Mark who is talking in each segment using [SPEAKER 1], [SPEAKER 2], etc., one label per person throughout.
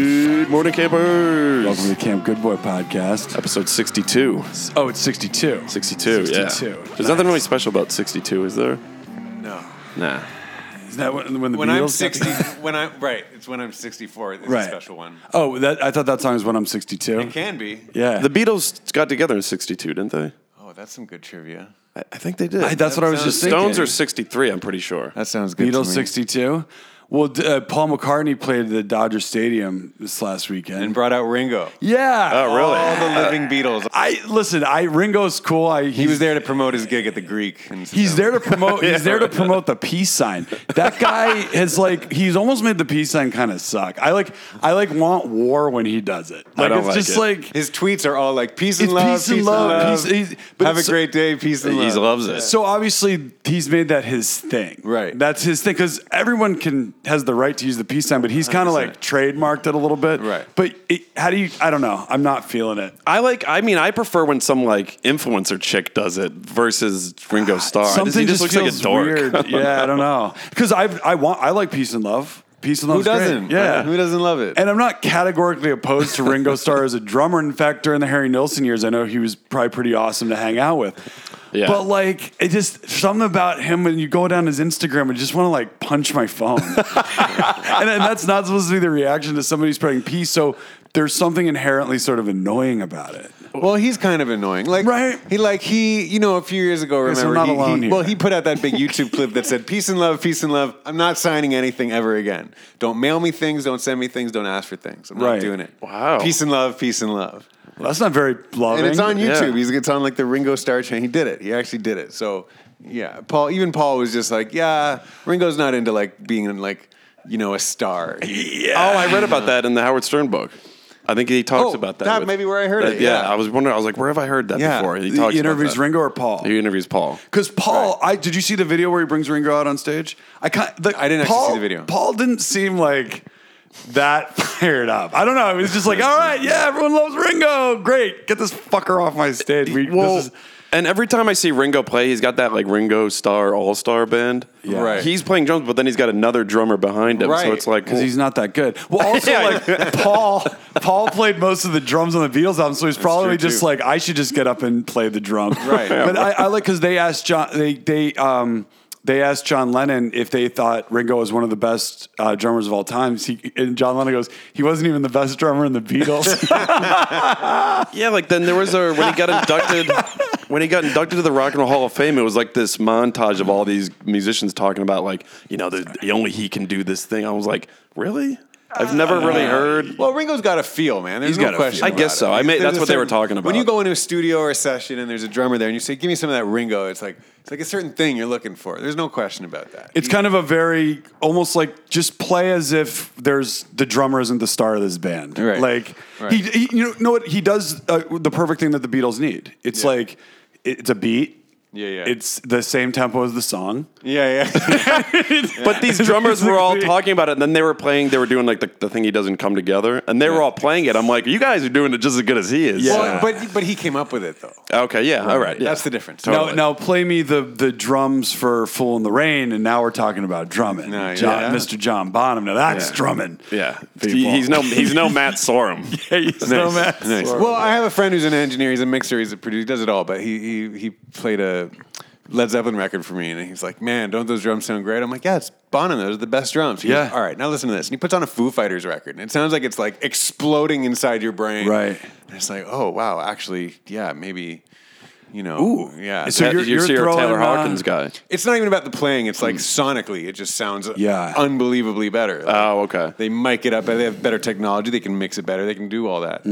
[SPEAKER 1] to Campers.
[SPEAKER 2] Welcome to the Camp Good Boy podcast.
[SPEAKER 1] Episode 62.
[SPEAKER 2] Oh, it's 62.
[SPEAKER 1] 62, yeah.
[SPEAKER 2] 62,
[SPEAKER 1] There's
[SPEAKER 2] nice.
[SPEAKER 1] nothing really special about 62, is there?
[SPEAKER 3] No.
[SPEAKER 1] Nah.
[SPEAKER 2] Is that when, when the
[SPEAKER 3] When
[SPEAKER 2] Beatles?
[SPEAKER 3] I'm 60, when I right, it's when I'm 64. It's
[SPEAKER 2] Right.
[SPEAKER 3] a special one.
[SPEAKER 2] Oh, that, I thought that song is when I'm 62.
[SPEAKER 3] It can be.
[SPEAKER 2] Yeah.
[SPEAKER 1] The Beatles got together in 62, didn't they?
[SPEAKER 3] Oh, that's some good trivia.
[SPEAKER 1] I, I think they did.
[SPEAKER 2] I- that's what I was
[SPEAKER 1] the
[SPEAKER 2] just thinking.
[SPEAKER 1] Stones are 63, I'm pretty sure.
[SPEAKER 3] That sounds good.
[SPEAKER 2] Beatles 62. Well, d- uh, Paul McCartney played at the Dodger Stadium this last weekend.
[SPEAKER 3] and brought out Ringo.
[SPEAKER 2] yeah.
[SPEAKER 1] Oh, really?
[SPEAKER 3] All the living Beatles.
[SPEAKER 2] I listen. I Ringo's cool. I
[SPEAKER 3] He was there to promote his gig at the Greek. And
[SPEAKER 2] He's there to promote. He's there to promote the peace sign. That guy has like he's almost made the peace sign kind of suck. I like I like want war when he does it. Like
[SPEAKER 1] don't
[SPEAKER 2] it's
[SPEAKER 1] like
[SPEAKER 2] just
[SPEAKER 1] it.
[SPEAKER 2] like
[SPEAKER 3] His tweets are all like peace and
[SPEAKER 2] It's
[SPEAKER 3] love,
[SPEAKER 2] peace and love, peace- he's- but
[SPEAKER 3] Have a
[SPEAKER 2] it's-
[SPEAKER 3] great day, peace and
[SPEAKER 1] He
[SPEAKER 3] love.
[SPEAKER 1] loves it.
[SPEAKER 2] So obviously he's made that his thing,
[SPEAKER 3] Right.
[SPEAKER 2] That's his thing because everyone can has the right to use the peace sign, but he's kind of like trademarked it a little bit,
[SPEAKER 3] Right.
[SPEAKER 2] But it, how do you? I don't know. I'm not feeling it.
[SPEAKER 1] I like. I mean, I prefer when some like influencer chick does it versus Ringo Starr.
[SPEAKER 2] Something
[SPEAKER 1] Oh, he
[SPEAKER 2] just,
[SPEAKER 1] just, looks like a
[SPEAKER 2] feels
[SPEAKER 1] dork.
[SPEAKER 2] weird. yeah, I don't know. Because I I want I like peace and love. Peace and love.
[SPEAKER 3] Who doesn't?
[SPEAKER 2] Yeah.
[SPEAKER 3] Who doesn't love it?
[SPEAKER 2] And I'm not categorically opposed to Ringo Starr as a drummer. In fact, during the Harry Nilsson years, I know he was probably pretty awesome to hang out with.
[SPEAKER 1] Yeah.
[SPEAKER 2] But like, it just something about him when you go down his Instagram, I just want to like punch my phone. and, and that's not supposed to be the reaction to somebody who's spreading peace. So there's something inherently sort of annoying about it.
[SPEAKER 3] Well, he's kind of annoying. Like
[SPEAKER 2] Right.
[SPEAKER 3] he like he you know a few years ago
[SPEAKER 2] Yes,
[SPEAKER 3] remember
[SPEAKER 2] we're not
[SPEAKER 3] he,
[SPEAKER 2] alone
[SPEAKER 3] he-
[SPEAKER 2] here.
[SPEAKER 3] well he put out that big YouTube clip that said peace and love peace and love I'm not signing anything ever again. Don't mail me things, don't send me things, don't ask for things. I'm
[SPEAKER 2] Right.
[SPEAKER 3] not doing it.
[SPEAKER 1] Wow.
[SPEAKER 3] Peace and love, peace and love.
[SPEAKER 2] Well, that's not very loving.
[SPEAKER 3] And it's on
[SPEAKER 1] Yeah.
[SPEAKER 3] YouTube. He's it's on like the Ringo Starr channel. He did it. He actually did it. So yeah, Paul even Paul was just like, yeah, Ringo's not into like being like you know a star. He-
[SPEAKER 1] Oh, I read about that in the Howard Stern book. I think he talks
[SPEAKER 3] Oh,
[SPEAKER 1] about that.
[SPEAKER 3] that may be where I heard
[SPEAKER 1] that-
[SPEAKER 3] it,
[SPEAKER 1] Yeah,
[SPEAKER 3] yeah.
[SPEAKER 1] I was wondering. I was like, where have I heard that
[SPEAKER 3] Yeah.
[SPEAKER 1] before? He
[SPEAKER 2] He
[SPEAKER 1] talks
[SPEAKER 2] interviews
[SPEAKER 1] about that.
[SPEAKER 2] Ringo or Paul.
[SPEAKER 1] He interviews Paul.
[SPEAKER 2] Because Paul, I did you see the video where he brings Ringo out on stage? I can the,
[SPEAKER 3] I didn't actually
[SPEAKER 2] Paul,
[SPEAKER 3] see the video.
[SPEAKER 2] Paul didn't seem like that fired up. I don't know. It was just like, all right, yeah, everyone loves Ringo. Great, get this fucker off my stage. We,
[SPEAKER 1] Well,
[SPEAKER 2] this is,
[SPEAKER 1] and every time I see Ringo play, he's got that like Ringo Star All Star Band.
[SPEAKER 2] Yeah.
[SPEAKER 3] Right.
[SPEAKER 1] He's playing drums, but then he's got another drummer behind him. So
[SPEAKER 3] Right.
[SPEAKER 1] it's like
[SPEAKER 2] because he's not that good. Well, also like Paul, Paul played most of the drums on the Beatles album, so he's probably
[SPEAKER 3] true,
[SPEAKER 2] just
[SPEAKER 3] too.
[SPEAKER 2] like I should just get up and play the drums.
[SPEAKER 3] Right.
[SPEAKER 2] but I, I like because they asked John, they they um they asked John Lennon if they thought Ringo was one of the best uh, drummers of all time. He, and John Lennon goes, he wasn't even the best drummer in the Beatles.
[SPEAKER 1] Yeah, like then there was a when he got inducted when he got inducted to the Rock and Roll Hall of Fame, it was like this montage of all these musicians talking about like, you know, the, the only he can do this thing. I was like, really? I've never
[SPEAKER 3] Uh,
[SPEAKER 1] really heard.
[SPEAKER 3] Well, Ringo's got a feel, man. There's
[SPEAKER 2] He's
[SPEAKER 3] no
[SPEAKER 2] got a
[SPEAKER 3] question.
[SPEAKER 2] feel. I
[SPEAKER 3] about
[SPEAKER 1] guess so.
[SPEAKER 3] it.
[SPEAKER 1] I may-
[SPEAKER 3] There's
[SPEAKER 1] that's
[SPEAKER 3] a
[SPEAKER 1] what they were talking
[SPEAKER 3] When
[SPEAKER 1] about.
[SPEAKER 3] you go into a studio or a session and there's a drummer there and you say, "Give me some of that Ringo," it's like it's like a certain thing you're looking for. There's no question about that.
[SPEAKER 2] it's kind of a very almost like just play as if there's the drummer isn't the star of this band.
[SPEAKER 3] Right.
[SPEAKER 2] Like
[SPEAKER 3] Right.
[SPEAKER 2] He, he, you know, know what he does uh, the perfect thing that the Beatles need. It's
[SPEAKER 3] Yeah.
[SPEAKER 2] like it- it's a beat.
[SPEAKER 3] Yeah, yeah.
[SPEAKER 2] It's the same tempo as the song.
[SPEAKER 3] yeah, yeah.
[SPEAKER 1] But these drummers were all talking about it, and then they were playing. They were doing like the, the thing he doesn't come together, and they were all playing it. I'm like, you guys are doing it just as good as he is.
[SPEAKER 3] Well, but but he came up with it though.
[SPEAKER 1] okay, yeah, all right, yeah.
[SPEAKER 3] That's the difference.
[SPEAKER 1] Totally.
[SPEAKER 2] Now, now play me the the drums for "Fool in the Rain," and now we're talking about drumming,
[SPEAKER 3] No,
[SPEAKER 2] John,
[SPEAKER 3] yeah.
[SPEAKER 2] Mr. John Bonham. Now that's
[SPEAKER 3] Yeah.
[SPEAKER 2] drumming.
[SPEAKER 1] yeah.
[SPEAKER 2] people.
[SPEAKER 1] He- he's no he's no Matt Sorum.
[SPEAKER 2] Hey, so mad.
[SPEAKER 3] Nice. Well, I have a friend who's an engineer. He's a mixer. He's a producer. He does it all. But he he he played a Led Zeppelin record for me, and he's like, "Man, don't those drums sound great?" I'm like, "Yeah, it's Bonham. Those are the best drums." He
[SPEAKER 2] Yeah.
[SPEAKER 3] Goes, all right, now listen to this. And he puts on a Foo Fighters record, and it sounds like it's like exploding inside your brain.
[SPEAKER 2] Right.
[SPEAKER 3] And it's like, oh wow, actually, yeah, maybe, you know, yeah.
[SPEAKER 2] So
[SPEAKER 1] That-
[SPEAKER 2] you're- you're
[SPEAKER 1] your
[SPEAKER 2] throwing,
[SPEAKER 1] Taylor
[SPEAKER 2] uh,
[SPEAKER 1] Hawkins guy.
[SPEAKER 3] it's not even about the playing. It's like sonically, it just sounds
[SPEAKER 2] Yeah.
[SPEAKER 3] unbelievably better. Like,
[SPEAKER 1] Oh, okay.
[SPEAKER 3] They mic it up. They have better technology. They can mix it better. They can do all that.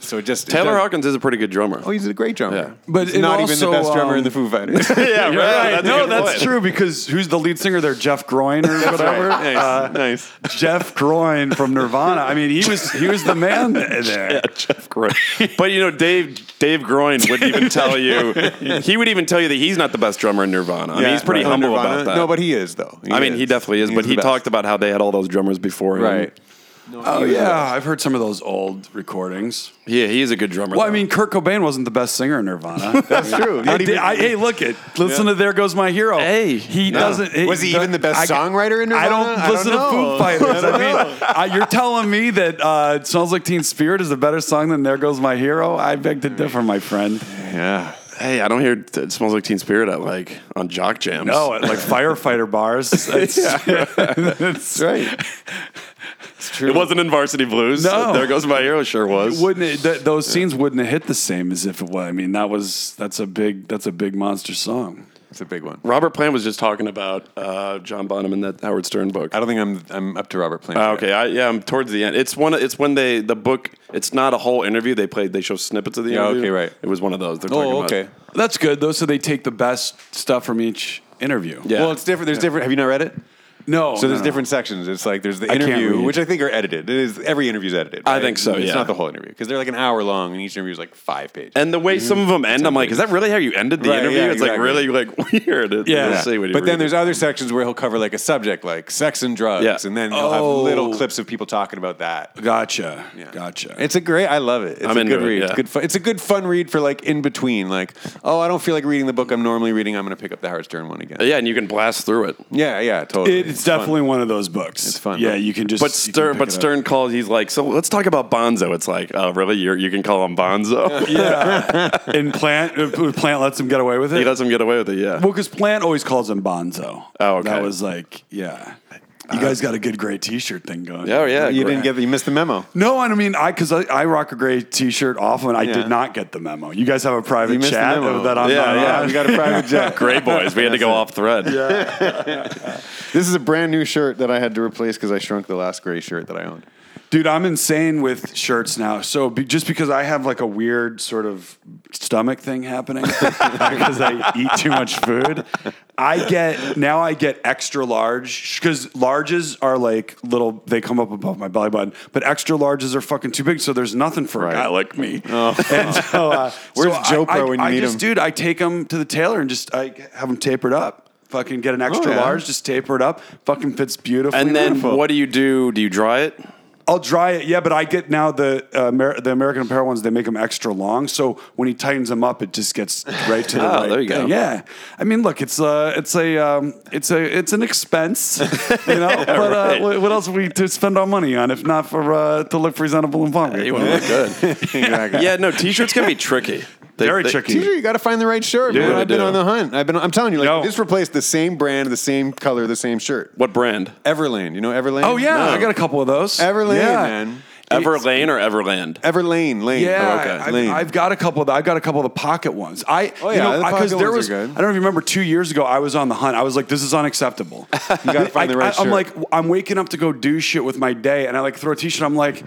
[SPEAKER 3] So it just it
[SPEAKER 1] Taylor
[SPEAKER 3] does-
[SPEAKER 1] Hawkins is a pretty good drummer.
[SPEAKER 3] Oh, he's a great drummer.
[SPEAKER 1] Yeah.
[SPEAKER 2] But
[SPEAKER 3] he's
[SPEAKER 2] it
[SPEAKER 3] not even
[SPEAKER 2] also,
[SPEAKER 3] the best drummer
[SPEAKER 2] um,
[SPEAKER 3] in the Foo Fighters.
[SPEAKER 1] yeah,
[SPEAKER 2] You're right.
[SPEAKER 1] That's a
[SPEAKER 2] no,
[SPEAKER 1] good
[SPEAKER 2] that's
[SPEAKER 1] point.
[SPEAKER 2] true because who's the lead singer there? Jeff Groin or whatever.
[SPEAKER 3] Nice,
[SPEAKER 2] Uh,
[SPEAKER 3] nice.
[SPEAKER 2] Jeff Groin from Nirvana. I mean, he was he was the man there.
[SPEAKER 1] Jeff Groin. But you know, Dave Dave Groin would even tell you he would even tell you that he's not the best drummer in Nirvana. I mean, he's pretty
[SPEAKER 3] Right.
[SPEAKER 1] humble
[SPEAKER 3] Nirvana?
[SPEAKER 1] about that.
[SPEAKER 3] No, but he is though.
[SPEAKER 1] I mean, he definitely is.
[SPEAKER 3] He's
[SPEAKER 1] but
[SPEAKER 3] the
[SPEAKER 1] he
[SPEAKER 3] best.
[SPEAKER 1] talked about how they had all those drummers before him.
[SPEAKER 3] Right.
[SPEAKER 2] Oh yeah, I've heard some of those old recordings.
[SPEAKER 1] Yeah, he is a good drummer.
[SPEAKER 2] Well, I
[SPEAKER 1] though.
[SPEAKER 2] mean, Kurt Cobain wasn't the best singer in Nirvana. That's
[SPEAKER 3] true. Not even-
[SPEAKER 2] hey, look it. Listen to "There Goes My Hero."
[SPEAKER 1] Hey,
[SPEAKER 2] he
[SPEAKER 1] no.
[SPEAKER 2] doesn't.
[SPEAKER 3] Was he even the best songwriter in
[SPEAKER 2] I don't
[SPEAKER 3] Nirvana? I
[SPEAKER 2] listen
[SPEAKER 3] don't
[SPEAKER 2] to
[SPEAKER 3] know.
[SPEAKER 2] Foo Fighters. I mean, uh, you're telling me that uh, "Smells Like Teen Spirit" is a better song than "There Goes My Hero." I beg to differ, my friend.
[SPEAKER 3] Yeah.
[SPEAKER 1] hey, I don't hear t- it smells like Teen Spirit at like on jock jams.
[SPEAKER 2] No, Oh, at like firefighter bars. It's, it's-
[SPEAKER 1] right. It wasn't in Varsity Blues.
[SPEAKER 2] No.
[SPEAKER 1] there goes my hero. Sure was.
[SPEAKER 2] Wouldn't it, th- those scenes wouldn't have hit the same as if it was? I mean, that was that's a big that's a big monster song.
[SPEAKER 3] It's a big one.
[SPEAKER 1] Robert Plant was just talking about uh, John Bonham in that Howard Stern book.
[SPEAKER 3] I don't think I'm I'm up to Robert Plant.
[SPEAKER 1] Uh, okay, I, yeah, I'm towards the end. It's one. It's when they the book. It's not a whole interview. They played. They show snippets of the
[SPEAKER 3] Yeah,
[SPEAKER 1] interview.
[SPEAKER 3] okay, right.
[SPEAKER 1] It was one of those. They're talking
[SPEAKER 3] Oh,
[SPEAKER 1] about-
[SPEAKER 3] okay.
[SPEAKER 2] That's good though. So they take the best stuff from each interview.
[SPEAKER 1] Yeah.
[SPEAKER 3] Well, it's different. There's different. Have you not read it?
[SPEAKER 2] No.
[SPEAKER 3] So
[SPEAKER 2] no,
[SPEAKER 3] there's
[SPEAKER 2] no.
[SPEAKER 3] different sections. It's like there's the
[SPEAKER 2] can't
[SPEAKER 3] interview,
[SPEAKER 2] read.
[SPEAKER 3] which I think are edited. It is every interview's edited.
[SPEAKER 1] I
[SPEAKER 3] right?
[SPEAKER 1] think so,
[SPEAKER 3] It's
[SPEAKER 1] yeah.
[SPEAKER 3] not the whole interview because they're like an hour long, and each interview is like five pages.
[SPEAKER 1] And the way some of them end, I'm like, is that really how you ended the
[SPEAKER 3] Right,
[SPEAKER 1] interview?
[SPEAKER 3] yeah,
[SPEAKER 1] it's
[SPEAKER 3] exactly.
[SPEAKER 1] like really like weird. It-
[SPEAKER 2] Yeah.
[SPEAKER 1] let's see what he
[SPEAKER 3] but then
[SPEAKER 1] read.
[SPEAKER 3] there's other sections where he'll cover like a subject like sex and drugs,
[SPEAKER 1] Yeah.
[SPEAKER 3] and then he'll have little
[SPEAKER 2] Oh.
[SPEAKER 3] clips of people talking about that.
[SPEAKER 2] Gotcha.
[SPEAKER 3] Yeah.
[SPEAKER 2] Gotcha.
[SPEAKER 3] It's a great. I love it. It's
[SPEAKER 1] I'm
[SPEAKER 3] a
[SPEAKER 1] into
[SPEAKER 3] good
[SPEAKER 1] it,
[SPEAKER 3] read.
[SPEAKER 1] yeah.
[SPEAKER 3] It's good. Fun, it's a good fun read for like in between. Like, oh, I don't feel like reading the book I'm normally reading. I'm going to pick up the Howard Stern one again.
[SPEAKER 1] yeah, and you can blast through it.
[SPEAKER 3] Yeah, yeah, totally.
[SPEAKER 2] It- it's definitely one of those books. It's
[SPEAKER 3] fun.
[SPEAKER 2] Yeah, you can just.
[SPEAKER 1] But
[SPEAKER 2] you can
[SPEAKER 1] Stern,
[SPEAKER 2] pick
[SPEAKER 1] but
[SPEAKER 2] it up.
[SPEAKER 1] Stern calls. He's like, so let's talk about Bonzo. It's like, oh, really? You're, you can call him Bonzo.
[SPEAKER 2] Yeah. and Plant, uh, Plant lets him get away with it.
[SPEAKER 1] he lets him get away with it. Yeah.
[SPEAKER 2] Well, because Plant always calls him Bonzo.
[SPEAKER 1] Oh, okay.
[SPEAKER 2] That was like, yeah. You guys got a good gray T-shirt thing going.
[SPEAKER 1] oh yeah.
[SPEAKER 3] you didn't
[SPEAKER 1] great.
[SPEAKER 3] get. The, you missed the memo.
[SPEAKER 2] No, and I mean, I because I, I rock a gray T-shirt often. I
[SPEAKER 3] Yeah.
[SPEAKER 2] did not get the memo. You guys have a
[SPEAKER 3] You
[SPEAKER 2] private
[SPEAKER 3] missed the
[SPEAKER 2] chat
[SPEAKER 3] memo.
[SPEAKER 2] of that I'm
[SPEAKER 1] Yeah,
[SPEAKER 2] not
[SPEAKER 1] yeah,
[SPEAKER 2] on.
[SPEAKER 3] we got a private jet.
[SPEAKER 1] Gray boys. We had to go off thread. Yeah.
[SPEAKER 3] This is a brand new shirt that I had to replace because I shrunk the last gray shirt that I owned.
[SPEAKER 2] Dude, I'm insane with shirts now. So be, just because I have like a weird sort of stomach thing happening because I eat too much food, I get now I get extra large because larges are like little. They come up above my belly button, but extra larges are fucking too big. So there's nothing for
[SPEAKER 3] Right. Oh.
[SPEAKER 2] a guy like me. And so, uh,
[SPEAKER 3] Where's
[SPEAKER 2] so I-
[SPEAKER 3] Joe Pro
[SPEAKER 2] I-
[SPEAKER 3] when you
[SPEAKER 2] I
[SPEAKER 3] need
[SPEAKER 2] just,
[SPEAKER 3] him?
[SPEAKER 2] Dude, I take them to the tailor and just I have them tapered up. Fucking get an extra
[SPEAKER 3] Oh, yeah.
[SPEAKER 2] large, just taper it up. Fucking fits beautifully.
[SPEAKER 1] And then
[SPEAKER 2] Wonderful.
[SPEAKER 1] what do you do? Do you dry it?
[SPEAKER 2] I'll dry it, yeah, but I get now the uh, Amer- the American Apparel ones. They make them extra long, so when he tightens them up, it just gets right to the
[SPEAKER 1] Oh,
[SPEAKER 2] right
[SPEAKER 1] there you go.
[SPEAKER 2] thing. Yeah, I mean, look, it's a it's a um, it's a it's an expense, you know. but uh,
[SPEAKER 1] right.
[SPEAKER 2] what, what else are we to spend our money on if not for uh, to look presentable and fun?
[SPEAKER 1] You want to look good.
[SPEAKER 3] exactly.
[SPEAKER 1] yeah. No, t-shirts can be tricky. They-
[SPEAKER 2] Very
[SPEAKER 1] they-
[SPEAKER 2] tricky.
[SPEAKER 3] Teacher, you got to find the right shirt. man.
[SPEAKER 1] they
[SPEAKER 3] I've been
[SPEAKER 1] do.
[SPEAKER 3] on the hunt. I've been. I'm telling you, like
[SPEAKER 2] No.
[SPEAKER 3] this replaced the same brand, the same color, the same shirt.
[SPEAKER 1] What brand?
[SPEAKER 3] Everlane, you know Everlane.
[SPEAKER 2] Oh yeah,
[SPEAKER 1] No.
[SPEAKER 2] I got a couple of those.
[SPEAKER 3] Everlane,
[SPEAKER 2] Yeah.
[SPEAKER 3] man.
[SPEAKER 1] Everlane or Everland?
[SPEAKER 3] Everlane, Lane.
[SPEAKER 2] Yeah,
[SPEAKER 3] Oh, okay.
[SPEAKER 2] I've,
[SPEAKER 3] Lane.
[SPEAKER 2] I've got a couple of the, I've got a couple of the pocket ones. I
[SPEAKER 3] Oh,
[SPEAKER 2] you
[SPEAKER 3] yeah,
[SPEAKER 2] know,
[SPEAKER 3] the
[SPEAKER 2] I-
[SPEAKER 3] pocket
[SPEAKER 2] there
[SPEAKER 3] ones are
[SPEAKER 2] was
[SPEAKER 3] good.
[SPEAKER 2] I don't remember two years ago I was on the hunt. I was like, this is unacceptable. you
[SPEAKER 3] gotta find the right
[SPEAKER 2] I, am
[SPEAKER 3] shirt.
[SPEAKER 2] like, I'm waking up to go do shit with my day, and I like throw a t-shirt. I'm like.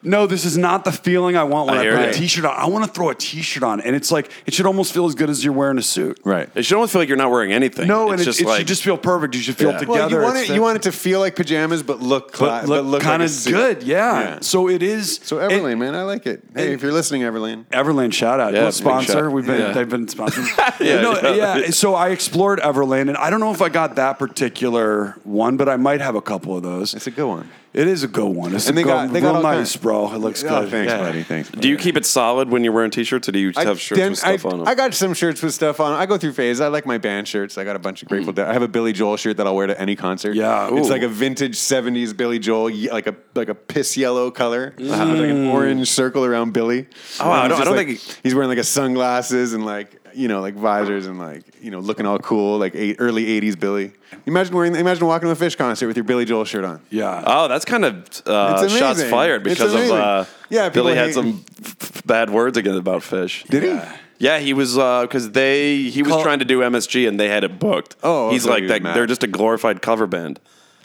[SPEAKER 2] No, this is not the feeling I want when
[SPEAKER 1] I
[SPEAKER 2] I,
[SPEAKER 1] hear
[SPEAKER 2] put
[SPEAKER 1] you.
[SPEAKER 2] a t-shirt on. I want to throw a t-shirt on, and it's like it should almost feel as good as you're wearing a suit.
[SPEAKER 3] right.
[SPEAKER 1] It should almost feel like you're not wearing anything.
[SPEAKER 2] No, and it,
[SPEAKER 1] just
[SPEAKER 2] it
[SPEAKER 1] like
[SPEAKER 2] should just feel perfect. You should feel
[SPEAKER 1] Yeah.
[SPEAKER 2] together.
[SPEAKER 3] Well, you want
[SPEAKER 2] It's
[SPEAKER 3] it. You want it to feel like pajamas, but look, cla-
[SPEAKER 2] but look,
[SPEAKER 3] like
[SPEAKER 2] kind
[SPEAKER 3] a
[SPEAKER 2] of
[SPEAKER 3] suit.
[SPEAKER 2] good, yeah.
[SPEAKER 3] Yeah.
[SPEAKER 2] So it is.
[SPEAKER 3] So
[SPEAKER 2] and-
[SPEAKER 3] Everlane, man, I like it. Hey, if you're listening, Everlane,
[SPEAKER 2] Everlane shout out.
[SPEAKER 1] Yeah,
[SPEAKER 2] What
[SPEAKER 1] big
[SPEAKER 2] sponsor.
[SPEAKER 1] shout.
[SPEAKER 2] We've been
[SPEAKER 1] Yeah.
[SPEAKER 2] they've been sponsored.
[SPEAKER 1] Yeah,
[SPEAKER 2] yeah, no,
[SPEAKER 1] yeah.
[SPEAKER 2] yeah. So I explored Everlane and I don't know if I got that particular one, but I might have a couple of those.
[SPEAKER 3] it's a good one.
[SPEAKER 2] It is a good one. It's
[SPEAKER 3] And
[SPEAKER 2] a
[SPEAKER 3] they
[SPEAKER 2] good,
[SPEAKER 3] got- they got
[SPEAKER 2] real
[SPEAKER 3] all
[SPEAKER 2] nice,
[SPEAKER 3] kinds.
[SPEAKER 2] bro. It looks
[SPEAKER 3] Oh,
[SPEAKER 2] good.
[SPEAKER 3] thanks,
[SPEAKER 2] Yeah.
[SPEAKER 3] buddy. Thanks.
[SPEAKER 1] Do you keep it solid when you're wearing t-shirts, or do you just have shirts
[SPEAKER 3] then
[SPEAKER 1] with stuff
[SPEAKER 3] I,
[SPEAKER 1] on them?
[SPEAKER 3] I got some shirts with stuff on. 'em. I go through phases. I like my band shirts. I got a bunch of Grateful Dead. I have a Billy Joel shirt that I'll wear to any concert.
[SPEAKER 2] Yeah.
[SPEAKER 3] it's
[SPEAKER 2] Ooh.
[SPEAKER 3] like a vintage '70s Billy Joel, ye- like a like a piss yellow color, with like an orange circle around Billy.
[SPEAKER 1] Mm. Oh, I
[SPEAKER 3] And
[SPEAKER 1] don't-
[SPEAKER 3] he's
[SPEAKER 1] I don't
[SPEAKER 3] like-
[SPEAKER 1] think-
[SPEAKER 3] he's wearing like a sunglasses and like you know like visors and like you know looking all cool like eight, early '80s Billy. Imagine wearing, imagine walking to a Fish concert with your Billy Joel shirt on.
[SPEAKER 2] Yeah.
[SPEAKER 1] Oh, that's kind of uh,
[SPEAKER 3] It's amazing.
[SPEAKER 1] shots fired
[SPEAKER 3] It's
[SPEAKER 1] because of
[SPEAKER 3] amazing.
[SPEAKER 1] uh,
[SPEAKER 3] Yeah, people
[SPEAKER 1] Billy had
[SPEAKER 3] hate-
[SPEAKER 1] some f- f- bad words again about fish.
[SPEAKER 3] Did he?
[SPEAKER 1] Yeah, he was because they he was
[SPEAKER 2] Call-
[SPEAKER 1] trying to do MSG and they had it booked.
[SPEAKER 3] Oh,
[SPEAKER 1] he's
[SPEAKER 3] so
[SPEAKER 1] like
[SPEAKER 3] he was
[SPEAKER 1] that,
[SPEAKER 3] mad.
[SPEAKER 1] they're just a glorified cover band.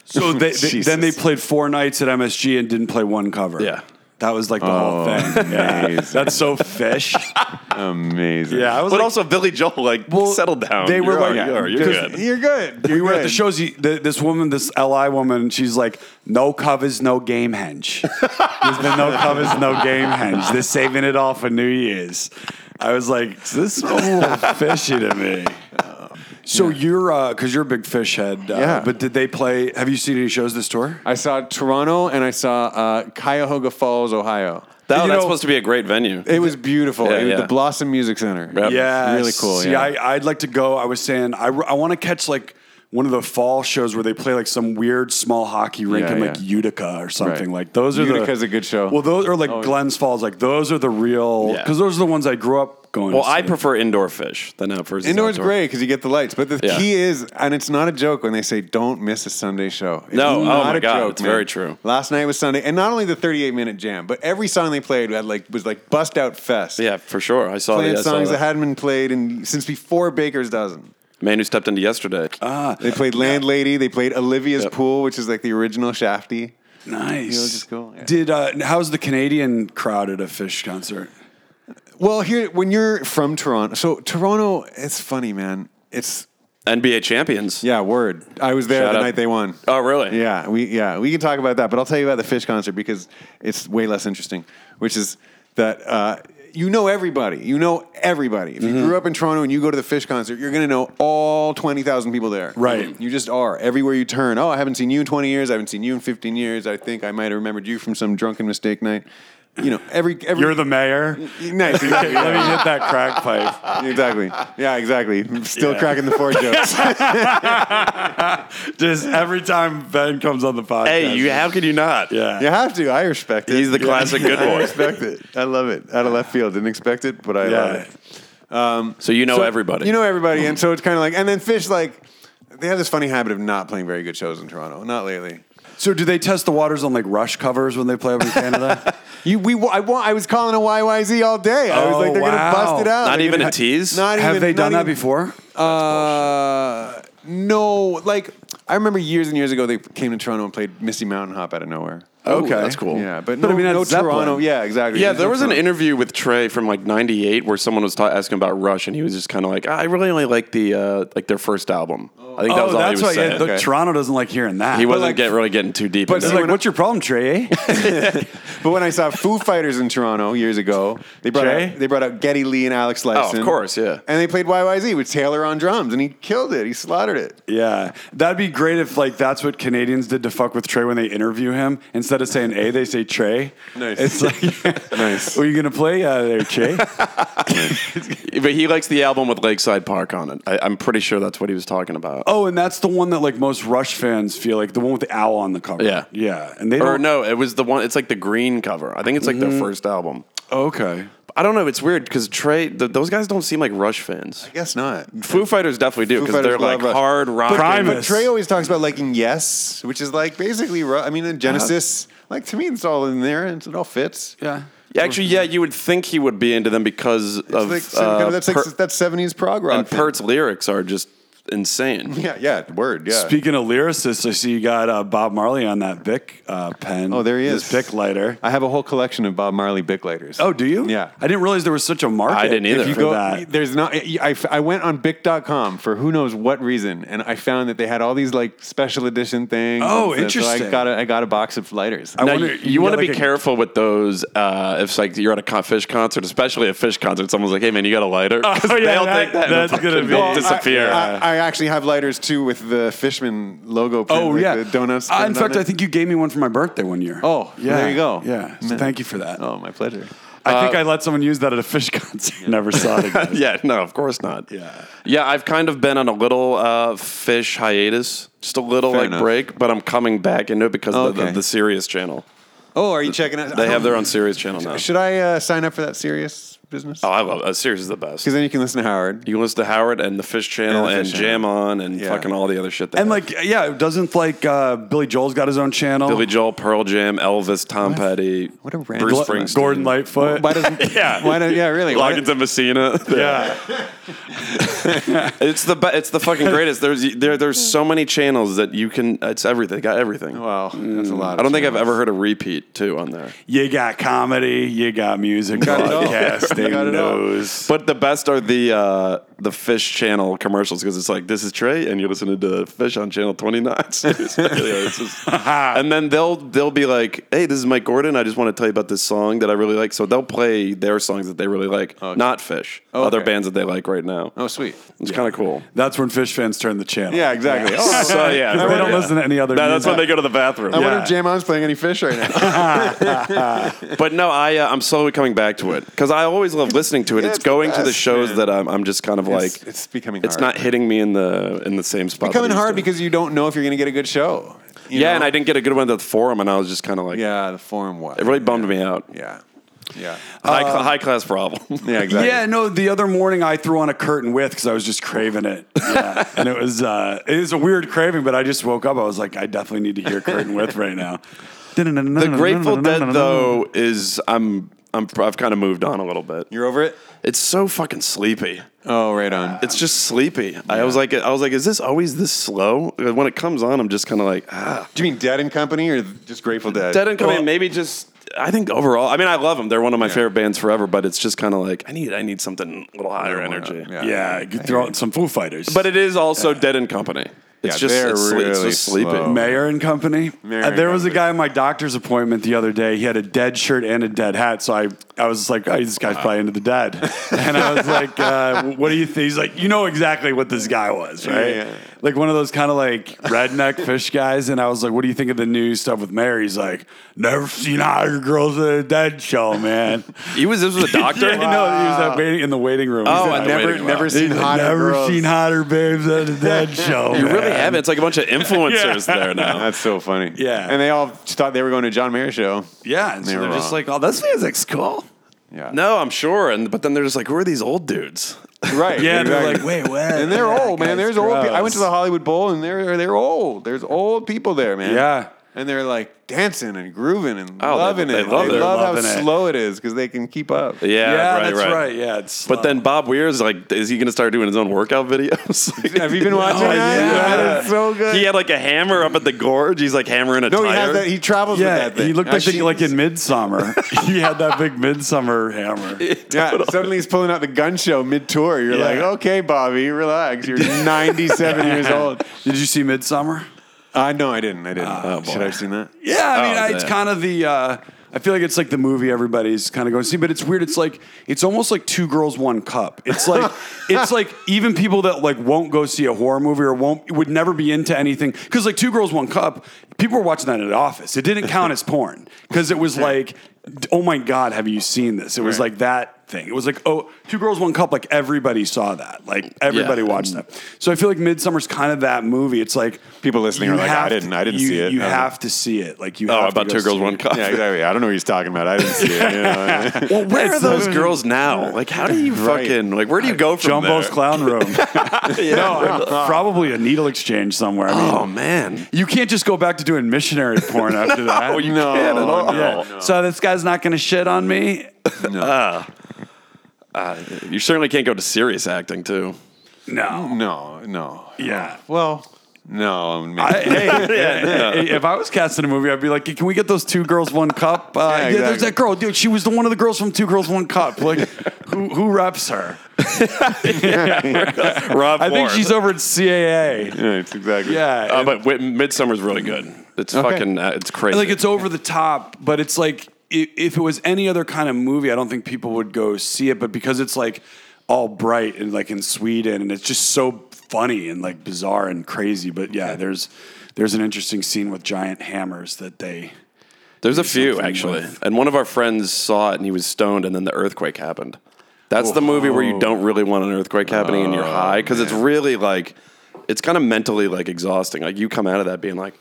[SPEAKER 2] so they, they,
[SPEAKER 3] Jesus.
[SPEAKER 2] then they played four nights at MSG and didn't play one cover.
[SPEAKER 1] Yeah.
[SPEAKER 2] That was like the whole thing. Yeah.
[SPEAKER 3] Oh, amazing.
[SPEAKER 2] That's so fish.
[SPEAKER 3] Amazing.
[SPEAKER 2] Yeah. I was
[SPEAKER 1] But
[SPEAKER 2] like,
[SPEAKER 1] also Billy Joel, like
[SPEAKER 2] Well,
[SPEAKER 1] settle down.
[SPEAKER 2] they were
[SPEAKER 1] You're
[SPEAKER 2] like-
[SPEAKER 1] all- oh, you're, you're
[SPEAKER 3] Because
[SPEAKER 1] good.
[SPEAKER 3] You're good.
[SPEAKER 2] we were at the shows. He, th this woman, this LI woman, she's like, "No covers, no game henge." There's been no covers, no game henge. They're saving it all for New Year's. I was like, "This is a little fishy to me." So you're because you're a big fish head. Uh,
[SPEAKER 3] Yeah.
[SPEAKER 2] But did they play? Have you seen any shows this tour?
[SPEAKER 3] I saw Toronto and I saw uh, Cuyahoga Falls, Ohio.
[SPEAKER 1] That,
[SPEAKER 2] You
[SPEAKER 1] that's
[SPEAKER 2] know-
[SPEAKER 1] supposed to be a great venue.
[SPEAKER 3] It was beautiful.
[SPEAKER 1] Yeah,
[SPEAKER 3] It was
[SPEAKER 1] yeah.
[SPEAKER 3] The Blossom Music Center.
[SPEAKER 1] Yep.
[SPEAKER 2] Yeah,
[SPEAKER 3] Really cool,
[SPEAKER 2] See,
[SPEAKER 3] yeah.
[SPEAKER 2] I, I'd like to go. I was saying I, I want to catch like one of the fall shows where they play like some weird small hockey rink
[SPEAKER 3] Yeah,
[SPEAKER 2] in
[SPEAKER 3] yeah.
[SPEAKER 2] like Utica or something.
[SPEAKER 3] Right.
[SPEAKER 2] Like those are
[SPEAKER 3] Utica's
[SPEAKER 2] the,
[SPEAKER 3] a good show. Oh,
[SPEAKER 2] Well, those are like
[SPEAKER 3] yeah.
[SPEAKER 2] Glens Falls. Like those are the real
[SPEAKER 1] Yeah.
[SPEAKER 2] because those are the ones I grew up going.
[SPEAKER 1] Well,
[SPEAKER 2] to
[SPEAKER 1] I
[SPEAKER 2] see.
[SPEAKER 1] prefer indoor fish than outdoor.
[SPEAKER 3] Indoor is great because you get the lights, but the
[SPEAKER 1] Yeah.
[SPEAKER 3] key is, and it's not a joke when they say don't miss a Sunday show. It's
[SPEAKER 1] No, oh
[SPEAKER 3] not
[SPEAKER 1] my
[SPEAKER 3] a
[SPEAKER 1] God,
[SPEAKER 3] joke,
[SPEAKER 1] it's
[SPEAKER 3] man.
[SPEAKER 1] very true.
[SPEAKER 3] Last night was Sunday, and not only the 38 minute jam, but every song they played had like was like bust out fest.
[SPEAKER 1] Yeah, for sure. I saw,
[SPEAKER 3] playing
[SPEAKER 1] the, I saw
[SPEAKER 3] songs that
[SPEAKER 1] that.
[SPEAKER 3] hadn't been played in, since before Baker's Dozen.
[SPEAKER 1] Man Who Stepped Into Yesterday.
[SPEAKER 3] They played Landlady. They played Olivia's
[SPEAKER 1] Yep.
[SPEAKER 3] Pool, which is like the original Shafty.
[SPEAKER 2] nice.
[SPEAKER 3] You'll just go, yeah.
[SPEAKER 2] Did uh, how's the Canadian crowd at a fish concert?
[SPEAKER 3] Well, here when you're from Toronto, so Toronto, it's funny, man. It's
[SPEAKER 1] NBA champions.
[SPEAKER 3] yeah, word. I was there
[SPEAKER 1] Shout
[SPEAKER 3] the
[SPEAKER 1] out.
[SPEAKER 3] night they won.
[SPEAKER 1] Oh, really?
[SPEAKER 3] Yeah, we yeah we can talk about that, but I'll tell you about the fish concert because it's way less interesting. Which is that uh, you know everybody, you know everybody. If
[SPEAKER 2] Mm-hmm.
[SPEAKER 3] you grew up in Toronto and you go to the fish concert, you're gonna know all twenty thousand people there.
[SPEAKER 2] Right.
[SPEAKER 3] you just are everywhere you turn. Oh, I haven't seen you in twenty years. I haven't seen you in fifteen years. I think I might have remembered you from some drunken mistake night. You know, every every
[SPEAKER 2] You're the mayor.
[SPEAKER 3] nice.
[SPEAKER 2] Let me
[SPEAKER 3] Exactly.
[SPEAKER 2] hit that crack pipe.
[SPEAKER 3] exactly. Yeah, exactly. Still
[SPEAKER 2] Yeah.
[SPEAKER 3] cracking the Ford jokes.
[SPEAKER 2] Just every time Ben comes on the podcast.
[SPEAKER 1] Hey, you, how could you not?
[SPEAKER 2] yeah.
[SPEAKER 3] you have to. I respect it.
[SPEAKER 1] He's the classic good
[SPEAKER 3] I
[SPEAKER 1] boy.
[SPEAKER 3] respect it. I love it. Out of left field. Didn't expect it, but I love
[SPEAKER 2] Yeah.
[SPEAKER 3] it.
[SPEAKER 1] So you know
[SPEAKER 3] So,
[SPEAKER 1] everybody.
[SPEAKER 3] You know everybody, and so it's kind of like, and then Fish like they have this funny habit of not playing very good shows in Toronto. Not lately.
[SPEAKER 2] So do they test the waters on like Rush covers when they play up in Canada?
[SPEAKER 3] You, we, I, wa- I was calling a YYZ all day. I was
[SPEAKER 2] Oh,
[SPEAKER 3] like, they're
[SPEAKER 2] wow.
[SPEAKER 3] gonna bust it out.
[SPEAKER 1] Not
[SPEAKER 3] They're
[SPEAKER 1] even
[SPEAKER 3] gonna-
[SPEAKER 1] a tease?
[SPEAKER 3] Not
[SPEAKER 2] Have
[SPEAKER 3] even,
[SPEAKER 2] they
[SPEAKER 3] not
[SPEAKER 2] done that
[SPEAKER 3] even-
[SPEAKER 2] before?
[SPEAKER 3] Uh, no. Like I remember years and years ago, they came to Toronto and played Misty Mountain Hop out of nowhere.
[SPEAKER 1] Ooh,
[SPEAKER 2] okay.
[SPEAKER 1] Oh, That's cool.
[SPEAKER 3] Yeah, but,
[SPEAKER 2] But
[SPEAKER 3] no,
[SPEAKER 2] I mean, that's
[SPEAKER 3] no
[SPEAKER 2] Zeppelin.
[SPEAKER 3] Toronto. Yeah, exactly.
[SPEAKER 1] Yeah,
[SPEAKER 3] There's
[SPEAKER 1] there
[SPEAKER 3] no
[SPEAKER 1] was an
[SPEAKER 3] Toronto.
[SPEAKER 1] interview with Trey from like '98 where someone was ta- asking about Rush, and he was just kind of like, "I really only like the uh, like their first album." I think
[SPEAKER 3] Oh,
[SPEAKER 1] that was all he was
[SPEAKER 2] why yeah,
[SPEAKER 1] saying.
[SPEAKER 2] the-
[SPEAKER 3] Okay.
[SPEAKER 2] Toronto doesn't like hearing that.
[SPEAKER 1] He wasn't
[SPEAKER 3] like-
[SPEAKER 1] get, really getting too deep.
[SPEAKER 3] but
[SPEAKER 2] It's
[SPEAKER 1] into
[SPEAKER 3] see,
[SPEAKER 1] it.
[SPEAKER 2] like, what's your problem, Trey? eh?"
[SPEAKER 3] But when I saw Foo Fighters in Toronto years ago, they brought
[SPEAKER 2] Jay? Oh,
[SPEAKER 3] out, they brought out Getty Lee and Alex Lifeson.
[SPEAKER 1] course, yeah.
[SPEAKER 3] And they played YYZ with Taylor on drums, and he killed it. He slaughtered it.
[SPEAKER 2] yeah, that'd be great if like that's what Canadians did to fuck with Trey when they interview him. Instead of saying A, they say Trey.
[SPEAKER 3] Nice.
[SPEAKER 2] It's like,
[SPEAKER 3] Nice.
[SPEAKER 2] Are you gonna play uh, there, Trey?
[SPEAKER 1] but he likes the album with Lakeside Park on it. I, I'm pretty sure that's what he was talking about.
[SPEAKER 2] oh, and that's the one that like most Rush fans feel like the one with the owl on the cover.
[SPEAKER 1] Yeah.
[SPEAKER 2] yeah, and they
[SPEAKER 1] or
[SPEAKER 2] don't.
[SPEAKER 1] no, it was the one. It's like the green cover. I think it's like
[SPEAKER 3] Mm.
[SPEAKER 1] their first album.
[SPEAKER 2] Okay,
[SPEAKER 1] I don't know. It's weird because Trey, th those guys don't seem like Rush fans.
[SPEAKER 3] Guess not.
[SPEAKER 1] Foo Fighters definitely do
[SPEAKER 3] Foo
[SPEAKER 1] because they're
[SPEAKER 3] Fighters love
[SPEAKER 1] like
[SPEAKER 3] Rush.
[SPEAKER 1] hard rock.
[SPEAKER 2] Primus.
[SPEAKER 3] But Trey always talks about liking Yes, which is like basically, ru- I mean, in Genesis,
[SPEAKER 2] Uh-huh.
[SPEAKER 3] like to me, it's all in there and it all fits.
[SPEAKER 2] yeah.
[SPEAKER 1] Actually, yeah, you would think he would be into them because
[SPEAKER 3] It's
[SPEAKER 1] of
[SPEAKER 3] like some kind
[SPEAKER 1] uh,
[SPEAKER 3] of, that's like
[SPEAKER 1] per-
[SPEAKER 3] that's 70s prog rock.
[SPEAKER 1] and
[SPEAKER 3] thing.
[SPEAKER 1] Pert's lyrics are just insane.
[SPEAKER 3] yeah, yeah, word, yeah.
[SPEAKER 2] Speaking of lyricists, I see you got uh, Bob Marley on that Bic uh, pen.
[SPEAKER 3] Oh, there he
[SPEAKER 2] His
[SPEAKER 3] is.
[SPEAKER 2] Bic lighter.
[SPEAKER 3] I have a whole collection of Bob Marley Bic lighters.
[SPEAKER 2] Oh, do you?
[SPEAKER 3] Yeah.
[SPEAKER 2] I didn't realize there was such a market.
[SPEAKER 1] I didn't
[SPEAKER 2] if
[SPEAKER 1] either.
[SPEAKER 2] you
[SPEAKER 1] For
[SPEAKER 2] go- that.
[SPEAKER 3] There's not. I, I went on Bic.com for who knows what reason, and I found that they had all these like special edition things.
[SPEAKER 2] Oh,
[SPEAKER 3] And So
[SPEAKER 2] interesting.
[SPEAKER 3] I got a, I got a box of lighters.
[SPEAKER 2] I
[SPEAKER 1] Now,
[SPEAKER 2] wonder-
[SPEAKER 1] you,
[SPEAKER 2] you
[SPEAKER 1] want to
[SPEAKER 2] got,
[SPEAKER 1] be
[SPEAKER 2] like, a-
[SPEAKER 1] careful with those. Uh, if like you're at a co- fish concert, especially a fish concert, someone's like, "Hey man, you got a lighter?" 'Cause
[SPEAKER 2] Oh, yeah,
[SPEAKER 1] they'll
[SPEAKER 2] that-
[SPEAKER 1] think that and
[SPEAKER 2] that's
[SPEAKER 1] fucking
[SPEAKER 2] gonna be-
[SPEAKER 1] they'll
[SPEAKER 2] Well, I-
[SPEAKER 1] disappear.
[SPEAKER 3] I, I actually have lighters too with the Fishman logo. Print,
[SPEAKER 2] Oh
[SPEAKER 3] like
[SPEAKER 2] yeah,
[SPEAKER 3] the donuts.
[SPEAKER 2] Uh, in
[SPEAKER 3] printed on
[SPEAKER 2] fact,
[SPEAKER 3] it.
[SPEAKER 2] I think you gave me one for my birthday one year.
[SPEAKER 3] Oh,
[SPEAKER 2] yeah,
[SPEAKER 3] there you go.
[SPEAKER 2] Yeah, so
[SPEAKER 3] Man.
[SPEAKER 2] thank you for that.
[SPEAKER 3] Oh, my pleasure.
[SPEAKER 2] I
[SPEAKER 1] Uh,
[SPEAKER 2] think I let someone use that at a fish concert. Never saw it again.
[SPEAKER 1] yeah, no, of course not.
[SPEAKER 2] Yeah.
[SPEAKER 1] yeah. I've kind of been on a little uh, fish hiatus, just a little
[SPEAKER 3] Fair
[SPEAKER 1] like
[SPEAKER 3] enough.
[SPEAKER 1] break, but I'm coming back into it because of the,
[SPEAKER 3] Okay.
[SPEAKER 1] the, the Sirius channel.
[SPEAKER 3] Oh, are you checking out?
[SPEAKER 1] They have their own Sirius channel now.
[SPEAKER 3] Should I uh, sign up for that serious business?
[SPEAKER 1] Oh,
[SPEAKER 3] Because
[SPEAKER 1] I love uh, Sirius is the best.
[SPEAKER 3] then you can listen to Howard.
[SPEAKER 1] You can listen to Howard and the Fish Channel
[SPEAKER 3] And the
[SPEAKER 1] and,
[SPEAKER 3] Fish
[SPEAKER 1] Jam
[SPEAKER 3] Channel.
[SPEAKER 1] On and
[SPEAKER 3] Yeah.
[SPEAKER 1] fucking all the other shit. They
[SPEAKER 2] And
[SPEAKER 1] have.
[SPEAKER 2] like, yeah, doesn't like uh, Billy Joel's got his own channel.
[SPEAKER 1] Billy Joel, Pearl Jam, Elvis, Tom Petty,
[SPEAKER 3] what a random-
[SPEAKER 1] Bruce
[SPEAKER 2] Gl-
[SPEAKER 1] Springsteen,
[SPEAKER 2] Gordon Lightfoot.
[SPEAKER 3] Why doesn't?
[SPEAKER 1] Yeah.
[SPEAKER 3] Why don't? Yeah, really. Why
[SPEAKER 1] Loggins and Messina.
[SPEAKER 2] yeah,
[SPEAKER 1] It's the be- it's the fucking greatest. There's there there's so many channels that you can. It's everything. Got everything. Mm.
[SPEAKER 3] wow, that's a lot.
[SPEAKER 1] I don't think I've ever heard a repeat too on there.
[SPEAKER 2] you got comedy, you got music,
[SPEAKER 3] Got it all.
[SPEAKER 2] podcasting,
[SPEAKER 3] Got it all.
[SPEAKER 2] knows.
[SPEAKER 1] But the best are the uh, the Fish Channel commercials because it's like this is Trey and you're listening to Fish on Channel 29. So it's- yeah, it's just- and then they'll they'll be like, "Hey, this is Mike Gordon. I just want to tell you about this song that I really like." So they'll play their songs that they really like, not Fish,
[SPEAKER 3] Okay.
[SPEAKER 1] other bands that they like right now.
[SPEAKER 3] Oh, sweet.
[SPEAKER 1] It's kind of cool.
[SPEAKER 2] That's when fish fans turn the channel.
[SPEAKER 3] Yeah, exactly. Oh,
[SPEAKER 1] So yeah,
[SPEAKER 2] Because they don't listen to any other
[SPEAKER 1] No, that's
[SPEAKER 2] music.
[SPEAKER 1] when they go to the bathroom.
[SPEAKER 3] I wonder
[SPEAKER 2] Yeah.
[SPEAKER 3] if Jamon's playing any fish right now.
[SPEAKER 1] But no, I uh, I'm slowly coming back to it because I always love listening to it.
[SPEAKER 3] Yeah,
[SPEAKER 1] it's
[SPEAKER 3] it's the
[SPEAKER 1] going to the
[SPEAKER 3] best,
[SPEAKER 1] shows
[SPEAKER 3] man.
[SPEAKER 1] that I'm I'm just kind of like
[SPEAKER 3] it's, it's becoming.
[SPEAKER 1] it's
[SPEAKER 3] hard.
[SPEAKER 1] not hitting me in the in the same spot.
[SPEAKER 3] becoming
[SPEAKER 1] that it
[SPEAKER 3] hard
[SPEAKER 1] used to.
[SPEAKER 3] because you don't know if you're going to get a good show. you
[SPEAKER 1] yeah,
[SPEAKER 3] know?
[SPEAKER 1] and I didn't get a good one at the forum, and I was just kind of like,
[SPEAKER 3] Yeah, the forum was.
[SPEAKER 1] it really bummed me out.
[SPEAKER 3] Yeah, yeah,
[SPEAKER 1] High, cl- high class problem.
[SPEAKER 3] yeah. Exactly.
[SPEAKER 2] Yeah, no. The other morning, I threw on a curtain with because I was just craving it, yeah. and it was uh, it is a weird craving. But I just woke up. I was like, I definitely need to hear curtain with right now.
[SPEAKER 1] the Grateful Dead though is I'm I'm I've kind of moved on a little bit.
[SPEAKER 3] You're over it.
[SPEAKER 1] It's so fucking sleepy.
[SPEAKER 3] Oh, right on.
[SPEAKER 1] It's just sleepy. I was like I was like, is this always this slow? When it comes on, I'm just kind of like, ah.
[SPEAKER 3] Do you mean Dead and Company or just Grateful Dead?
[SPEAKER 1] Dead and Company, maybe just. I think overall, I mean, I love them. They're one of my favorite bands forever. But it's just kind of like I need, I need something a little higher energy.
[SPEAKER 3] Yeah.
[SPEAKER 2] yeah, you throw out some Foo Fighters,
[SPEAKER 1] But it is also Dead and Company. It's
[SPEAKER 3] Yeah,
[SPEAKER 1] just
[SPEAKER 3] they're
[SPEAKER 1] it's, sle- it's
[SPEAKER 3] really
[SPEAKER 1] just sleeping.
[SPEAKER 3] slow.
[SPEAKER 2] Mayor and Company.
[SPEAKER 3] Mayer
[SPEAKER 2] Uh,
[SPEAKER 3] and
[SPEAKER 2] there was a
[SPEAKER 3] Company.
[SPEAKER 2] guy at my doctor's appointment the other day. He had a dead shirt and a dead hat. So I, I was like, oh, this guy's probably into the dead. And I was like, uh, what do you think? He's like, you know exactly what this guy was, right?
[SPEAKER 3] yeah.
[SPEAKER 2] Like one of those kind of like redneck fish guys. And I was like, what do you think of the new stuff with Mayor? He's like, never seen hotter girls at a dead show, man.
[SPEAKER 1] He was this was a doctor.
[SPEAKER 2] Yeah, no, he was at waiting, in the waiting room.
[SPEAKER 1] Oh,
[SPEAKER 2] He's
[SPEAKER 1] I
[SPEAKER 2] like,
[SPEAKER 1] never-
[SPEAKER 3] Never,
[SPEAKER 1] waiting
[SPEAKER 3] never
[SPEAKER 1] around.
[SPEAKER 3] seen hotter
[SPEAKER 2] never
[SPEAKER 3] girls.
[SPEAKER 2] seen hotter babes at a dead show.
[SPEAKER 1] You really
[SPEAKER 2] man."
[SPEAKER 1] have. It's like a bunch of influencers there now.
[SPEAKER 3] That's so funny.
[SPEAKER 2] Yeah.
[SPEAKER 3] and they all thought they were going to a John Mayer show.
[SPEAKER 2] Yeah, and so
[SPEAKER 3] They
[SPEAKER 2] they're
[SPEAKER 3] were
[SPEAKER 2] just
[SPEAKER 3] wrong.
[SPEAKER 2] like, oh, this music's cool.
[SPEAKER 3] Yeah,
[SPEAKER 1] No, I'm sure. And but then they're just like, who are these old dudes?
[SPEAKER 3] right.
[SPEAKER 2] Yeah, and they're
[SPEAKER 3] exactly.
[SPEAKER 2] like, wait, what?
[SPEAKER 3] And they're old, man. There's old. Pe- I went to the
[SPEAKER 2] hospital.
[SPEAKER 3] Hollywood Bowl, and they're they're old. There's old people there, man.
[SPEAKER 2] Yeah.
[SPEAKER 3] and they're like dancing and grooving and
[SPEAKER 1] Oh, they-
[SPEAKER 3] loving
[SPEAKER 1] they
[SPEAKER 3] it.
[SPEAKER 1] love
[SPEAKER 3] they
[SPEAKER 1] it.
[SPEAKER 3] love how
[SPEAKER 2] Loving it.
[SPEAKER 3] slow it is because they can keep up.
[SPEAKER 1] Yeah,
[SPEAKER 2] Yeah,
[SPEAKER 1] right,
[SPEAKER 2] that's
[SPEAKER 1] right.
[SPEAKER 2] right. Yeah, it's
[SPEAKER 1] But then Bob Weir's like, is he going to start doing his own workout videos? Like,
[SPEAKER 3] Have you been watching that?
[SPEAKER 2] Oh, yeah.
[SPEAKER 3] That is so good.
[SPEAKER 1] He had like a hammer up at the gorge. He's like hammering a
[SPEAKER 3] no,
[SPEAKER 1] tire.
[SPEAKER 3] he has that. He travels
[SPEAKER 2] yeah,
[SPEAKER 3] with that thing.
[SPEAKER 2] he looked
[SPEAKER 3] I
[SPEAKER 2] like the,
[SPEAKER 3] see-
[SPEAKER 2] like in Midsummer. he had that big Midsummer hammer.
[SPEAKER 3] Yeah, suddenly he's pulling out the gun show mid tour. You're
[SPEAKER 2] Yeah.
[SPEAKER 3] like, okay, Bobby, relax. You're 97 years old.
[SPEAKER 2] Did you see Midsummer?
[SPEAKER 3] Uh, no, I didn't. I didn't.
[SPEAKER 2] Oh,
[SPEAKER 3] Should I have seen that?
[SPEAKER 2] Yeah, I mean,
[SPEAKER 1] Oh,
[SPEAKER 2] I, it's
[SPEAKER 1] damn.
[SPEAKER 2] kind of the. Uh, I feel like it's like the movie everybody's kind of going to see, but it's weird. It's like it's almost like two girls, one cup. It's like it's like even people that like won't go see a horror movie or won't would never be into anything because like two girls, one cup. People were watching that at the office. It didn't count as porn because it was like, oh my god, have you seen this? It was
[SPEAKER 3] Right.
[SPEAKER 2] like that thing. It was like oh, two girls, one cup. Like everybody saw that. Like everybody
[SPEAKER 1] Yeah.
[SPEAKER 2] watched that. So I feel like Midsummer's kind of that movie. It's like
[SPEAKER 3] People listening
[SPEAKER 2] you
[SPEAKER 3] are like, I
[SPEAKER 2] have to-
[SPEAKER 3] didn't- I didn't
[SPEAKER 2] you-
[SPEAKER 3] see it.
[SPEAKER 2] You
[SPEAKER 3] I was-
[SPEAKER 2] have to see it. Like you.
[SPEAKER 1] oh,
[SPEAKER 2] have
[SPEAKER 1] about
[SPEAKER 2] to go
[SPEAKER 1] two girls,
[SPEAKER 2] see
[SPEAKER 1] one
[SPEAKER 2] it.
[SPEAKER 1] cup.
[SPEAKER 3] Yeah, exactly. I don't know what he's talking about. I didn't see it. you know.
[SPEAKER 1] Well, where are
[SPEAKER 2] It's
[SPEAKER 1] those
[SPEAKER 2] not-
[SPEAKER 1] girls now? Like, how do you
[SPEAKER 3] Right.
[SPEAKER 1] fucking like? Where do you go from
[SPEAKER 2] Jumbo's
[SPEAKER 1] there?
[SPEAKER 2] clown room. no, probably a needle exchange somewhere. I mean,
[SPEAKER 1] Oh man,
[SPEAKER 2] you can't just go back to doing missionary porn after that.
[SPEAKER 1] you
[SPEAKER 3] No,
[SPEAKER 1] can't at all.
[SPEAKER 2] Yeah. So this guy's not going to shit on me.
[SPEAKER 1] You certainly can't go to serious acting too.
[SPEAKER 2] No.
[SPEAKER 3] No, no.
[SPEAKER 2] Yeah.
[SPEAKER 3] Well, no. man.
[SPEAKER 2] I, hey, hey, if I was casting a movie, I'd be like, "Can we get those two girls, one cup?" Uh, yeah, there's
[SPEAKER 3] exactly.
[SPEAKER 2] that girl, dude. She was the one of the girls from Two Girls, One Cup. Like, who who reps her?
[SPEAKER 1] Rob,
[SPEAKER 2] I think
[SPEAKER 1] Ford.
[SPEAKER 2] she's over at CAA.
[SPEAKER 3] yeah, it's exactly.
[SPEAKER 2] Yeah,
[SPEAKER 1] Uh, but Whit- Midsummer's really good. It's
[SPEAKER 3] Okay.
[SPEAKER 1] fucking. Uh, it's crazy.
[SPEAKER 2] like it's over the top, but it's like i- if it was any other kind of movie, I don't think people would go see it. But because it's like all bright and like in Sweden, and it's just so funny and like bizarre and crazy. But yeah, there's there's an interesting scene with giant hammers that they.
[SPEAKER 1] There's a few
[SPEAKER 2] something
[SPEAKER 1] actually,
[SPEAKER 2] with-
[SPEAKER 1] and one of our friends saw it and he was stoned, and then the earthquake happened. That's the movie where you don't really want an earthquake happening and you're high because it's really like, it's kind of mentally like exhausting. Like you come out of that being like,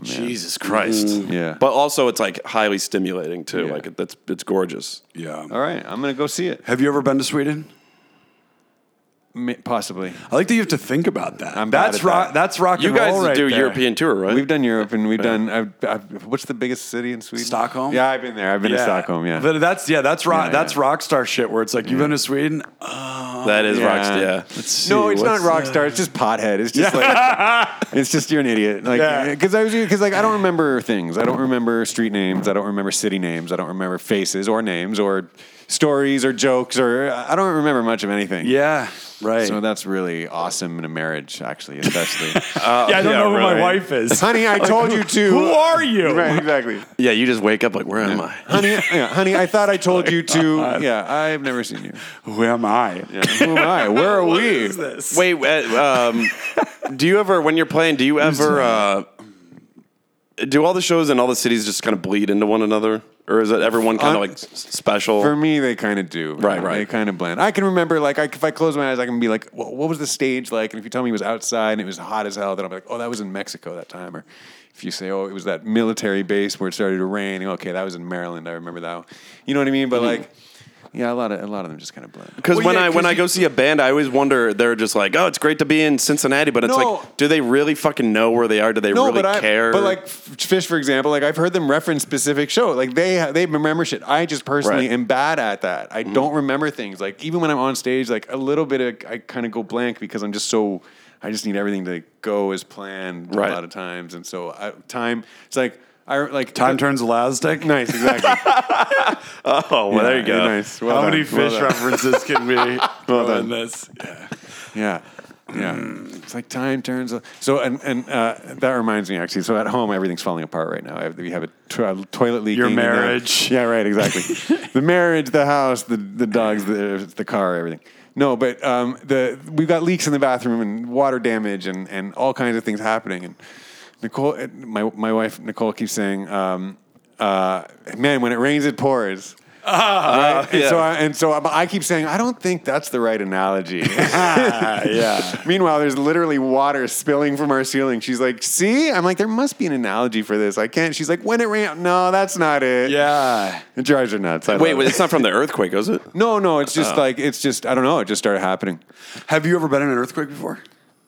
[SPEAKER 1] Jesus Christ.
[SPEAKER 3] Yeah.
[SPEAKER 1] But also it's like highly stimulating too.
[SPEAKER 3] Yeah.
[SPEAKER 1] Like it, that's it's gorgeous.
[SPEAKER 2] Yeah.
[SPEAKER 3] All right, I'm gonna go see it.
[SPEAKER 2] Have you ever been to Sweden?
[SPEAKER 3] Ma- Possibly.
[SPEAKER 2] I like that you have to think about that.
[SPEAKER 3] I'm bad
[SPEAKER 2] that's
[SPEAKER 3] at
[SPEAKER 2] rock.
[SPEAKER 3] that.
[SPEAKER 2] That's rock
[SPEAKER 1] You
[SPEAKER 2] and roll
[SPEAKER 1] guys
[SPEAKER 2] right
[SPEAKER 1] do
[SPEAKER 2] there.
[SPEAKER 1] European tour, right?
[SPEAKER 3] We've done Europe and we've done. I've, I've, what's the biggest city in Sweden?
[SPEAKER 2] Stockholm?
[SPEAKER 3] Yeah, I've been there. I've been to Stockholm. Yeah.
[SPEAKER 2] But that's yeah, that's rock.
[SPEAKER 3] Yeah,
[SPEAKER 2] that's
[SPEAKER 3] yeah.
[SPEAKER 2] rock star shit. Where it's like you've been to Sweden.
[SPEAKER 1] that is
[SPEAKER 3] Yeah.
[SPEAKER 1] rocks. Yeah.
[SPEAKER 3] no, it's not
[SPEAKER 1] what's-
[SPEAKER 3] rock star. It's just pothead. It's just like it's just you're an idiot. Like
[SPEAKER 2] Yeah.
[SPEAKER 3] because I was because like I don't remember things. I don't remember street names. I don't remember city names. I don't remember faces or names or stories or jokes or I don't remember much of anything.
[SPEAKER 2] Yeah. Right.
[SPEAKER 3] So that's really awesome in a marriage, actually, especially.
[SPEAKER 2] yeah, I don't
[SPEAKER 1] yeah,
[SPEAKER 2] know who
[SPEAKER 1] right.
[SPEAKER 2] my wife is.
[SPEAKER 3] honey, I told you to.
[SPEAKER 2] Who are you?
[SPEAKER 3] Right, exactly.
[SPEAKER 1] Yeah, you just wake up like, where am I?
[SPEAKER 3] honey, yeah, honey, I thought I told you to. Yeah, I've never seen you.
[SPEAKER 2] Who am I?
[SPEAKER 3] Who am I? Where are
[SPEAKER 2] What
[SPEAKER 3] we?
[SPEAKER 2] is this?
[SPEAKER 1] Wait, uh, um, do you ever when you're playing? Do you ever uh, do all the shows in all the cities just kind of bleed into one another, or is it everyone kind
[SPEAKER 3] Uh,
[SPEAKER 1] of like s- special?
[SPEAKER 3] For me, they kind of do.
[SPEAKER 1] Right, right.
[SPEAKER 3] They kind of blend. I can remember, like, I, if I close my eyes, I can be like, well, what was the stage like? And if you tell me it was outside and it was hot as hell, then I'll be like, oh, that was in Mexico that time. Or if you say, oh, it was that military base where it started to rain, okay, that was in Maryland. I remember that. One. You know what I mean? But
[SPEAKER 2] Mm-hmm.
[SPEAKER 3] like, yeah, a lot of a lot of them just kind of blend.
[SPEAKER 1] Because
[SPEAKER 2] Well,
[SPEAKER 1] when
[SPEAKER 2] yeah,
[SPEAKER 1] I
[SPEAKER 2] 'cause
[SPEAKER 1] when I
[SPEAKER 2] you-
[SPEAKER 1] go see a band, I always wonder. They're just like, oh, it's great to be in Cincinnati, but it's
[SPEAKER 3] No.
[SPEAKER 1] like, do they really fucking know where they are? Do they really
[SPEAKER 3] but
[SPEAKER 1] care?
[SPEAKER 3] I, but like Fish, for example, like I've heard them reference specific show. Like they they remember shit. I just personally
[SPEAKER 1] Right. Mm-hmm.
[SPEAKER 3] am bad at that. I don't remember things. Like even when I'm on stage, like a little bit, of, I kind of go blank because I'm just so. I just need everything to go as planned
[SPEAKER 1] Right.
[SPEAKER 3] a lot of times, and so I, time. It's like I like
[SPEAKER 2] Time turns elastic.
[SPEAKER 3] Nice, exactly.
[SPEAKER 1] oh, well, there you go.
[SPEAKER 3] Nice. Well
[SPEAKER 2] How
[SPEAKER 3] done.
[SPEAKER 2] many
[SPEAKER 3] Well
[SPEAKER 2] fish
[SPEAKER 3] done.
[SPEAKER 2] references can we well
[SPEAKER 3] done.
[SPEAKER 2] in this? Yeah.
[SPEAKER 3] Yeah. Yeah. Hmm, It's like time turns. So, and, and uh, that reminds me actually. So, at home, everything's falling apart right now. I have, we have a to- toilet leak.
[SPEAKER 2] Your
[SPEAKER 3] in the-
[SPEAKER 2] marriage.
[SPEAKER 3] yeah, right, exactly. the marriage, the house, the, the dogs, the, the car, everything. No, but um, the we've got leaks in the bathroom and water damage and, and all kinds of things happening. And Nicole, my, my wife, Nicole, keeps saying, um, uh, man, when it rains, it pours. Right? and,
[SPEAKER 1] yeah.
[SPEAKER 3] so I, and so I I keep saying, I don't think that's the right analogy.
[SPEAKER 2] yeah.
[SPEAKER 3] Meanwhile, there's literally water spilling from our ceiling. She's like, "See?" I'm like, "There must be an analogy for this. I can't." She's like, "When it ran?" No, that's not it.
[SPEAKER 2] Yeah.
[SPEAKER 3] it drives her nuts. I
[SPEAKER 1] Wait,
[SPEAKER 3] love
[SPEAKER 1] wait,
[SPEAKER 3] it.
[SPEAKER 1] it's not from the earthquake, is it?
[SPEAKER 3] No, no, it's
[SPEAKER 2] Oh.
[SPEAKER 3] just like it's just I don't know. It just started happening.
[SPEAKER 2] Have you ever been in an earthquake before?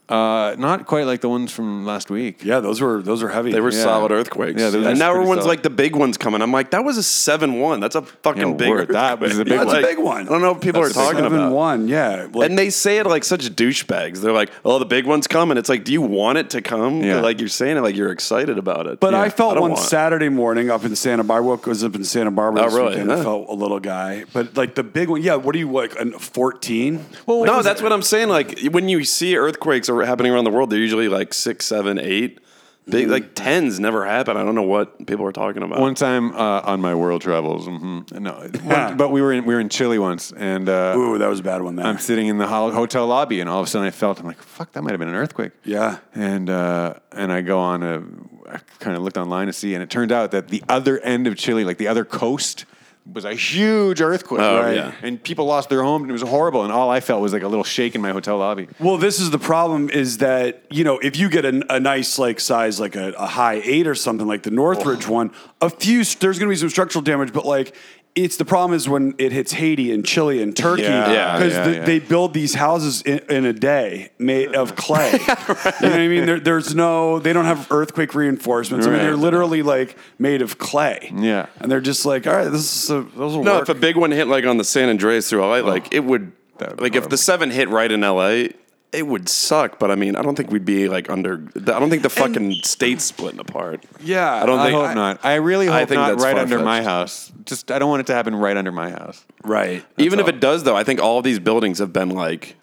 [SPEAKER 3] Uh, not quite like the ones from last week.
[SPEAKER 2] Yeah, those were those were heavy.
[SPEAKER 1] They were
[SPEAKER 3] Yeah.
[SPEAKER 1] solid earthquakes.
[SPEAKER 3] Yeah, they were
[SPEAKER 1] and now
[SPEAKER 3] pretty
[SPEAKER 1] everyone's
[SPEAKER 3] solid.
[SPEAKER 1] like the big ones coming. I'm like, that was a seven one. That's a fucking
[SPEAKER 3] Yeah,
[SPEAKER 1] big.
[SPEAKER 3] word, that was a
[SPEAKER 1] earthquake.
[SPEAKER 3] big
[SPEAKER 1] That's
[SPEAKER 3] one.
[SPEAKER 1] a big one. I don't know what people
[SPEAKER 2] That's
[SPEAKER 1] are talking
[SPEAKER 2] seven
[SPEAKER 1] about.
[SPEAKER 2] One, yeah. Like,
[SPEAKER 1] And they say it like such douchebags. They're like, "Oh, the big one's coming." It's like, do you want it to come?
[SPEAKER 3] Yeah.
[SPEAKER 1] Like you're saying it, like you're excited about it.
[SPEAKER 2] But
[SPEAKER 1] Yeah.
[SPEAKER 2] I felt
[SPEAKER 1] don't
[SPEAKER 2] one
[SPEAKER 1] want it.
[SPEAKER 2] Saturday morning up in Santa Barbara. I was up in Santa Barbara.
[SPEAKER 1] Oh,
[SPEAKER 2] this
[SPEAKER 1] really?
[SPEAKER 2] weekend. I
[SPEAKER 1] Yeah.
[SPEAKER 2] felt a little guy. But like the big one, yeah. What are you like? An fourteen? Well,
[SPEAKER 1] no, that's what I'm saying. Like when you see earthquakes are happening around the world, they're usually like six, seven, eight. Big
[SPEAKER 2] Mm-hmm.
[SPEAKER 1] like tens never happen. I don't know what people are talking about.
[SPEAKER 3] One time uh, on my world travels, hmm no,
[SPEAKER 2] Yeah.
[SPEAKER 3] but we were in we were in Chile once, and uh,
[SPEAKER 2] Ooh, that was a bad one. There.
[SPEAKER 3] I'm sitting in the ho- hotel lobby, and all of a sudden I felt I'm like, fuck, that might have been an earthquake.
[SPEAKER 2] Yeah.
[SPEAKER 3] And uh, and I go on a, I kind of looked online to see, and it turned out that the other end of Chile, like the other coast, was a huge earthquake.
[SPEAKER 1] Oh, Right. yeah.
[SPEAKER 3] And people lost their home, and it was horrible. And all I felt was like a little shake in my hotel lobby.
[SPEAKER 2] Well, this is the problem is that, you know, if you get a, a nice like size, like a, a high eight or something like the Northridge one, a few, there's going to be some structural damage, but like, it's the problem is when it hits Haiti and Chile and Turkey
[SPEAKER 3] Yeah, yeah,
[SPEAKER 2] because
[SPEAKER 3] yeah, yeah.
[SPEAKER 2] they build these houses in, in a day made of clay. You know what I mean? There, there's no, they don't have earthquake reinforcements. I mean, they're
[SPEAKER 3] Right.
[SPEAKER 2] literally like made of clay.
[SPEAKER 3] Yeah.
[SPEAKER 2] and they're just like, all right, this is a, those will
[SPEAKER 1] No,
[SPEAKER 2] work. Oh,
[SPEAKER 1] if a big one hit like on the San Andreas through LA, like it would,
[SPEAKER 3] that would be
[SPEAKER 1] like if
[SPEAKER 3] horrible.
[SPEAKER 1] the seven hit right in LA, it would suck. But I mean, I don't think we'd be like under. I don't think the fucking state's splitting apart.
[SPEAKER 2] Yeah,
[SPEAKER 1] I don't
[SPEAKER 3] I
[SPEAKER 1] think.
[SPEAKER 3] hope not. I really hope
[SPEAKER 1] I think
[SPEAKER 3] not
[SPEAKER 1] that's
[SPEAKER 3] right under
[SPEAKER 1] far-fetched.
[SPEAKER 3] my house. Just I don't want it to happen right under my house.
[SPEAKER 2] right.
[SPEAKER 1] Even
[SPEAKER 3] all.
[SPEAKER 1] if it does, though, I think all these buildings have been like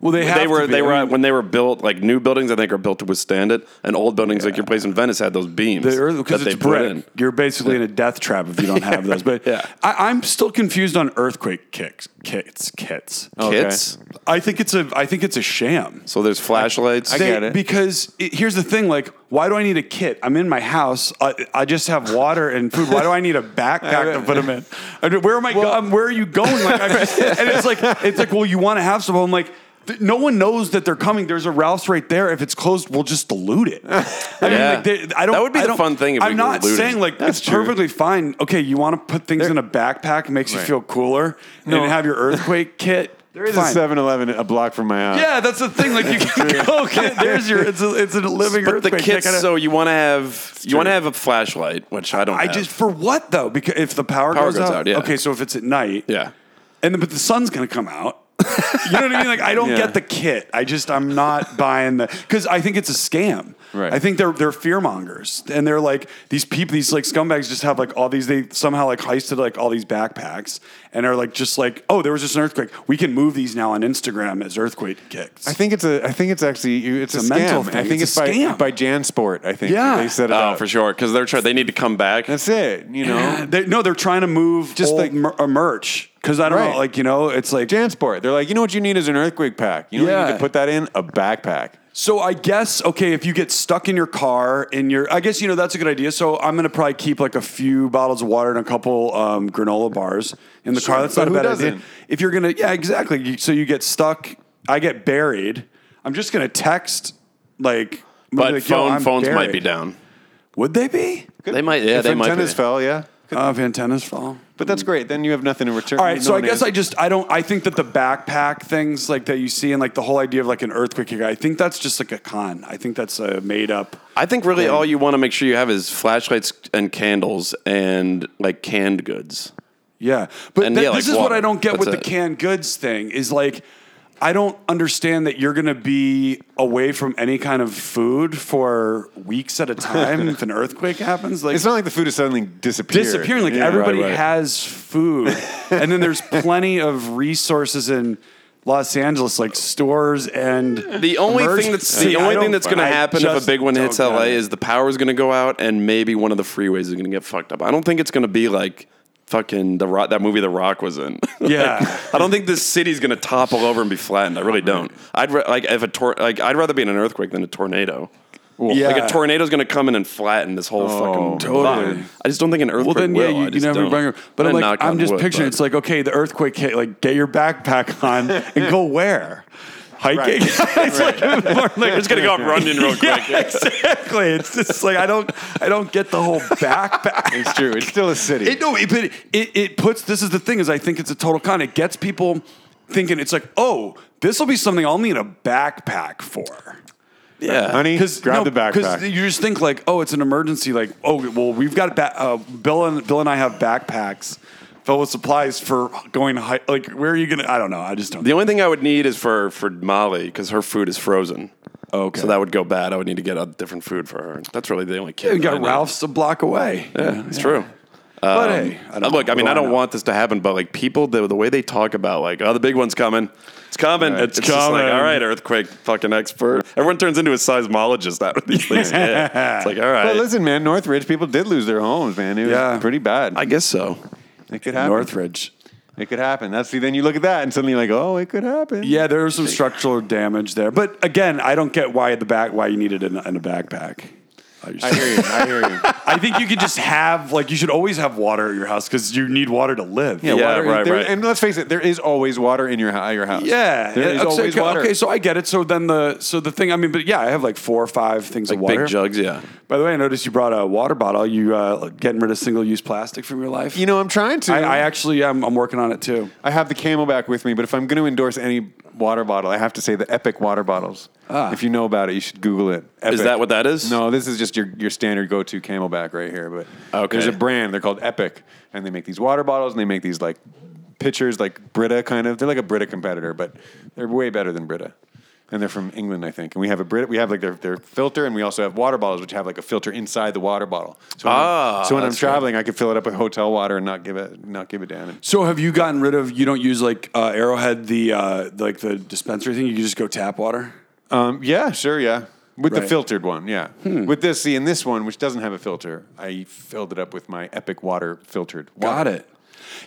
[SPEAKER 2] Well, they have
[SPEAKER 1] they
[SPEAKER 2] to
[SPEAKER 1] were
[SPEAKER 2] be.
[SPEAKER 1] they
[SPEAKER 2] I
[SPEAKER 1] were
[SPEAKER 2] mean-
[SPEAKER 1] when they were built like new buildings I think are built to withstand it and old buildings like your place in Venice had those beams
[SPEAKER 2] The earth because
[SPEAKER 1] that
[SPEAKER 2] it's
[SPEAKER 1] they put
[SPEAKER 2] brick. You're basically in a death trap if you don't have those. But
[SPEAKER 1] Yeah.
[SPEAKER 2] I, I'm still confused on earthquake kicks, kits, kits.
[SPEAKER 1] in.
[SPEAKER 3] Okay.
[SPEAKER 1] kits
[SPEAKER 2] I think it's a I think it's a sham.
[SPEAKER 1] so there's flashlights
[SPEAKER 3] I
[SPEAKER 2] They-
[SPEAKER 3] get it.
[SPEAKER 2] Because it- here's the thing: like, why do I need a kit? I'm in my house. I, I just have water and food. Why do I need a backpack to put them in? I mean, where am I? go- um, where are you going? Like, I'm just, and it's like it's like, well, you want to have some. I'm like. th- No one knows that they're coming. There's a Ralph's right there. If it's closed, we'll just dilute it. I
[SPEAKER 1] Yeah.
[SPEAKER 2] they- I don't.
[SPEAKER 1] That would be
[SPEAKER 2] I
[SPEAKER 1] the
[SPEAKER 2] don't-
[SPEAKER 1] fun thing if we
[SPEAKER 2] I'm
[SPEAKER 1] could
[SPEAKER 2] not
[SPEAKER 1] dilute it.
[SPEAKER 2] saying like it's perfectly fine. Okay, you want to put things in a backpack, makes you
[SPEAKER 3] Right.
[SPEAKER 2] feel cooler, and have your earthquake kit.
[SPEAKER 3] There is
[SPEAKER 2] fine.
[SPEAKER 3] a 7-Eleven a block from my house.
[SPEAKER 2] Yeah, that's the thing. Like you can go get there's your it's a, it's a living
[SPEAKER 1] but the
[SPEAKER 2] earthquake.
[SPEAKER 1] kits
[SPEAKER 2] I,
[SPEAKER 1] so you want to have you want to have
[SPEAKER 3] true.
[SPEAKER 1] a flashlight which I don't
[SPEAKER 2] I
[SPEAKER 1] have.
[SPEAKER 2] just for what though? Because if the power,
[SPEAKER 1] Power
[SPEAKER 2] goes,
[SPEAKER 1] goes
[SPEAKER 2] out,
[SPEAKER 1] out, yeah.
[SPEAKER 2] okay. So if it's at night,
[SPEAKER 1] yeah
[SPEAKER 2] and the, but the sun's gonna come out. you know what I mean? Like I don't
[SPEAKER 1] Yeah.
[SPEAKER 2] get the kit. I just I'm not buying the because I think it's a scam.
[SPEAKER 3] Right.
[SPEAKER 2] I think they're they're fear mongers and they're like these people these like scumbags just have like all these they somehow like heisted like all these backpacks and are like just like oh there was just an earthquake we can move these now on Instagram as earthquake kicks.
[SPEAKER 3] I think it's a. I think it's actually. you- It's,
[SPEAKER 2] It's
[SPEAKER 3] a,
[SPEAKER 2] a mental
[SPEAKER 3] scam.
[SPEAKER 2] thing.
[SPEAKER 3] I think
[SPEAKER 2] It's
[SPEAKER 3] it's,
[SPEAKER 2] a
[SPEAKER 3] by
[SPEAKER 2] scam.
[SPEAKER 3] by JanSport. I think.
[SPEAKER 2] Yeah.
[SPEAKER 3] They set it
[SPEAKER 1] Oh,
[SPEAKER 3] up.
[SPEAKER 1] for sure. Because they're trying. They need to come back.
[SPEAKER 3] That's it. You know.
[SPEAKER 2] they, no, they're trying to move
[SPEAKER 3] Just
[SPEAKER 2] just like
[SPEAKER 3] like-
[SPEAKER 2] mer- uh, merch because I don't
[SPEAKER 3] Right.
[SPEAKER 2] know like you know it's like
[SPEAKER 3] JanSport. They're like, you know what you need is an earthquake pack. You know what you need
[SPEAKER 2] Yeah.
[SPEAKER 3] to put that in a backpack.
[SPEAKER 2] So I guess okay, if you get stuck in your car in your, I guess you know that's a good idea. So I'm gonna probably keep like a few bottles of water and a couple um, granola bars in the car. That's
[SPEAKER 3] but
[SPEAKER 2] not a
[SPEAKER 3] who
[SPEAKER 2] bad
[SPEAKER 3] doesn't?
[SPEAKER 2] idea. If you're gonna, yeah, exactly. You- So you get stuck. I get buried. I'm just gonna text like. I'm gonna
[SPEAKER 1] but
[SPEAKER 2] be like, yo,
[SPEAKER 1] phone
[SPEAKER 2] I'm
[SPEAKER 1] phones might be
[SPEAKER 2] buried.
[SPEAKER 1] down.
[SPEAKER 2] Would they be?
[SPEAKER 1] They might. Yeah,
[SPEAKER 3] if
[SPEAKER 1] they might. Be.
[SPEAKER 3] antennas fell, yeah.
[SPEAKER 2] Uh, if antennas fall.
[SPEAKER 3] But that's great. Then you have nothing in return.
[SPEAKER 2] All right,
[SPEAKER 3] No
[SPEAKER 2] so I
[SPEAKER 3] one
[SPEAKER 2] guess
[SPEAKER 3] answers.
[SPEAKER 2] I just I don't I think that the backpack things like that you see and like the whole idea of like an earthquake guy, I think that's just like a con. I think that's a made up.
[SPEAKER 1] I think really all you want to make sure you have is flashlights and candles and like canned goods.
[SPEAKER 2] Yeah, but
[SPEAKER 1] And
[SPEAKER 2] th-
[SPEAKER 1] yeah, like
[SPEAKER 2] this is what
[SPEAKER 1] water.
[SPEAKER 2] I don't get
[SPEAKER 1] That's
[SPEAKER 2] with the
[SPEAKER 1] it.
[SPEAKER 2] canned goods thing. Is like, I don't understand that you're going to be away from any kind of food for weeks at a time if an earthquake happens. Like
[SPEAKER 3] It's not like the food is suddenly disappearing.
[SPEAKER 2] disappearing. Like
[SPEAKER 3] Yeah.
[SPEAKER 2] everybody
[SPEAKER 1] right, right.
[SPEAKER 2] has food, and then there's plenty of resources in Los Angeles, like stores and
[SPEAKER 1] The only
[SPEAKER 2] emergency-
[SPEAKER 1] thing that's the
[SPEAKER 2] I
[SPEAKER 1] only thing
[SPEAKER 2] don't-
[SPEAKER 1] that's going to
[SPEAKER 2] I
[SPEAKER 1] happen if a
[SPEAKER 2] just
[SPEAKER 1] big one
[SPEAKER 2] don't
[SPEAKER 1] hits
[SPEAKER 2] get
[SPEAKER 1] LA
[SPEAKER 2] it.
[SPEAKER 1] is the power is going to go out and maybe one of the freeways is going to get fucked up. I don't think it's going to be like fucking the rock, that movie The Rock was in.
[SPEAKER 2] Yeah.
[SPEAKER 1] Like, I don't think this city's going to topple over and be flattened. I really don't. I'd ra- like if a tor- like I'd rather be in an earthquake than a tornado.
[SPEAKER 2] yeah. Oh,
[SPEAKER 1] Like a tornado's going to come in and flatten this whole fucking
[SPEAKER 2] totally.
[SPEAKER 1] lot. I just don't think an earthquake.
[SPEAKER 2] Well, then, yeah,
[SPEAKER 1] will. I
[SPEAKER 2] you, you
[SPEAKER 1] just
[SPEAKER 2] never
[SPEAKER 1] don't.
[SPEAKER 2] bring her. But I'm
[SPEAKER 1] And
[SPEAKER 2] like,
[SPEAKER 1] knock
[SPEAKER 2] I'm
[SPEAKER 1] on
[SPEAKER 2] just
[SPEAKER 1] wood,
[SPEAKER 2] picturing
[SPEAKER 1] but-
[SPEAKER 2] it's like, okay, the earthquake hit, like, get your backpack on and go where? Hiking? it's like, more like,
[SPEAKER 1] It's gonna go up Runyon real quick.
[SPEAKER 2] yeah, exactly. It's just like, I don't, I don't get the whole backpack.
[SPEAKER 3] It's true. It's still a city.
[SPEAKER 2] It, no, it, but it, it puts. This is the thing: is I think it's a total con. It gets people thinking it's like, oh, this will be something I'll need a backpack for.
[SPEAKER 1] Yeah,
[SPEAKER 3] Honey, grab
[SPEAKER 2] no,
[SPEAKER 3] the backpack.
[SPEAKER 2] you just think like, oh, it's an emergency. Like, oh, well, we've got ba- uh, Bill and Bill and I have backpacks filled with supplies for going hi- like where are you gonna? I don't know. I just don't.
[SPEAKER 1] The only thing I would need is for for Molly because her food is frozen.
[SPEAKER 2] Okay.
[SPEAKER 1] So that would go bad. I would need to get a different food for her. That's really the only kid.
[SPEAKER 2] we
[SPEAKER 1] that I
[SPEAKER 2] got
[SPEAKER 1] need.
[SPEAKER 2] Ralph's a block away.
[SPEAKER 1] Yeah, it's true.
[SPEAKER 2] But
[SPEAKER 1] Um,
[SPEAKER 2] hey, I don't
[SPEAKER 1] look, I
[SPEAKER 2] what
[SPEAKER 1] mean,
[SPEAKER 2] do
[SPEAKER 1] I don't
[SPEAKER 2] know?
[SPEAKER 1] want this to happen, but like people, the, the way they talk about like, oh, the big one's coming, it's coming,
[SPEAKER 2] It's
[SPEAKER 1] just
[SPEAKER 2] coming.
[SPEAKER 1] like, all right, earthquake fucking expert. Everyone turns into a seismologist after these things. hit. It's like, all
[SPEAKER 3] But
[SPEAKER 1] right,
[SPEAKER 3] listen, man, Northridge people did lose their homes, man. It was
[SPEAKER 2] Yeah.
[SPEAKER 3] pretty bad.
[SPEAKER 1] I guess so.
[SPEAKER 3] it could happen.
[SPEAKER 2] Northridge.
[SPEAKER 3] It could happen. That's the then you look at that and suddenly you're like, oh, it could happen.
[SPEAKER 2] Yeah, there was some structural damage there, but again, I don't get why the back why you need it in, in a backpack. I
[SPEAKER 3] I hear you. I hear you.
[SPEAKER 2] I think you could just have like you should always have water at your house because you need water to live.
[SPEAKER 1] Yeah,
[SPEAKER 3] water-
[SPEAKER 1] right,
[SPEAKER 3] there-
[SPEAKER 1] right.
[SPEAKER 3] And let's face it, there is always water in your, hou- your house.
[SPEAKER 2] Yeah,
[SPEAKER 3] There is
[SPEAKER 2] okay,
[SPEAKER 3] always
[SPEAKER 2] okay,
[SPEAKER 3] water.
[SPEAKER 2] okay, so I get it. So then the so the thing I mean, but yeah, I have like four or five things
[SPEAKER 1] Like
[SPEAKER 2] of water.
[SPEAKER 1] big jugs, yeah.
[SPEAKER 2] By the way, I noticed you brought a water bottle. You uh, getting rid of single use plastic from your life?
[SPEAKER 3] You know, I'm trying to.
[SPEAKER 2] I, I actually I'm, I'm working on it too.
[SPEAKER 3] I have the Camelback with me, but if I'm going to endorse any water bottle, I have to say the Epic water bottles. If you know about it, you should Google it. Epic.
[SPEAKER 1] that what that Ah. is?
[SPEAKER 3] No, this is just your, your standard go to Camelback right here. But
[SPEAKER 1] Okay.
[SPEAKER 3] there's a brand. They're called Epic, and they make these water bottles, and they make these like pitchers, like Brita kind of. They're like a Brita competitor, but they're way better than Brita. And they're from England, I think. And we have a Brita, we have like their, their filter, and we also have water bottles, which have like a filter inside the water bottle. So when,
[SPEAKER 1] Ah,
[SPEAKER 3] so when I'm
[SPEAKER 1] that's right.
[SPEAKER 3] traveling, I can fill it up with hotel water and not give it not give it down. And
[SPEAKER 2] So have you gotten rid of? You don't use like uh, Arrowhead the uh, like the dispenser thing. You just go tap water.
[SPEAKER 3] Um, yeah, sure, yeah. With the
[SPEAKER 2] Right. Hmm.
[SPEAKER 3] filtered one, yeah. With this, see, and this one, which doesn't have a filter, I filled it up with my Epic Water filtered.
[SPEAKER 2] Got
[SPEAKER 3] water.
[SPEAKER 2] it.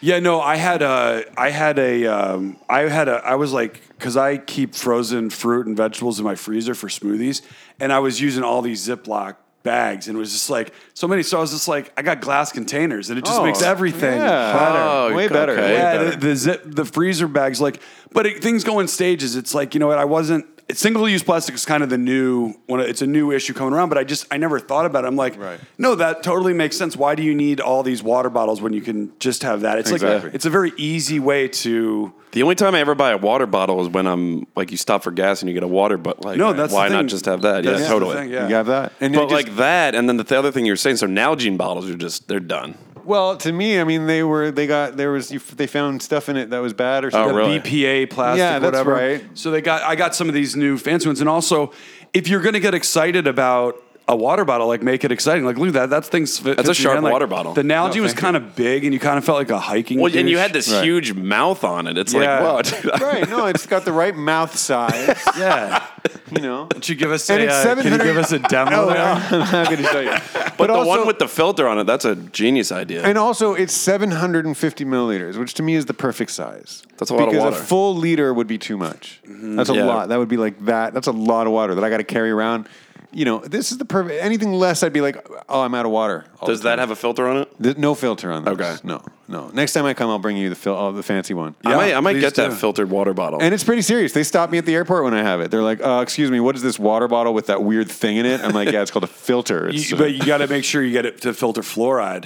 [SPEAKER 2] Yeah, no, I had a, I had a, um, I had a, I was like, because I keep frozen fruit and vegetables in my freezer for smoothies, and I was using all these Ziploc bags, and it was just like so many. So I was just like, I got glass containers, and it just
[SPEAKER 3] Oh,
[SPEAKER 2] makes everything
[SPEAKER 3] yeah.
[SPEAKER 2] better.
[SPEAKER 1] Oh,
[SPEAKER 3] Way better.
[SPEAKER 1] okay.
[SPEAKER 3] Way
[SPEAKER 2] yeah,
[SPEAKER 3] better.
[SPEAKER 2] the, the zip, the freezer bags, like, but it, things go in stages. It's like you know what? I wasn't single use plastic is kind of the new one. It's a new issue coming around, but I just I never thought about it. I'm like,
[SPEAKER 3] Right.
[SPEAKER 2] no, that totally makes sense. Why do you need all these water bottles when you can just have that? It's
[SPEAKER 3] Exactly.
[SPEAKER 2] like it's a very easy way to.
[SPEAKER 1] The only time I ever buy a water bottle is when I'm like, you stop for gas and you get a water, but like,
[SPEAKER 2] No, that's the
[SPEAKER 1] why
[SPEAKER 2] thing.
[SPEAKER 1] not just have that?
[SPEAKER 2] That's the
[SPEAKER 1] yeah, totally.
[SPEAKER 2] thing,
[SPEAKER 3] You
[SPEAKER 2] yeah.
[SPEAKER 3] got that? And
[SPEAKER 1] But
[SPEAKER 3] it just-
[SPEAKER 1] like that, and then the, the other thing you were saying, so Nalgene bottles are just they're done.
[SPEAKER 3] Well, to me, I mean, they were they got there was you, f- they found stuff in it that was bad or something.
[SPEAKER 2] the
[SPEAKER 1] Oh, really?
[SPEAKER 2] BPA plastic,
[SPEAKER 3] Yeah, that's
[SPEAKER 2] whatever.
[SPEAKER 3] right.
[SPEAKER 2] So they got I got some of these new fancy ones, and also if you're gonna get excited about a water bottle, like make it exciting. Like look at that, that thing's that's
[SPEAKER 1] a sharp water bottle.
[SPEAKER 2] The Nalgene
[SPEAKER 3] No,
[SPEAKER 2] was
[SPEAKER 3] thank
[SPEAKER 2] kind of big, and you kind of felt like a hiking.
[SPEAKER 1] Well, and you
[SPEAKER 2] douche.
[SPEAKER 1] had this
[SPEAKER 3] Right.
[SPEAKER 1] huge mouth on it. It's
[SPEAKER 2] Yeah.
[SPEAKER 1] like, what?
[SPEAKER 3] right? No, it's got the right mouth size.
[SPEAKER 2] yeah.
[SPEAKER 3] You know,
[SPEAKER 2] Would you give us
[SPEAKER 3] And
[SPEAKER 2] a,
[SPEAKER 3] it's
[SPEAKER 2] uh, can you
[SPEAKER 3] 700
[SPEAKER 2] give us a demo?
[SPEAKER 3] No,
[SPEAKER 2] there?
[SPEAKER 3] I'm not going to tell you. But,
[SPEAKER 1] But the
[SPEAKER 3] also,
[SPEAKER 1] one with the filter on it, that's a genius idea.
[SPEAKER 3] and also it's 750 milliliters, which to me is the perfect size.
[SPEAKER 1] That's a lot of
[SPEAKER 3] because
[SPEAKER 1] water. Mm-hmm.
[SPEAKER 3] a full liter would be too much. That's a
[SPEAKER 1] Yeah.
[SPEAKER 3] lot. That would be like that. That's a lot of water that I got to carry around. You know, this is the perfect. Anything less, I'd be like, oh, I'm out of water. all
[SPEAKER 1] Does
[SPEAKER 3] the time.
[SPEAKER 1] that have a filter on it?
[SPEAKER 3] Th- no filter on those.
[SPEAKER 1] Okay.
[SPEAKER 3] No, no. Next time I come, I'll bring you the fil- oh, the fancy one.
[SPEAKER 1] I might, I might
[SPEAKER 2] please
[SPEAKER 1] get that
[SPEAKER 2] do.
[SPEAKER 1] filtered water bottle.
[SPEAKER 3] And it's pretty serious. They stop me at the airport when I have it. They're like, uh, "Excuse me, what is this water bottle with that weird thing in it?" I'm like, "Yeah, it's called a filter." It's,
[SPEAKER 2] You-
[SPEAKER 3] uh,
[SPEAKER 2] but you got to make sure you get it to filter fluoride.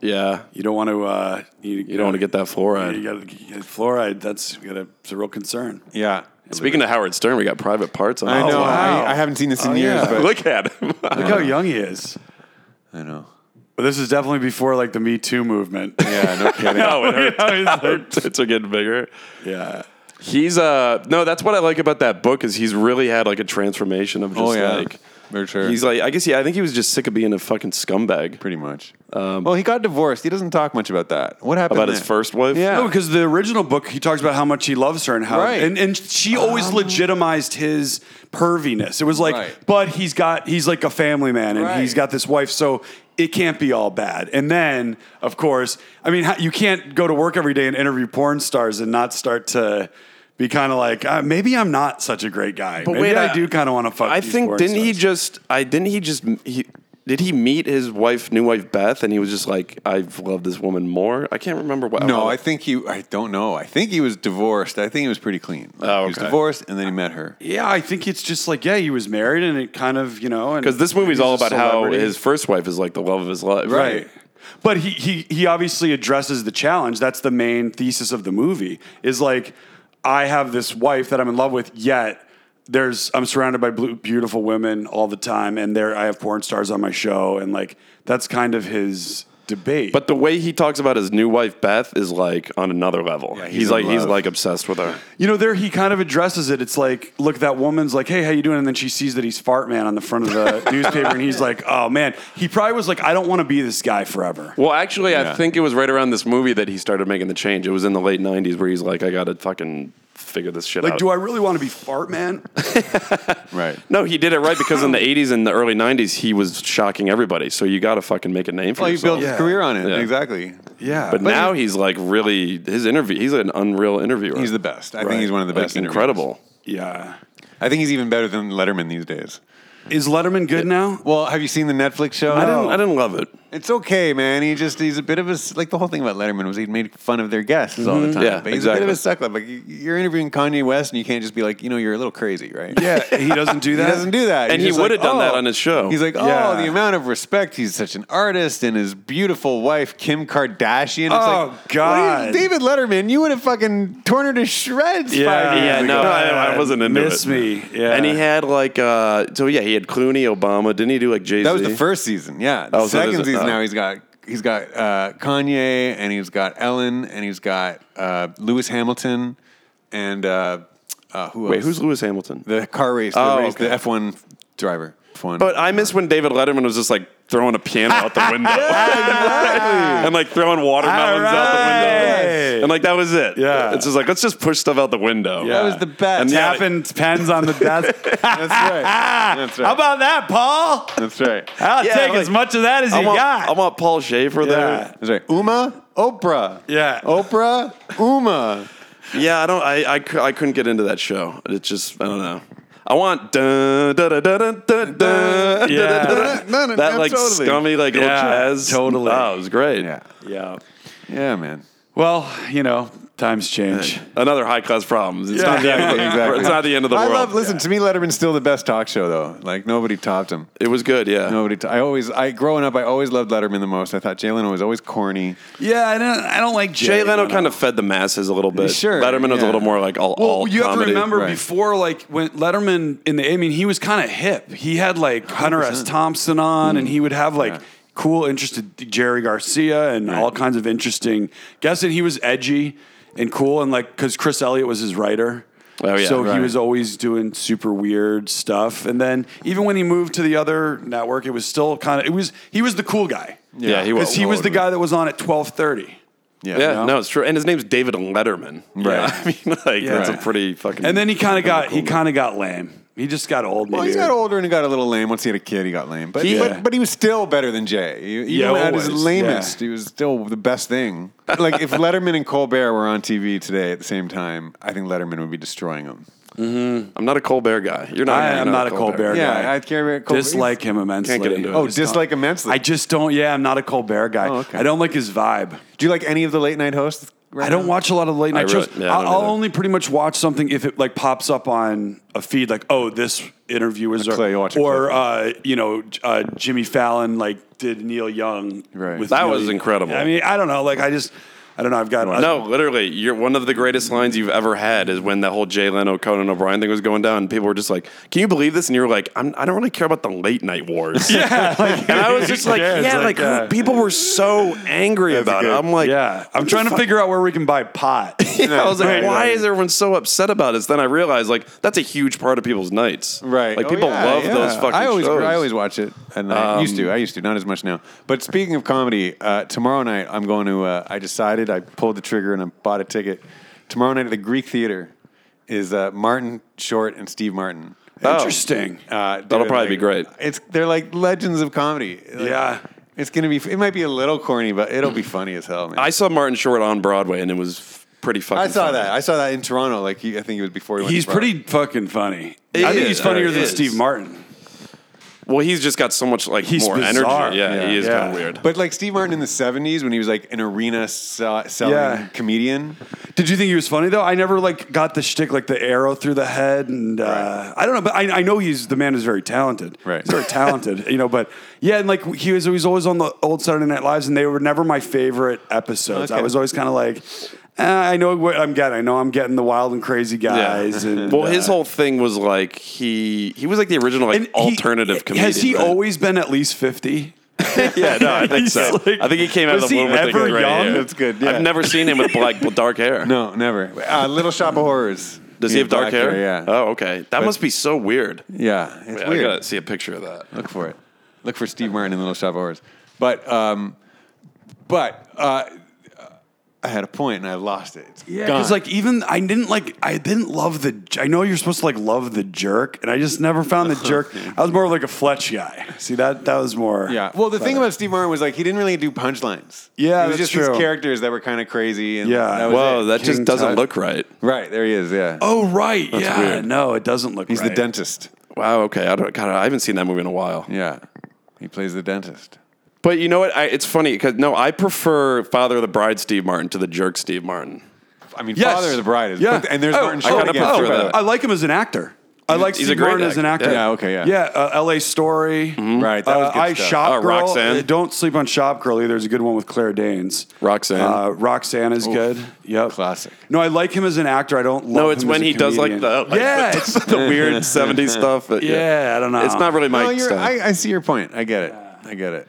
[SPEAKER 1] yeah.
[SPEAKER 2] You don't want to. Uh, you,
[SPEAKER 1] You don't want to get that
[SPEAKER 2] You
[SPEAKER 1] fluoride.
[SPEAKER 2] got to get fluoride. That's you gotta, it's a real concern.
[SPEAKER 3] yeah,
[SPEAKER 1] Speaking of Howard Stern, we got private parts on
[SPEAKER 3] I
[SPEAKER 1] it.
[SPEAKER 3] know.
[SPEAKER 2] wow.
[SPEAKER 3] I, I haven't seen this in
[SPEAKER 2] Oh,
[SPEAKER 3] years,
[SPEAKER 2] yeah.
[SPEAKER 3] but
[SPEAKER 1] Look at him.
[SPEAKER 2] Look how young he is.
[SPEAKER 3] I know.
[SPEAKER 2] But this is definitely before like the Me Too movement.
[SPEAKER 3] Yeah, no kidding.
[SPEAKER 1] no, it hurts.
[SPEAKER 2] Yeah, he's
[SPEAKER 1] Our
[SPEAKER 2] like-
[SPEAKER 1] tits are getting bigger.
[SPEAKER 2] yeah.
[SPEAKER 1] He's uh no, that's what I like about that book is he's really had like a transformation of just
[SPEAKER 3] Oh yeah,
[SPEAKER 1] like
[SPEAKER 3] for sure.
[SPEAKER 1] he's like I guess yeah I think he was just sick of being a fucking scumbag
[SPEAKER 3] pretty much. well, he got divorced. He doesn't talk much about that. What happened
[SPEAKER 1] Um, about his
[SPEAKER 3] there?
[SPEAKER 1] first wife.
[SPEAKER 3] Yeah.
[SPEAKER 2] No, because the original book he talks about how much he loves her and how
[SPEAKER 3] Right.
[SPEAKER 2] and, and she
[SPEAKER 1] Um.
[SPEAKER 2] always legitimized his perviness. It was like,
[SPEAKER 3] Right.
[SPEAKER 2] but he's got he's like a family man and
[SPEAKER 3] Right.
[SPEAKER 2] he's got this wife, so it can't be all bad. And then, of course, I mean, how- you can't go to work every day and interview porn stars and not start to be kind of like, uh, maybe I'm not such a great guy. But maybe
[SPEAKER 1] wait,
[SPEAKER 2] I,
[SPEAKER 1] I-
[SPEAKER 2] do kind of want to fuck.
[SPEAKER 1] I
[SPEAKER 2] these
[SPEAKER 1] think
[SPEAKER 2] porn
[SPEAKER 1] didn't he
[SPEAKER 2] stars."
[SPEAKER 1] just I didn't he just he did he meet his wife new wife Beth and he was just like I've loved this woman more. I can't remember what.
[SPEAKER 3] No, I think he. I don't know. I think he was divorced. I think he was pretty clean.
[SPEAKER 1] Oh,
[SPEAKER 3] He was
[SPEAKER 1] okay.
[SPEAKER 3] divorced, and then he met her.
[SPEAKER 2] Yeah, I think it's just like, yeah, he was married and it kind of, you know,
[SPEAKER 1] because this movie's all about how
[SPEAKER 2] his.
[SPEAKER 1] his first wife is like the love of his life.
[SPEAKER 2] Right. But he, he he obviously addresses the challenge. That's the main thesis of the movie. Is like I have this wife that I'm in love with, yet there's I'm surrounded by blue, beautiful women all the time, and there I have porn stars on my show, and like that's kind of his debate.
[SPEAKER 1] But the way he talks about his new wife Beth is like on another level.
[SPEAKER 3] he's
[SPEAKER 1] he's
[SPEAKER 3] in
[SPEAKER 1] like he's
[SPEAKER 3] love.
[SPEAKER 1] like obsessed with her.
[SPEAKER 2] you know, there he kind of addresses it. It's like, look, that woman's like, hey, how you doing? And then she sees that he's fart man on the front of the newspaper, and he's like, oh man, he probably was like, I don't want to be this guy forever.
[SPEAKER 1] Well, actually,
[SPEAKER 3] Yeah.
[SPEAKER 1] I think it was right around this movie that he started making the change. It was in the late '90s where he's like, "I gotta fucking figure this shit
[SPEAKER 2] Like,
[SPEAKER 1] out."
[SPEAKER 2] do I really want to be fart man?
[SPEAKER 3] Right.
[SPEAKER 1] no, he did it right because in the '80s and the early '90s he was shocking everybody. So you gotta fucking make a name for
[SPEAKER 3] Well, Oh, he
[SPEAKER 1] yourself.
[SPEAKER 3] built
[SPEAKER 2] Yeah.
[SPEAKER 3] his career on it.
[SPEAKER 1] Yeah.
[SPEAKER 3] Exactly.
[SPEAKER 2] Yeah,
[SPEAKER 1] but, now he's like really his interview. He's an unreal interviewer.
[SPEAKER 3] He's the best. I
[SPEAKER 2] Right.
[SPEAKER 3] think he's one of the
[SPEAKER 1] Like,
[SPEAKER 3] best. interviewers.
[SPEAKER 1] incredible.
[SPEAKER 2] yeah.
[SPEAKER 3] I think he's even better than Letterman these days.
[SPEAKER 2] Is Letterman good now?
[SPEAKER 3] Well, have you seen the Netflix show?
[SPEAKER 1] I didn't. I didn't love it.
[SPEAKER 3] It's okay, man. He just he's a bit of a like the whole thing about Letterman was he made fun of their guests all the time.
[SPEAKER 1] Mm-hmm. Yeah,
[SPEAKER 3] but he's a bit of
[SPEAKER 1] exactly.
[SPEAKER 3] a suck up. Like you- you're interviewing Kanye West, and you can't just be like, you know, you're a little crazy, right?
[SPEAKER 2] Yeah, he doesn't do
[SPEAKER 3] He
[SPEAKER 2] that.
[SPEAKER 3] doesn't do that,
[SPEAKER 1] And
[SPEAKER 3] He's
[SPEAKER 1] he
[SPEAKER 3] just
[SPEAKER 1] would've done that
[SPEAKER 3] oh.
[SPEAKER 1] on his show.
[SPEAKER 3] He's like, oh,
[SPEAKER 2] Yeah.
[SPEAKER 3] the amount of respect. He's such an artist, and his beautiful wife Kim Kardashian. It's
[SPEAKER 2] Oh,
[SPEAKER 3] like,
[SPEAKER 2] God.
[SPEAKER 3] what do you- David Letterman, you would have fucking torn her to shreds.
[SPEAKER 2] Yeah,
[SPEAKER 3] five years
[SPEAKER 1] Yeah,
[SPEAKER 3] ago.
[SPEAKER 1] no, I, I
[SPEAKER 2] God,
[SPEAKER 1] wasn't into
[SPEAKER 2] miss
[SPEAKER 1] it.
[SPEAKER 2] me. Yeah.
[SPEAKER 1] and he had like uh, so yeah, he had Clooney, Obama. Didn't he do like Jay Z?
[SPEAKER 3] That was the first season. Yeah, the
[SPEAKER 1] Oh, so there's
[SPEAKER 3] second
[SPEAKER 1] a-
[SPEAKER 3] season
[SPEAKER 1] oh.
[SPEAKER 3] now he's got he's got uh, Kanye and he's got Ellen and he's got uh, Lewis Hamilton and uh, uh, who
[SPEAKER 1] Wait,
[SPEAKER 3] else?
[SPEAKER 1] who's Lewis Hamilton?
[SPEAKER 3] the car race? The,
[SPEAKER 1] Oh,
[SPEAKER 3] race,
[SPEAKER 1] okay.
[SPEAKER 3] the F one driver. F1.
[SPEAKER 1] But I miss when David Letterman was just like throwing a piano out the window and like throwing watermelons out the
[SPEAKER 2] Alright.
[SPEAKER 1] window. And like that was it.
[SPEAKER 2] Yeah.
[SPEAKER 1] It's just like, let's just push stuff out the window.
[SPEAKER 3] that was the best.
[SPEAKER 1] And yeah,
[SPEAKER 2] tapping pens on the desk.
[SPEAKER 3] That's right. That's right.
[SPEAKER 2] How about that, Paul?
[SPEAKER 3] That's right.
[SPEAKER 2] I'll
[SPEAKER 1] Yeah,
[SPEAKER 2] take
[SPEAKER 1] like-
[SPEAKER 2] as much of that as
[SPEAKER 1] I
[SPEAKER 2] you
[SPEAKER 1] want,
[SPEAKER 2] got.
[SPEAKER 1] I want Paul Schaefer
[SPEAKER 2] yeah.
[SPEAKER 1] there.
[SPEAKER 3] That's right. Uma, Oprah.
[SPEAKER 2] Yeah.
[SPEAKER 3] Oprah, Uma.
[SPEAKER 1] Yeah, I don't, I, I, cou- I couldn't get into that show. It's just, I don't know. I want dun, da, da, da, da, da, da,
[SPEAKER 2] Yeah.
[SPEAKER 1] da, da, da,
[SPEAKER 3] No, no,
[SPEAKER 1] that like
[SPEAKER 3] totally.
[SPEAKER 1] scummy like little
[SPEAKER 2] Yeah,
[SPEAKER 1] jazz.
[SPEAKER 2] totally.
[SPEAKER 1] Oh, it was great.
[SPEAKER 3] Yeah.
[SPEAKER 2] Yeah.
[SPEAKER 3] Yeah, man.
[SPEAKER 2] Well, you know, times change.
[SPEAKER 1] Another high class problem. It's, not the end of the,
[SPEAKER 3] Exactly.
[SPEAKER 1] it's not the end of the
[SPEAKER 3] I
[SPEAKER 1] world.
[SPEAKER 3] love. Listen to me. Letterman's still the best talk show, though. Like nobody topped him.
[SPEAKER 1] it was good. Yeah.
[SPEAKER 3] Nobody. T- I always. I growing up, I always loved Letterman the most. I thought Jay Leno was always corny.
[SPEAKER 2] Yeah, I don't. I don't like
[SPEAKER 1] Jay Leno kind of fed the masses a little bit.
[SPEAKER 3] Sure,
[SPEAKER 1] Letterman was
[SPEAKER 3] yeah.
[SPEAKER 1] a little more like all.
[SPEAKER 2] Well,
[SPEAKER 1] all
[SPEAKER 2] Oh, you have
[SPEAKER 1] comedy.
[SPEAKER 2] to remember
[SPEAKER 3] right.
[SPEAKER 2] before, like when Letterman in the, I mean, he was kind of hip. He had like Hunter S. Thompson on, and he would have like cool, interested Jerry Garcia and all kinds of interesting guests. And he was edgy and cool, and like because Chris Elliott was his writer.
[SPEAKER 1] Oh, yeah,
[SPEAKER 2] so he
[SPEAKER 1] right.
[SPEAKER 2] was always doing super weird stuff, and then even when he moved to the other network, it was still kind of it was he was the cool guy,
[SPEAKER 1] Yeah, he was.
[SPEAKER 2] because he was the guy that was on at twelve thirty.
[SPEAKER 3] Yeah.
[SPEAKER 1] Yeah, no, it's true. And his name's David Letterman.
[SPEAKER 3] Right.
[SPEAKER 1] Yeah, I mean, like that's
[SPEAKER 3] Right.
[SPEAKER 1] a pretty fucking.
[SPEAKER 2] And then he kind of got he kind of got lame. He just got old.
[SPEAKER 3] Well,
[SPEAKER 2] maybe.
[SPEAKER 3] he got older and he got a little lame. Once he had a kid, he got lame. But
[SPEAKER 1] He-
[SPEAKER 3] but, but he was still better than Jay. E- Even
[SPEAKER 2] Yeah,
[SPEAKER 3] at his
[SPEAKER 2] always,
[SPEAKER 3] lamest,
[SPEAKER 2] yeah.
[SPEAKER 3] he was still the best thing. Like if Letterman and Colbert were on TV today at the same time, I think Letterman would be destroying them.
[SPEAKER 1] I'm not a Colbert guy. You're not.
[SPEAKER 2] I
[SPEAKER 1] you're
[SPEAKER 2] am not a Colbert
[SPEAKER 3] Yeah,
[SPEAKER 2] guy.
[SPEAKER 3] I care about Colbert.
[SPEAKER 2] Dislike him immensely.
[SPEAKER 1] Can't get into it.
[SPEAKER 3] Oh,
[SPEAKER 2] Just don't-
[SPEAKER 3] dislike immensely.
[SPEAKER 2] I just don't. Yeah, I'm not a Colbert guy.
[SPEAKER 3] Oh, okay.
[SPEAKER 2] I don't like his vibe.
[SPEAKER 3] Do you like any of the late night hosts? Right
[SPEAKER 2] I don't
[SPEAKER 3] now?
[SPEAKER 2] watch a lot of late night
[SPEAKER 1] I
[SPEAKER 2] shows.
[SPEAKER 1] really- yeah, I
[SPEAKER 2] I'll,
[SPEAKER 1] don't
[SPEAKER 2] I'll
[SPEAKER 1] either.
[SPEAKER 2] only pretty much watch something if it like pops up on a feed, like oh, this interview is
[SPEAKER 3] clip, you
[SPEAKER 2] or,
[SPEAKER 3] watch a
[SPEAKER 2] or
[SPEAKER 3] clip.
[SPEAKER 2] uh, you know uh, Jimmy Fallon like did Neil Young.
[SPEAKER 3] Right.
[SPEAKER 1] That
[SPEAKER 2] Neil
[SPEAKER 1] was
[SPEAKER 2] Young.
[SPEAKER 1] incredible.
[SPEAKER 2] I mean, I don't know. Like I just, I don't know. I've got
[SPEAKER 1] No, literally, you're one of the greatest lines you've ever had is when the whole Jay Leno, Conan O'Brien thing was going down. And people were just like, "Can you believe this?" And you were like, I'm, "I don't really care about the late night wars." yeah, and I was just like,
[SPEAKER 2] Yeah,
[SPEAKER 1] "Yeah,
[SPEAKER 2] it's like,
[SPEAKER 1] like, who-
[SPEAKER 2] uh,
[SPEAKER 1] people were so angry about it."
[SPEAKER 3] good-
[SPEAKER 1] I'm like,
[SPEAKER 2] Yeah, I'm
[SPEAKER 1] what the
[SPEAKER 2] trying to figure out where we can buy pot.
[SPEAKER 1] I was like,
[SPEAKER 2] Right,
[SPEAKER 1] why
[SPEAKER 2] right.
[SPEAKER 1] is everyone so upset about this? Then I realized, like, that's a huge part of people's nights.
[SPEAKER 3] Right.
[SPEAKER 1] Like,
[SPEAKER 3] Oh,
[SPEAKER 1] people
[SPEAKER 3] yeah,
[SPEAKER 1] love
[SPEAKER 3] yeah.
[SPEAKER 1] those fucking
[SPEAKER 3] I always,
[SPEAKER 1] shows. Um,
[SPEAKER 3] I always watch it. And I used to. I used to. Not as much now. But speaking of comedy, uh, tomorrow night I'm going to, uh, I decided, I pulled the trigger and I bought a ticket. Tomorrow night at the Greek Theater is uh, Martin Short and Steve Martin.
[SPEAKER 2] Interesting.
[SPEAKER 3] Uh, dude,
[SPEAKER 1] Oh. That'll probably be great.
[SPEAKER 3] like, It's They're like legends of comedy. Like,
[SPEAKER 2] Yeah.
[SPEAKER 3] It's going to be, it might be a little corny, but it'll be funny as hell, man.
[SPEAKER 1] I saw Martin Short on Broadway, and it was f- pretty fucking.
[SPEAKER 3] I saw
[SPEAKER 1] funny.
[SPEAKER 3] that. I saw that in Toronto. Like, he, I think it was before he went to
[SPEAKER 2] He's
[SPEAKER 3] Broadway.
[SPEAKER 2] pretty fucking funny.
[SPEAKER 1] He
[SPEAKER 2] I think
[SPEAKER 1] is.
[SPEAKER 2] he's funnier
[SPEAKER 1] He
[SPEAKER 2] than
[SPEAKER 1] is.
[SPEAKER 2] Steve Martin.
[SPEAKER 1] Well, he's just got so much like
[SPEAKER 2] He's
[SPEAKER 1] more
[SPEAKER 2] bizarre.
[SPEAKER 1] energy. Yeah,
[SPEAKER 3] Yeah.
[SPEAKER 1] he is
[SPEAKER 2] Yeah.
[SPEAKER 1] kind of weird.
[SPEAKER 3] But like Steve Martin in the '70s, when he was like an arena se- selling
[SPEAKER 2] Yeah.
[SPEAKER 3] comedian,
[SPEAKER 2] Did you think he was funny though? I never like got the shtick like the arrow through the head, and uh,
[SPEAKER 3] Right.
[SPEAKER 2] I don't know, but I, I know he's the man is very talented.
[SPEAKER 3] Right.
[SPEAKER 2] he's very talented, you know. But yeah, and like he was, he was always on the old Saturday Night Lives, and they were never my favorite episodes.
[SPEAKER 3] Okay.
[SPEAKER 2] I was always kind of like, eh, I know what I'm getting. I know I'm getting the wild and crazy guys. And,
[SPEAKER 1] Well, his
[SPEAKER 2] uh,
[SPEAKER 1] whole thing was like he he was like the original like
[SPEAKER 2] and he-
[SPEAKER 1] alternative comedian.
[SPEAKER 2] Has he
[SPEAKER 1] right?
[SPEAKER 2] always been at least fifty?
[SPEAKER 1] Yeah, no, I think
[SPEAKER 2] He's
[SPEAKER 1] so.
[SPEAKER 2] like-
[SPEAKER 1] I think he came out of
[SPEAKER 2] Was
[SPEAKER 1] the
[SPEAKER 2] he
[SPEAKER 1] womb with like
[SPEAKER 2] ever
[SPEAKER 1] gray
[SPEAKER 2] young?
[SPEAKER 1] hair.
[SPEAKER 3] That's good, yeah.
[SPEAKER 1] I've never seen him with black with dark hair.
[SPEAKER 3] no, never. Uh, Little Shop of Horrors.
[SPEAKER 1] Does he have dark
[SPEAKER 3] black
[SPEAKER 1] hair?
[SPEAKER 3] Yeah.
[SPEAKER 1] Oh, okay. That must be so weird.
[SPEAKER 3] yeah. It's
[SPEAKER 1] Yeah, I
[SPEAKER 3] weird.
[SPEAKER 1] gotta see a picture of that.
[SPEAKER 3] Look for it. Look for Steve Martin in Little Shop of Horrors. But um, but uh, I had a point and I lost it. It's gone.
[SPEAKER 2] because like even I didn't like I didn't love the. I know you're supposed to like love the jerk, and I just never found the jerk. I was more of like a Fletch guy. See that that was more.
[SPEAKER 3] yeah. Well, the thing about Steve Martin was like he didn't really do punchlines.
[SPEAKER 2] Yeah,
[SPEAKER 3] it was
[SPEAKER 2] that's
[SPEAKER 3] just these
[SPEAKER 2] true.
[SPEAKER 3] characters that were kind of crazy. And
[SPEAKER 2] Yeah.
[SPEAKER 3] that was
[SPEAKER 1] Whoa,
[SPEAKER 3] it.
[SPEAKER 1] that just
[SPEAKER 2] King
[SPEAKER 1] doesn't
[SPEAKER 2] Tut.
[SPEAKER 1] look right.
[SPEAKER 3] right there he is. Yeah,
[SPEAKER 2] Oh right, yeah.
[SPEAKER 1] weird.
[SPEAKER 2] No, it doesn't look.
[SPEAKER 3] he's the
[SPEAKER 2] right.
[SPEAKER 3] dentist.
[SPEAKER 1] Wow. Okay. I don't. God, I haven't seen that movie in a while.
[SPEAKER 3] Yeah, he plays the dentist.
[SPEAKER 1] But you know what? I, it's funny because no, I prefer Father of the Bride Steve Martin to the jerk Steve Martin.
[SPEAKER 3] I mean,
[SPEAKER 2] Yes.
[SPEAKER 3] Father of the Bride is.
[SPEAKER 2] Yeah.
[SPEAKER 3] but- and there's
[SPEAKER 2] Oh,
[SPEAKER 3] Martin
[SPEAKER 1] I
[SPEAKER 3] Short
[SPEAKER 1] kinda
[SPEAKER 3] again.
[SPEAKER 1] prefer
[SPEAKER 3] by the
[SPEAKER 1] that.
[SPEAKER 3] way.
[SPEAKER 2] I like him as an actor. I like
[SPEAKER 1] he's a
[SPEAKER 2] Steve
[SPEAKER 1] great
[SPEAKER 2] Martin as an
[SPEAKER 1] actor.
[SPEAKER 2] actor.
[SPEAKER 3] Yeah, okay, yeah. Mm-hmm.
[SPEAKER 2] yeah. Uh, L.A. Story,
[SPEAKER 3] Right, that was
[SPEAKER 2] Uh,
[SPEAKER 3] good
[SPEAKER 2] I
[SPEAKER 3] stuff.
[SPEAKER 2] Shop
[SPEAKER 1] Uh,
[SPEAKER 2] Girl.
[SPEAKER 1] Roxanne.
[SPEAKER 2] Uh, Don't sleep on Shop Girl either. There's a good one with Claire Danes.
[SPEAKER 1] Roxanne.
[SPEAKER 2] Uh, Roxanne is good. Yep.
[SPEAKER 3] Classic.
[SPEAKER 2] No, I like him as an actor. I don't. Love
[SPEAKER 1] No, it's
[SPEAKER 2] him
[SPEAKER 1] when
[SPEAKER 2] as a
[SPEAKER 1] he does like the
[SPEAKER 2] comedian.
[SPEAKER 1] like,
[SPEAKER 2] yeah.
[SPEAKER 1] the,
[SPEAKER 2] it's-
[SPEAKER 1] the weird '70s stuff. but
[SPEAKER 2] yeah, I don't know.
[SPEAKER 1] it's not really my
[SPEAKER 3] No, you're,
[SPEAKER 1] style.
[SPEAKER 3] I, I see your point. I get it. I get it.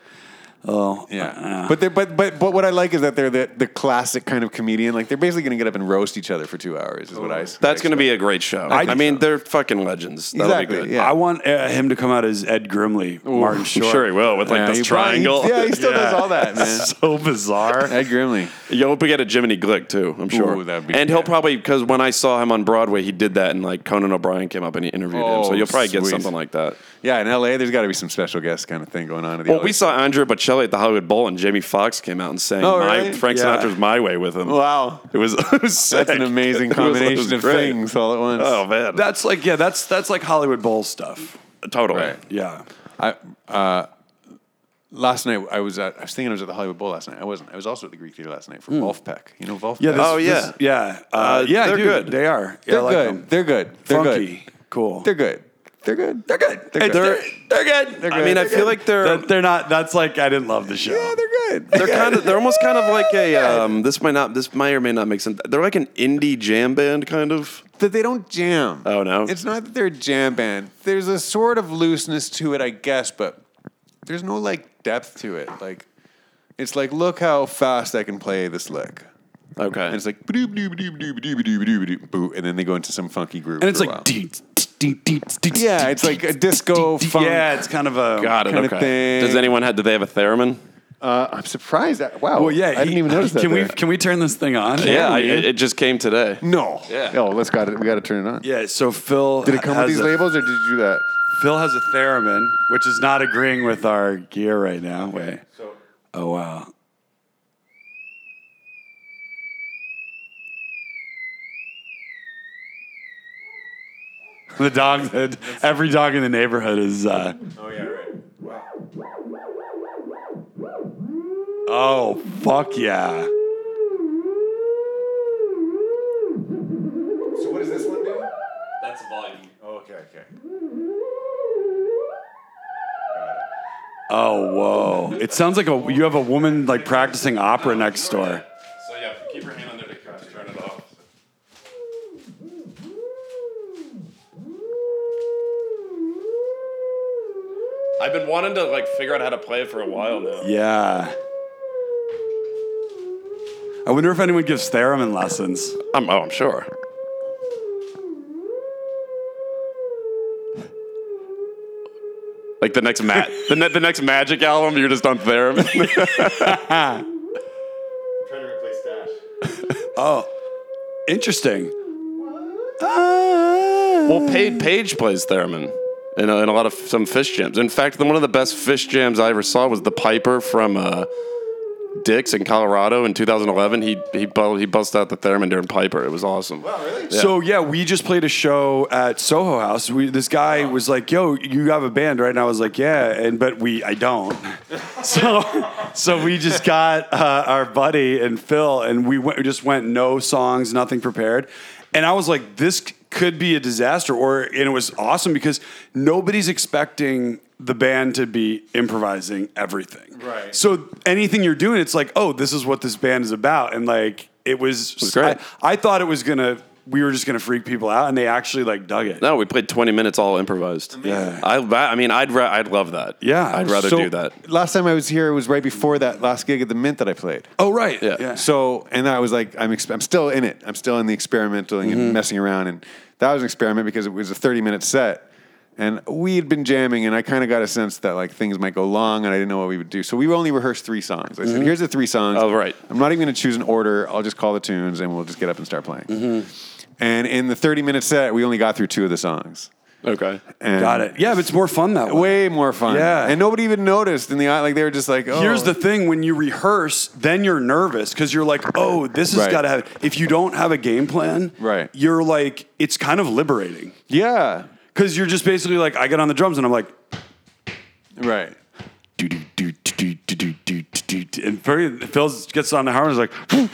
[SPEAKER 2] Oh,
[SPEAKER 3] Yeah, but they're, but but but what I like is that they're the, the classic kind of comedian. Like they're basically going to get up and roast each other for two hours. Is what I.
[SPEAKER 1] That's going to be a great show. I, mean, they're fucking legends. That'll
[SPEAKER 3] Exactly,
[SPEAKER 1] be good.
[SPEAKER 3] yeah.
[SPEAKER 2] I want uh, him to come out as Ed Grimley, Martin
[SPEAKER 1] I'm
[SPEAKER 2] Short.
[SPEAKER 1] sure he will with like
[SPEAKER 3] Yeah,
[SPEAKER 1] this
[SPEAKER 3] he probably-
[SPEAKER 1] triangle.
[SPEAKER 3] yeah, he still does all that, man.
[SPEAKER 2] so bizarre.
[SPEAKER 3] Ed Grimley.
[SPEAKER 1] Yo, hope we get a Jiminy Glick too. I'm sure.
[SPEAKER 3] Ooh, that'd be-
[SPEAKER 1] and he'll probably because when I saw him on Broadway, he did that, and like Conan O'Brien came up and he interviewed him. So
[SPEAKER 3] Oh,
[SPEAKER 1] you'll probably get
[SPEAKER 3] sweet.
[SPEAKER 1] something like that.
[SPEAKER 3] Yeah, in L.A., there's got to be some special guest kind of thing going on. At the
[SPEAKER 1] Well,
[SPEAKER 3] LA.
[SPEAKER 1] we saw Andrea Bocelli at the Hollywood Bowl, and Jamie Foxx came out and sang
[SPEAKER 3] Oh,
[SPEAKER 1] my,
[SPEAKER 3] really?
[SPEAKER 1] Frank
[SPEAKER 2] Yeah.
[SPEAKER 1] Sinatra's "My Way" with him.
[SPEAKER 3] Wow,
[SPEAKER 1] It was, it was
[SPEAKER 3] that's
[SPEAKER 1] sick.
[SPEAKER 3] an amazing
[SPEAKER 1] It was- it was
[SPEAKER 3] combination of
[SPEAKER 1] great.
[SPEAKER 3] things all at once.
[SPEAKER 1] Oh man,
[SPEAKER 2] That's like yeah, that's that's like Hollywood Bowl stuff.
[SPEAKER 1] totally.
[SPEAKER 3] Right.
[SPEAKER 2] Yeah.
[SPEAKER 3] I uh, last night I was at, I was thinking I was at the Hollywood Bowl last night. I wasn't. I was also at the Greek Theater last night for Wolfpack. You know Wolfpack.
[SPEAKER 2] Yeah. This,
[SPEAKER 1] Oh, Hmm. yeah.
[SPEAKER 2] this- yeah. Uh, yeah.
[SPEAKER 1] they're
[SPEAKER 2] dude,
[SPEAKER 1] good.
[SPEAKER 2] They are. Yeah,
[SPEAKER 3] they're
[SPEAKER 2] I like
[SPEAKER 3] good.
[SPEAKER 2] them.
[SPEAKER 3] They're good. They're
[SPEAKER 2] Funky.
[SPEAKER 3] good.
[SPEAKER 2] Cool.
[SPEAKER 3] They're good. They're good. They're good. They're
[SPEAKER 1] Hey,
[SPEAKER 3] good.
[SPEAKER 1] they're, they're good. I
[SPEAKER 3] good.
[SPEAKER 1] mean, I
[SPEAKER 3] They're
[SPEAKER 1] feel
[SPEAKER 3] good.
[SPEAKER 1] like they're
[SPEAKER 2] They're, they're not. That's like I didn't love the show.
[SPEAKER 3] yeah, they're good.
[SPEAKER 1] They're kind of they're almost kind of like a um, this might not this may or may not make sense. They're like an indie jam band kind of.
[SPEAKER 3] that they don't jam.
[SPEAKER 1] Oh, no?
[SPEAKER 3] It's not that they're a jam band. There's a sort of looseness to it, I guess, but there's no like depth to it. Like it's like look how fast I can play this lick.
[SPEAKER 1] Okay.
[SPEAKER 3] And it's like "Ba-doop, doop, doop, doop, doop, doop, doop, doop," boo, and then they go into some funky groove.
[SPEAKER 2] And it's
[SPEAKER 3] for a
[SPEAKER 2] like
[SPEAKER 3] while.
[SPEAKER 2] deet, deet, deet, deet,
[SPEAKER 3] Yeah,
[SPEAKER 2] deet,
[SPEAKER 3] it's like a
[SPEAKER 2] deet,
[SPEAKER 3] disco
[SPEAKER 2] deet,
[SPEAKER 3] funk.
[SPEAKER 2] Yeah, it's kind of a
[SPEAKER 1] Got it.
[SPEAKER 3] kinda
[SPEAKER 1] Okay.
[SPEAKER 3] thing.
[SPEAKER 1] Does anyone have? Do they have a theremin?
[SPEAKER 3] Uh, I'm surprised. That, wow.
[SPEAKER 2] Well, yeah,
[SPEAKER 3] I didn't
[SPEAKER 2] he-
[SPEAKER 3] even notice that.
[SPEAKER 2] Can
[SPEAKER 3] there.
[SPEAKER 2] we can we turn this thing on?
[SPEAKER 1] yeah, I,
[SPEAKER 2] we-
[SPEAKER 1] it, it just came today.
[SPEAKER 3] No.
[SPEAKER 1] Yeah.
[SPEAKER 3] Oh, let's got it. We got to turn it on.
[SPEAKER 2] yeah. So Phil
[SPEAKER 3] Did it come with
[SPEAKER 2] has
[SPEAKER 3] these
[SPEAKER 2] a,
[SPEAKER 3] labels, or did you do that?
[SPEAKER 2] Phil has a theremin, which is not agreeing with our gear right now. Wait. Oh wow. The dog that every dog in the neighborhood is. Uh,
[SPEAKER 3] Oh yeah. Right.
[SPEAKER 2] oh fuck yeah!
[SPEAKER 3] So what does this one do?
[SPEAKER 1] That's volume.
[SPEAKER 3] Oh, okay. Okay.
[SPEAKER 2] Oh whoa! It sounds like a you have a woman like practicing opera next door.
[SPEAKER 1] So yeah, keep your hand on there to turn it off. I've been wanting to like figure out how to play it for a while now.
[SPEAKER 2] Yeah. I wonder if anyone gives theremin lessons.
[SPEAKER 1] I'm, oh, I'm sure. Like the next ma- the, ne- the next Magic album, you're just on theremin.
[SPEAKER 3] Trying to replace Dash.
[SPEAKER 2] Interesting.
[SPEAKER 1] well, Paige, Paige plays theremin, and a, in a lot of some fish jams. In fact, the, one of the best fish jams I ever saw was the Piper from uh, Dix in Colorado in 2011. He he bu- he bust out the theremin during Piper. It was awesome.
[SPEAKER 3] Oh, really?
[SPEAKER 2] So yeah, we just played a show at Soho House. We, this guy was like, "Yo, you have a band, right?" And I was like, "Yeah," and but we, I don't. so, so we just got uh, our buddy and Phil, and we went, we just went no songs, nothing prepared, and I was like, "This c- could be a disaster," or and it was awesome because nobody's expecting the band to be improvising everything.
[SPEAKER 3] Right.
[SPEAKER 2] So anything you're doing, it's like, oh, this is what this band is about, and like it was,
[SPEAKER 1] was great.
[SPEAKER 2] I- I thought it was gonna. We were just gonna freak people out, and they actually like dug it.
[SPEAKER 1] No, we played 20 minutes all improvised.
[SPEAKER 2] Yeah.
[SPEAKER 1] I I mean I'd ra- I'd love that.
[SPEAKER 2] Yeah.
[SPEAKER 1] I'd rather
[SPEAKER 3] So-
[SPEAKER 1] do that.
[SPEAKER 3] Last time I was here, it was right before that last gig at the Mint that I played.
[SPEAKER 2] Oh right.
[SPEAKER 1] Yeah.
[SPEAKER 3] So, and I was like, I'm, ex- I'm still in it. I'm still in the experimenting
[SPEAKER 1] Mm-hmm.
[SPEAKER 3] and messing around. And that was an experiment because it was a 30 minute set. And we had been jamming, and I kind of got a sense that like things might go long, and I didn't know what we would do. So we only rehearsed three songs. I said, "Here's the three songs.
[SPEAKER 1] Mm-hmm. Oh, right.
[SPEAKER 3] I'm not even going to choose an order. I'll just call the tunes, and we'll just get up and start playing."
[SPEAKER 1] Mm-hmm.
[SPEAKER 3] And in the 30 minute set, we only got through two of the songs.
[SPEAKER 1] Okay.
[SPEAKER 3] And
[SPEAKER 2] Got it. Yeah, but it's more fun that way.
[SPEAKER 3] Way more fun.
[SPEAKER 2] Yeah.
[SPEAKER 3] And nobody even noticed in the eye. Like they were just like, "Oh,
[SPEAKER 2] Here's the thing: when you rehearse, then you're nervous because you're like, "Oh, this has
[SPEAKER 3] Right.
[SPEAKER 2] got to have." If you don't have a game plan,
[SPEAKER 3] Right.
[SPEAKER 2] you're like, it's kind of liberating
[SPEAKER 3] yeah,
[SPEAKER 2] because you're just basically like, I get on the drums and I'm like,
[SPEAKER 3] right."
[SPEAKER 2] do do do do do do do do do, and very, Phil gets on the harmony like, and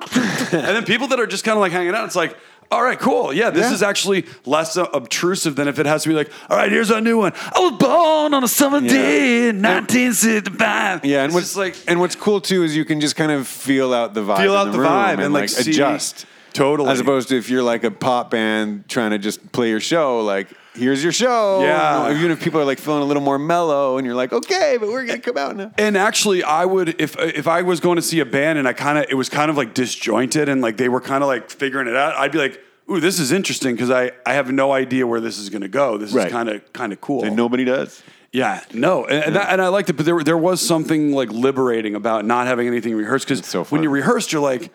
[SPEAKER 2] then people that are just kind of like hanging out, it's like, all right, cool, yeah, this
[SPEAKER 3] Yeah.
[SPEAKER 2] is actually less uh, obtrusive than if it has to be like, all right, here's our new one. I was born on a summer day in 1965.
[SPEAKER 3] Yeah, and
[SPEAKER 2] it's
[SPEAKER 3] what's
[SPEAKER 2] just like
[SPEAKER 3] and what's cool too is you can just kind of feel out the vibe,
[SPEAKER 2] feel
[SPEAKER 3] in
[SPEAKER 2] out the,
[SPEAKER 3] room
[SPEAKER 2] vibe and, like, see-
[SPEAKER 3] adjust.
[SPEAKER 2] totally.
[SPEAKER 3] As opposed to if you're like a pop band trying to just play your show, like here's your show.
[SPEAKER 2] Yeah.
[SPEAKER 3] Even if people are like feeling a little more mellow, and you're like, okay, but we're gonna come out now.
[SPEAKER 2] And actually, I would if if I was going to see a band and I kind of it was kind of like disjointed and like they were kind of like figuring it out. I'd be like, "Ooh, this is interesting because I I have no idea where this is going to go. This
[SPEAKER 3] Right.
[SPEAKER 2] is kind of kind of cool."
[SPEAKER 3] And nobody does.
[SPEAKER 2] yeah, no, and, and, that, and I liked it, but there there was something like liberating about not having anything rehearsed because
[SPEAKER 3] so fun.
[SPEAKER 2] when you rehearsed, you're like.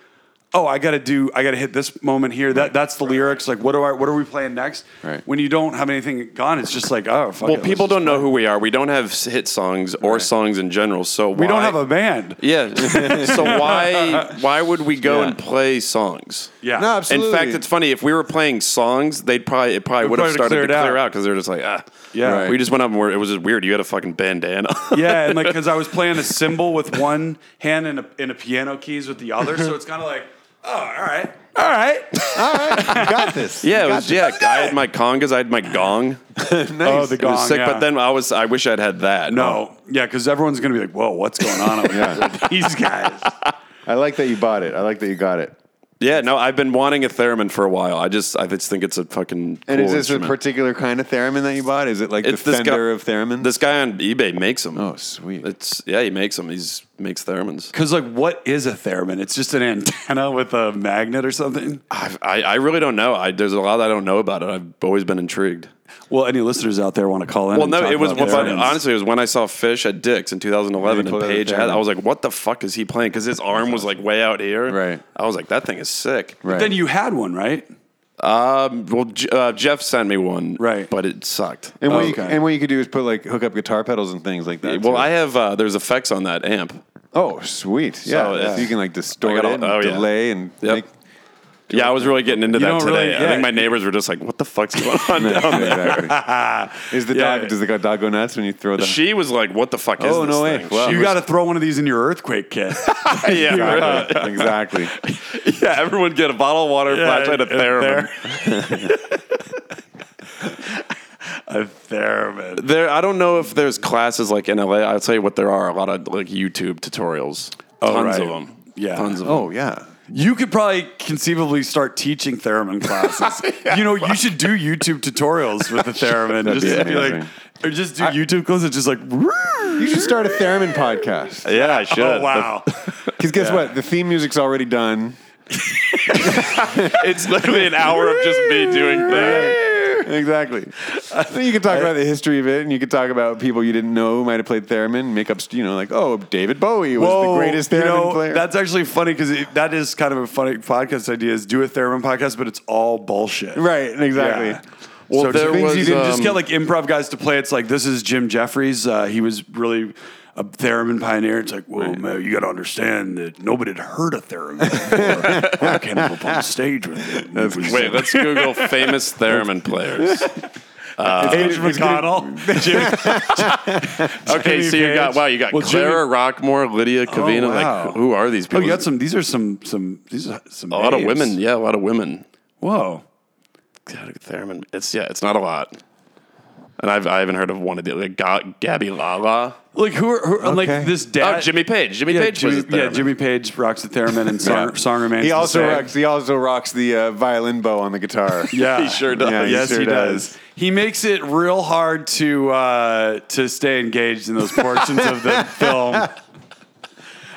[SPEAKER 2] Oh, I gotta do. I gotta hit this moment here. That that's the lyrics. Like, what do I? What are we playing next?
[SPEAKER 3] Right.
[SPEAKER 2] When you don't have anything gone, it's just like, oh, fuck it,
[SPEAKER 1] Well,
[SPEAKER 2] let's
[SPEAKER 1] people
[SPEAKER 2] just-
[SPEAKER 1] don't know who we are. We don't have s- hit songs or songs in general. So
[SPEAKER 2] We don't have a band.
[SPEAKER 1] yeah. so why why would we go
[SPEAKER 3] Yeah.
[SPEAKER 1] and play songs?
[SPEAKER 2] Yeah.
[SPEAKER 3] No, absolutely.
[SPEAKER 1] In fact, it's funny. If we were playing songs, they'd probably it probably would have
[SPEAKER 2] probably
[SPEAKER 1] started to
[SPEAKER 2] cleared
[SPEAKER 1] clear
[SPEAKER 2] out.
[SPEAKER 1] out because they're just like ah
[SPEAKER 2] Yeah.
[SPEAKER 1] We just went up and we're, it was just weird. You had a fucking bandana.
[SPEAKER 2] Yeah, and like because I was playing a cymbal with one hand and a, and a piano keys with the other, so it's kind of like, oh, all right, all right.
[SPEAKER 3] All right, you got this.
[SPEAKER 1] yeah.
[SPEAKER 3] You
[SPEAKER 1] It
[SPEAKER 3] got
[SPEAKER 1] was
[SPEAKER 3] this.
[SPEAKER 1] yeah. I had my congas. I had my gong.
[SPEAKER 2] Oh, the
[SPEAKER 1] It was sick.
[SPEAKER 2] yeah.
[SPEAKER 1] But then I was I wish I'd had that.
[SPEAKER 2] no, yeah, because everyone's gonna be like, whoa, what's going on over here with these guys?
[SPEAKER 3] I like that you bought it. I like that you got it.
[SPEAKER 1] Yeah, no, I've been wanting a theremin for a while. I just, I just think it's a fucking.
[SPEAKER 3] And
[SPEAKER 1] cool
[SPEAKER 3] is this a
[SPEAKER 1] instrument.
[SPEAKER 3] particular kind of theremin that you bought? Is it like
[SPEAKER 1] It's
[SPEAKER 3] the
[SPEAKER 1] this guy-
[SPEAKER 3] Fender of theremin?
[SPEAKER 1] This guy on eBay makes them.
[SPEAKER 3] Oh, sweet.
[SPEAKER 1] It's yeah, he makes them. He's makes theremins.
[SPEAKER 2] Because like, what is a theremin? It's just an antenna with a magnet or something.
[SPEAKER 1] I, I, I really don't know. I, there's a lot I don't know about it. I've always been intrigued.
[SPEAKER 2] Well, any listeners out there want to call in?
[SPEAKER 1] Well,
[SPEAKER 2] and
[SPEAKER 1] no,
[SPEAKER 2] talk
[SPEAKER 1] it was
[SPEAKER 2] about
[SPEAKER 1] but
[SPEAKER 2] theremins.
[SPEAKER 1] honestly, it was when I saw Fish at Dick's in 2011
[SPEAKER 3] They pulled
[SPEAKER 1] and
[SPEAKER 3] out a
[SPEAKER 1] Paige had.
[SPEAKER 3] theremin.
[SPEAKER 1] I was like, what the fuck is he playing? Because his arm was like way out here.
[SPEAKER 3] Right.
[SPEAKER 1] I was like, that thing is sick.
[SPEAKER 3] Right.
[SPEAKER 2] Then you had one, right?
[SPEAKER 1] Um. Well, J- uh, Jeff sent me one.
[SPEAKER 2] Right.
[SPEAKER 1] But it sucked.
[SPEAKER 3] and, what you,
[SPEAKER 2] Oh, Okay.
[SPEAKER 3] and what you could do is put like hook up guitar pedals and things like that.
[SPEAKER 1] well,
[SPEAKER 3] too.
[SPEAKER 1] I have. Uh, there's effects on that amp.
[SPEAKER 3] oh sweet, yeah. So,
[SPEAKER 1] yeah.
[SPEAKER 3] you can like distort
[SPEAKER 1] all-
[SPEAKER 3] it, and
[SPEAKER 1] oh, yeah.
[SPEAKER 3] delay, and
[SPEAKER 1] Yep.
[SPEAKER 3] make
[SPEAKER 1] Yeah, I was really getting into
[SPEAKER 2] You
[SPEAKER 1] that
[SPEAKER 2] don't
[SPEAKER 1] today.
[SPEAKER 2] really-
[SPEAKER 1] I
[SPEAKER 2] yeah.
[SPEAKER 1] think my neighbors were just like, "What the fuck's going on?" down there?
[SPEAKER 3] exactly. Is the
[SPEAKER 2] Yeah.
[SPEAKER 3] dog? Does the dog go nuts when you throw the?
[SPEAKER 1] She was like, "What the fuck is
[SPEAKER 3] Oh,
[SPEAKER 1] this
[SPEAKER 3] no way.
[SPEAKER 1] thing?"
[SPEAKER 3] Wow.
[SPEAKER 2] You
[SPEAKER 3] was-
[SPEAKER 2] got to throw one of these in your earthquake kit.
[SPEAKER 1] yeah, right.
[SPEAKER 3] exactly.
[SPEAKER 1] yeah. Everyone get a bottle of water, flashlight, a
[SPEAKER 2] a
[SPEAKER 1] theremin.
[SPEAKER 2] a theremin.
[SPEAKER 1] There, I don't know if there's classes like in LA. I'll tell you what, there are a lot of like YouTube tutorials.
[SPEAKER 2] Oh,
[SPEAKER 1] tons
[SPEAKER 2] right.
[SPEAKER 1] of them.
[SPEAKER 2] Yeah.
[SPEAKER 1] tons of them.
[SPEAKER 3] Oh yeah.
[SPEAKER 2] You could probably conceivably start teaching theremin classes. you know, you should do YouTube tutorials with the theremin. just
[SPEAKER 3] be
[SPEAKER 2] be like,
[SPEAKER 3] amazing.
[SPEAKER 2] or just do YouTube classes, just like.
[SPEAKER 3] You should start a theremin podcast.
[SPEAKER 1] Yeah, I should.
[SPEAKER 2] Oh wow!
[SPEAKER 3] Because guess what? The theme music's already done.
[SPEAKER 1] it's literally an hour of just me doing that.
[SPEAKER 3] exactly. So you can talk about the history of it, and you can talk about people you didn't know who might have played theremin. Make up, you know, like oh, David Bowie was
[SPEAKER 2] Whoa,
[SPEAKER 3] the greatest
[SPEAKER 2] you
[SPEAKER 3] theremin
[SPEAKER 2] know,
[SPEAKER 3] player.
[SPEAKER 2] That's actually funny because that is kind of a funny podcast idea: is do a theremin podcast, but it's all bullshit.
[SPEAKER 3] right. Exactly.
[SPEAKER 2] Yeah.
[SPEAKER 1] Well,
[SPEAKER 2] so
[SPEAKER 1] there
[SPEAKER 2] things
[SPEAKER 1] was,
[SPEAKER 2] you didn't just
[SPEAKER 1] um,
[SPEAKER 2] get like improv guys to play. It's like this is Jim Jeffries. Uh, he was really a theremin pioneer. It's like, well, man, you got to understand that nobody had heard of theremin before. I came up on stage with it. That's
[SPEAKER 1] Wait, let's Google famous theremin players.
[SPEAKER 2] Page McConnell. Jim-
[SPEAKER 1] Okay, so you got wow, you got
[SPEAKER 2] Well, Jimmy-
[SPEAKER 1] Clara Rockmore, Lydia Cavina.
[SPEAKER 2] wow.
[SPEAKER 1] Like, who are these
[SPEAKER 2] oh,
[SPEAKER 1] people?
[SPEAKER 2] you got some. These are some some. These are some.
[SPEAKER 1] a lot of
[SPEAKER 2] names.
[SPEAKER 1] women. Yeah, a lot of women.
[SPEAKER 2] Whoa.
[SPEAKER 1] God, theremin. It's yeah, it's not a lot. And I've I haven't heard of one of the like Ga- Gabby Lala.
[SPEAKER 2] Like who are, who, like
[SPEAKER 3] Okay.
[SPEAKER 2] this dad?
[SPEAKER 1] oh, Jimmy Page. Jimmy
[SPEAKER 2] Yeah,
[SPEAKER 1] Page
[SPEAKER 2] Jimmy,
[SPEAKER 1] was a
[SPEAKER 2] yeah,
[SPEAKER 1] theremin.
[SPEAKER 2] Jimmy Page rocks the theremin and song, song remains.
[SPEAKER 3] He
[SPEAKER 2] the
[SPEAKER 3] also
[SPEAKER 2] same.
[SPEAKER 3] rocks. He also rocks the uh, violin bow on the guitar.
[SPEAKER 2] Yeah,
[SPEAKER 1] He sure does.
[SPEAKER 3] Yeah, he
[SPEAKER 2] yes,
[SPEAKER 3] sure
[SPEAKER 2] he does.
[SPEAKER 3] does.
[SPEAKER 2] He makes it real hard to uh, to stay engaged in those portions of the film.